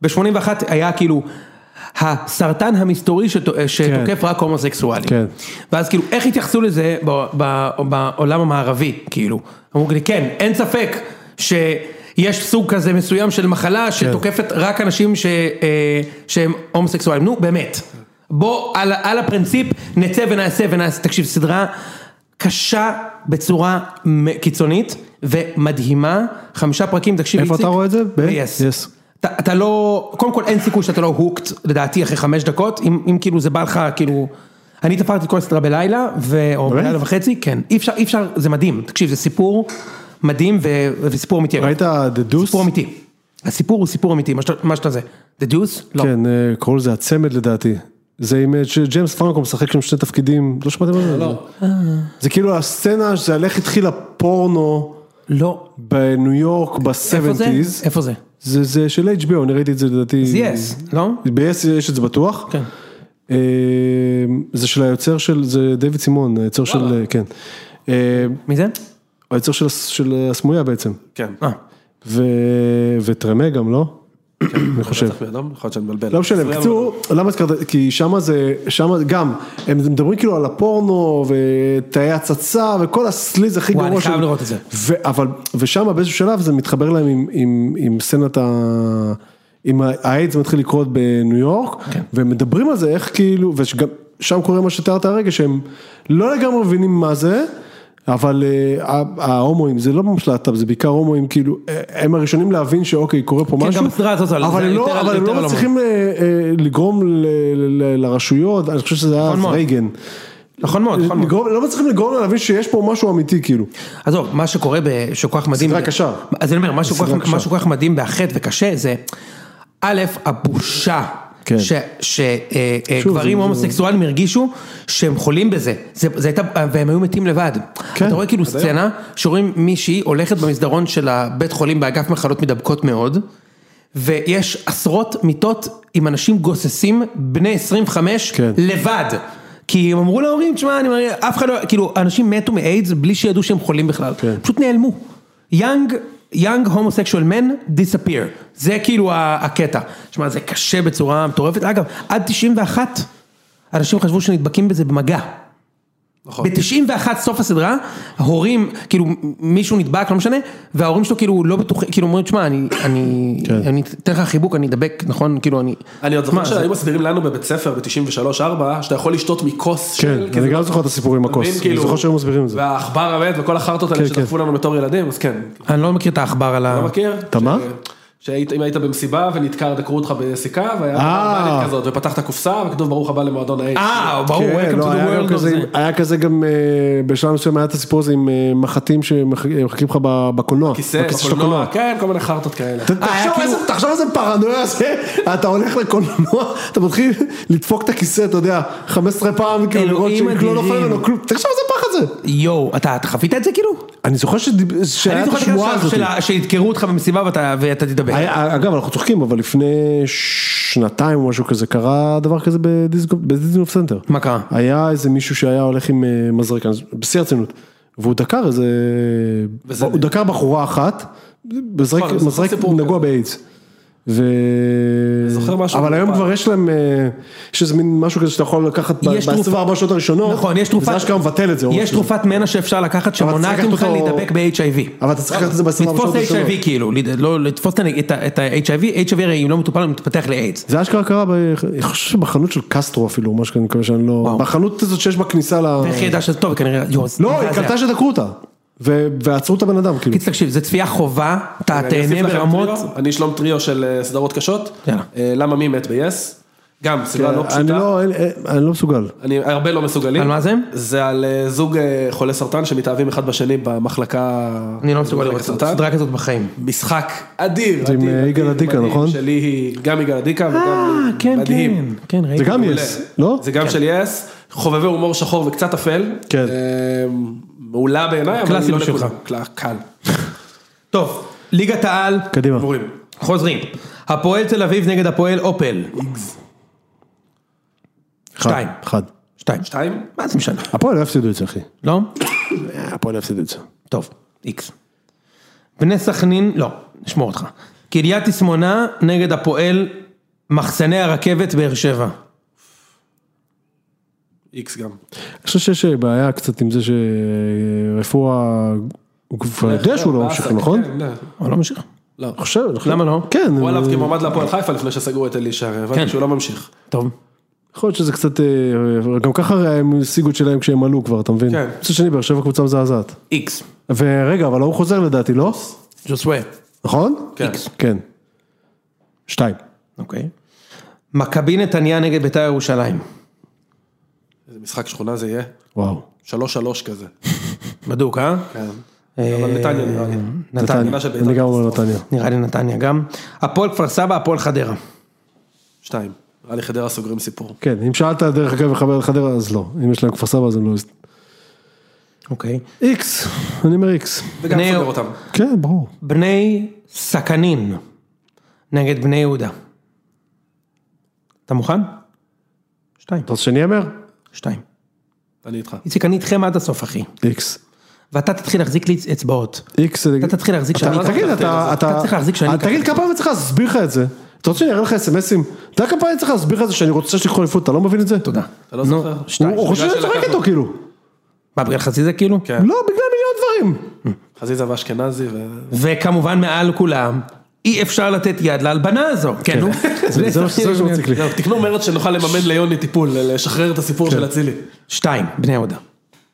ב-81 היה כאילו הסרטן המסתורי שת- שתוקף רק הומוסקסואלים.
כן.
ואז כאילו, איך התייחסו לזה ב- ב- בעולם המערבי, כאילו? אמרו לי, כן, אין ספק ש... יש סוג כזה מסוים של
כן.
מחלה שתוקפת רק אנשים ש, אה, שהם הומוסקסואלים, נו באמת. בוא על, על הפרינציפ נצא ונעשה ונעשה, תקשיב סדרה קשה בצורה מ- קיצונית ומדהימה, חמישה פרקים, תקשיב
איפה אתה רואה את זה? ב-
ב-yes.
Yes.
אתה, אתה לא, קודם כל אין סיכוי שאתה לא הוקט לדעתי אחרי חמש דקות, אם, אם כאילו זה בא לך כאילו, אני תפרתי את כל הסדרה בלילה, ו, או
באמת?
בלילה וחצי, כן, אי אפשר, אי אפשר, זה מדהים, תקשיב זה סיפור מדהים ו, וסיפור אמיתי.
ראית The Deuce?
סיפור אמיתי. הסיפור הוא סיפור אמיתי, מה שאתה- מה שאתה זה. The Deuce? לא.
כן, אה, קראו לזה הצמד לדעתי. זה עם אה, ג'יימס פרנקו משחק שם שני תפקידים, לא שמעתם על זה? לא. זה כאילו הסצנה, זה על איך התחיל הפורנו
לא.
בניו יורק
איפה זה?
ב-70's.
איפה זה?
זה, זה של HBO, אני ראיתי את זה לדעתי.
yes, לא?
ב-yes יש את זה בטוח.
כן.
אה, זה של היוצר של, זה דיוויד סימון, היוצר של, אה, כן. אה,
מי זה?
היוצר של, הס- של הסמויה בעצם.
כן.
אה.
ו... וטרמה גם, לא? אני חושב.
בטח באדום, יכול להיות שאני מבלבל.
לא משנה, בקיצור, למה הזכרת, כי שמה זה, שמה גם, הם מדברים כאילו על הפורנו ותאי הצצה וכל הסליז הכי
וואי,
גרוע.
אני חייב
של-
לראות את זה.
ו- אבל, ושם באיזשהו שלב זה מתחבר להם עם, עם, עם סצנת ה... עם ה- האיידס מתחיל לקרות בניו יורק,
כן.
והם מדברים על זה, איך כאילו, וגם שם קורה מה שתיארת הרגע, שהם לא לגמרי מבינים מה זה. אבל אה, ה- ההומואים, זה לא ממש להט"ב, זה בעיקר הומואים, כאילו, אה, הם הראשונים להבין שאוקיי, קורה פה
כן,
משהו.
גם הסדרה הזאת על-
אבל
זה
הם
יותר
לא,
על-
אבל הם
יותר על
לא מצליחים אה, אה, לגרום ל- ל- ל- לרשויות, אני חושב שזה היה
נכון
אז
מאוד.
רייגן.
נכון מאוד, נכון מאוד.
לגרום- לא מצליחים לגרום להם להבין שיש פה משהו אמיתי, כאילו.
עזוב, מה שקורה, ב- שכל כך מדהים...
סדרה קשה.
אז אני אומר, מה שכל
סדרה
כך-
קשה.
מה שכל כך מדהים בהחטא וקשה זה, א', הבושה.
כן. שוב,
שגברים אה,
זה-
הומוסקסואלים הרגישו שהם חולים בזה, זה, זה הייתה, והם היו מתים לבד.
כן,
אתה רואה כאילו סצנה שרואים מישהי הולכת במסדרון של הבית חולים באגף מחלות מידבקות מאוד, ויש עשרות מיטות עם אנשים גוססים בני 25
כן.
לבד. כי הם אמרו להורים, תשמע, אני מראה, אף אחד לא, כאילו, אנשים מתו מאיידס בלי שידעו שהם חולים בכלל,
כן.
פשוט נעלמו. יאנג, יאנג הומוסקשואל מן, disappear. זה כאילו ה- הקטע. תשמע, זה קשה בצורה מטורפת. אגב, עד 91, אנשים חשבו שנדבקים בזה במגע.
נכון.
ב-91 סוף הסדרה, ההורים, כאילו מישהו נדבק, לא משנה, וההורים שלו כאילו לא בטוחים, כאילו אומרים, תשמע, אני, אני,
כן.
אני אתן לך חיבוק, אני אדבק, נכון? כאילו אני...
אני עוד
מה,
זוכר
זה-
שהיו מסבירים לנו בבית ספר ב-93-4, שאתה יכול לשתות מכוס של...
כן,
כאילו,
כי זה-
אני גם זוכר את הסיפור עם הכוס,
מבין,
אני זוכר שהם מסבירים את זה.
והעכבר המת וכל החרטות האלה
כן,
שדחפו לנו בתור ילדים, אז כן.
אני לא מכיר את העכבר על ה...
אתה מכיר?
מה?
ש- שאם היית במסיבה ונדקר, דקרו אותך בסיכה, והיה
אה.
מעלית כזאת, ופתחת קופסה, וכתוב ברוך הבא למועדון האש.
אה, ברור,
כן,
Welcome to
לא, היה
the
גם
world of
כזה-
זה.
היה כזה גם אה, בשלב מסוים היה את הסיפור הזה עם אה, מחטים שמחכים לך ב- בקולנוע.
כיסא,
בכיסא של
בקולנוע,
הקולנוע.
כן, כל מיני חרטות כאלה.
ת-
היה
תחשוב
כאילו-
איזה- תחשוב איזה פרנויה זה, אתה הולך לקולנוע, אתה מתחיל לדפוק את הכיסא, אתה יודע, 15 פעם, כאילו לראות
אלוהים
שלא נופל
אדירים.
ממנו כלום, תחשוב איזה פחד זה.
יואו, אתה אתה חווית את זה כאילו?
אני זוכר שדיב-
אני
שהיה כן, את
זוכר את
השמועה
השלב
הזאת.
של ה- שידקרו אותך במסיבה ואתה- ואתה תדבר.
היה- אה, אגב, אנחנו צוחקים, אבל לפני שנתיים או משהו כזה, קרה דבר כזה בדיסק- בדיסנגוף סנטר.
מה קרה?
היה איזה מישהו שהיה הולך עם אה, מזרק, אז בשיא הרצינות, והוא דקר איזה, הוא דקר בחורה אחת, מזרק,
נכון, אני זוכר
מזרק
סיפור
נגוע באיידס. ו...
זוכר משהו
אבל היום
מפעם.
כבר יש להם, אה, יש איזה מין משהו כזה שאתה יכול לקחת ב-
יש תרופה.
ב-24 שעות הראשונות,
נכון, יש תרופת...
וזה אשכרה מבטל את זה. או
יש
משהו כזה.
תרופת מנע שאפשר לקחת
אבל
שמונעת
צריך
ממך
לקחת אותו-
להידבק ב-HIV.
אבל אתה צריך לקחת את זה ב-24 שעות
לתפוס
הראשונות.
HIV כאילו, לד- לא לתפוס את ה- את ה- את ה-HIV, HIV הרי אם לא מטופל הוא מתפתח לאיידס.
זה אשכרה קרה, ב... אני חושב שבחנות של קסטרו אפילו, או משהו כזה, אני מקווה שאני לא...
וואו.
בחנות הזאת שיש בכניסה ל...
איך ידע שזה טוב כנראה, יואו, זה
לא, היא
מזעזע.
קלטה שדקרו אותה, ו... ועצרו את הבן אדם, כאילו.
קיצור, תקשיב, זה צפייה חובה, אתה
אני אוסיף
תהנה
לכם
ברמות.
טריו, אני שלום טריו של אה, סדרות קשות.
יאללה.
אה, למה מי מת ביס? גם, סדרה לא
אני
פשוטה.
לא, אין- אין- אני לא מסוגל.
אני הרבה לא מסוגלים.
על מה זה?
זה על אה, זוג אה, חולי סרטן שמתאהבים אחד בשני במחלקה...
אני לא מסוגל לראות
סרטן.
סדרה כזאת בחיים.
משחק אדיר.
זה עם,
אדיר,
אה, יגאל
אדיר,
עדיקה,
מדהים,
נכון?
שלי היא גם יגאל עדיקה
אה,
וגם
כן, כן,
מדהים.
כן, ראיתי.
זה גם
מעולה.
יס, לא?
זה גם של יס, חובבי הומור שחור וקצת אפל.
כן.
אה, מעולה בעיניי, אבל
קלאסי
לא
בשבילך.
לכולם. קל- קל.
טוב, ליגת העל,
קדימה.
מורים.
חוזרים. הפועל תל אביב נגד הפועל אופל.
אחד,
שתיים.
אחד.
שתיים.
שתיים?
מה זה משנה?
הפועל לא יפסידו את זה, אחי.
לא?
הפועל לא יפסידו את זה.
טוב, איקס. בני סכנין, לא, נשמור אותך. קריית תסמונה נגד הפועל מחסני הרכבת באר שבע.
איקס גם.
אני חושב שיש אה, בעיה קצת עם זה אה, שרפואה, הוא כבר יודע שהוא לא ממשיך,
באסה,
נכון?
כן, לא.
אבל לא ממשיך.
אני חושב, אני חושב.
למה לא?
כן,
הוא עליו
אה,
כמועמד להפועל חיפה לפני שסגרו את אלישע,
כן.
הבנתי שהוא לא ממשיך.
טוב.
יכול להיות שזה קצת, אה, גם ככה הרי הם השיגו את שלהם כשהם עלו כבר, אתה מבין?
כן.
מצד שני, באר שבע קבוצה מזעזעת.
איקס.
ורגע, אבל ההוא חוזר לדעתי, לא?
ז'וסווה.
נכון?
כן.
כן. שתיים.
אוקיי. מכבי נתניה נגד בית"ר ירושלים.
איזה משחק שכונה זה יהיה?
וואו.
שלוש שלוש כזה.
בדוק, אה?
כן. אבל נתניה נראה לי.
נתניה.
של בית"ר
אני גם אומר נתניה.
נראה לי נתניה גם. הפועל כפר סבא, הפועל חדרה.
שתיים. נראה לי חדרה סוגרים סיפור.
כן, אם שאלת דרך אגב לחבר לחדרה, אז לא. אם יש להם כפר סבא, אז הם לא...
אוקיי.
איקס, אני אומר איקס.
וגם
בני-
סוגר אותם.
כן, ברור.
בני סכנין נגד בני יהודה. אתה מוכן? שתיים.
אתה רוצה שאני אאמר?
שתיים.
אני איתך.
איציק, אני איתכם עד הסוף, אחי.
איקס.
ואתה תתחיל להחזיק לי אצבעות.
איקס.
אתה לא תתחיל להחזיק שאני...
אתה- תגיד, אתה...
אתה צריך להחזיק שאני
אה,
ככה.
תגיד, כמה פעמים אני צריך להסביר לך את זה? אתה רוצה שאני אראה לך אסמסים? אתה יודע כמה פעמים אני צריך להסביר לך את זה שאני רוצה שתיקחו אליפות, אתה לא מבין את זה?
תודה.
אתה לא
נו,
זוכר?
שתיים.
הוא חושב שאני
שלקחנו.
צוחק איתו כאילו.
מה, בגלל חצי זה כאילו?
כן.
לא, בגלל מיליון דברים.
חזיזה ואשכנזי ו...
וכמובן מעל כולם, אי אפשר לתת יד להלבנה הזו. כן, נו.
זה- זה מה שזה שמציק לי.
זהו, תקנו מרץ שנוכל לממן ליוני טיפול, לשחרר את הסיפור של אצילי.
שתיים, בני יהודה.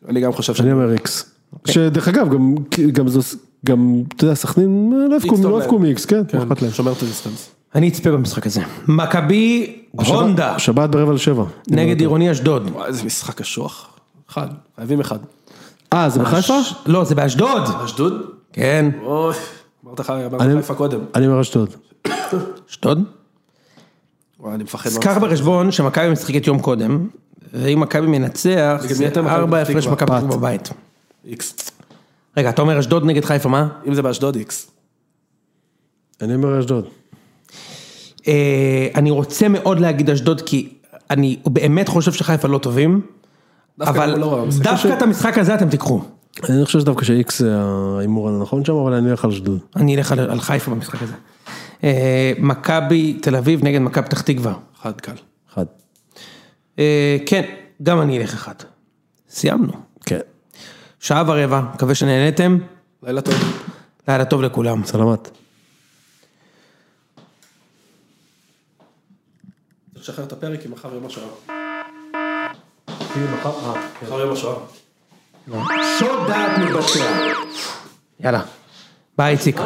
אני גם חושב ש...
כן. אני אומר איקס. שדרך אגב, גם- גם זה... גם, אתה יודע, סכנין אה, לא יבכו-
טוב
לא
להם.
יבכו מאיקס, כן, מה אכפת להם.
שומר את הדיסטנס.
אני אצפה במשחק הזה. מכבי
שבת-
הונדה
שבת ברבע לשבע.
נגד עירוני אשדוד.
וואי, איזה משחק קשוח. אחד. חייבים אחד.
אה, זה בחיפה?
לא, זה באשדוד.
אשדוד?
כן.
אוי. אמרת חיפה אמרת
אני-
חיפה קודם.
אני אומר אשדוד.
אשדוד?
וואי, אני מפחד.
אז
מהמשחק.
קח בחשבון שמכבי משחקת יום קודם, ואם מכבי מנצח,
נגד מי
זה
אתה? מכבי
ארבע
פתח
הפרש
תקווה.
מכבי פתח
פת.
תקווה בבית.
איקס.
רגע, אתה אומר אשדוד נגד חיפה, מה?
אם זה באשדוד, איקס.
אני אומר אשדוד.
אה, אני רוצה מאוד להגיד אשדוד, כי אני באמת חושב שחיפה לא טובים,
דווקא
אבל
לא רע במשחק.
דווקא את המשחק הזה אתם תיקחו.
אני חושב שדווקא שאיקס זה ההימור הנכון שם, אבל אני אלך על אשדוד.
אני אלך על על חיפה במשחק הזה. אה, מכבי תל אביב נגד מכבי פתח תקווה.
אחד קל.
אחד.
אה, כן, גם אני אלך אחד. סיימנו.
כן.
שעה ורבע, מקווה שנהנתם.
לילה טוב.
לילה טוב לכולם.
סלמת.
צריך לשחרר את הפרק עם מחר יום השואה. מחר אה, כן. יום השואה.
שוד דעת מתבצע. יאללה. ביי איציק.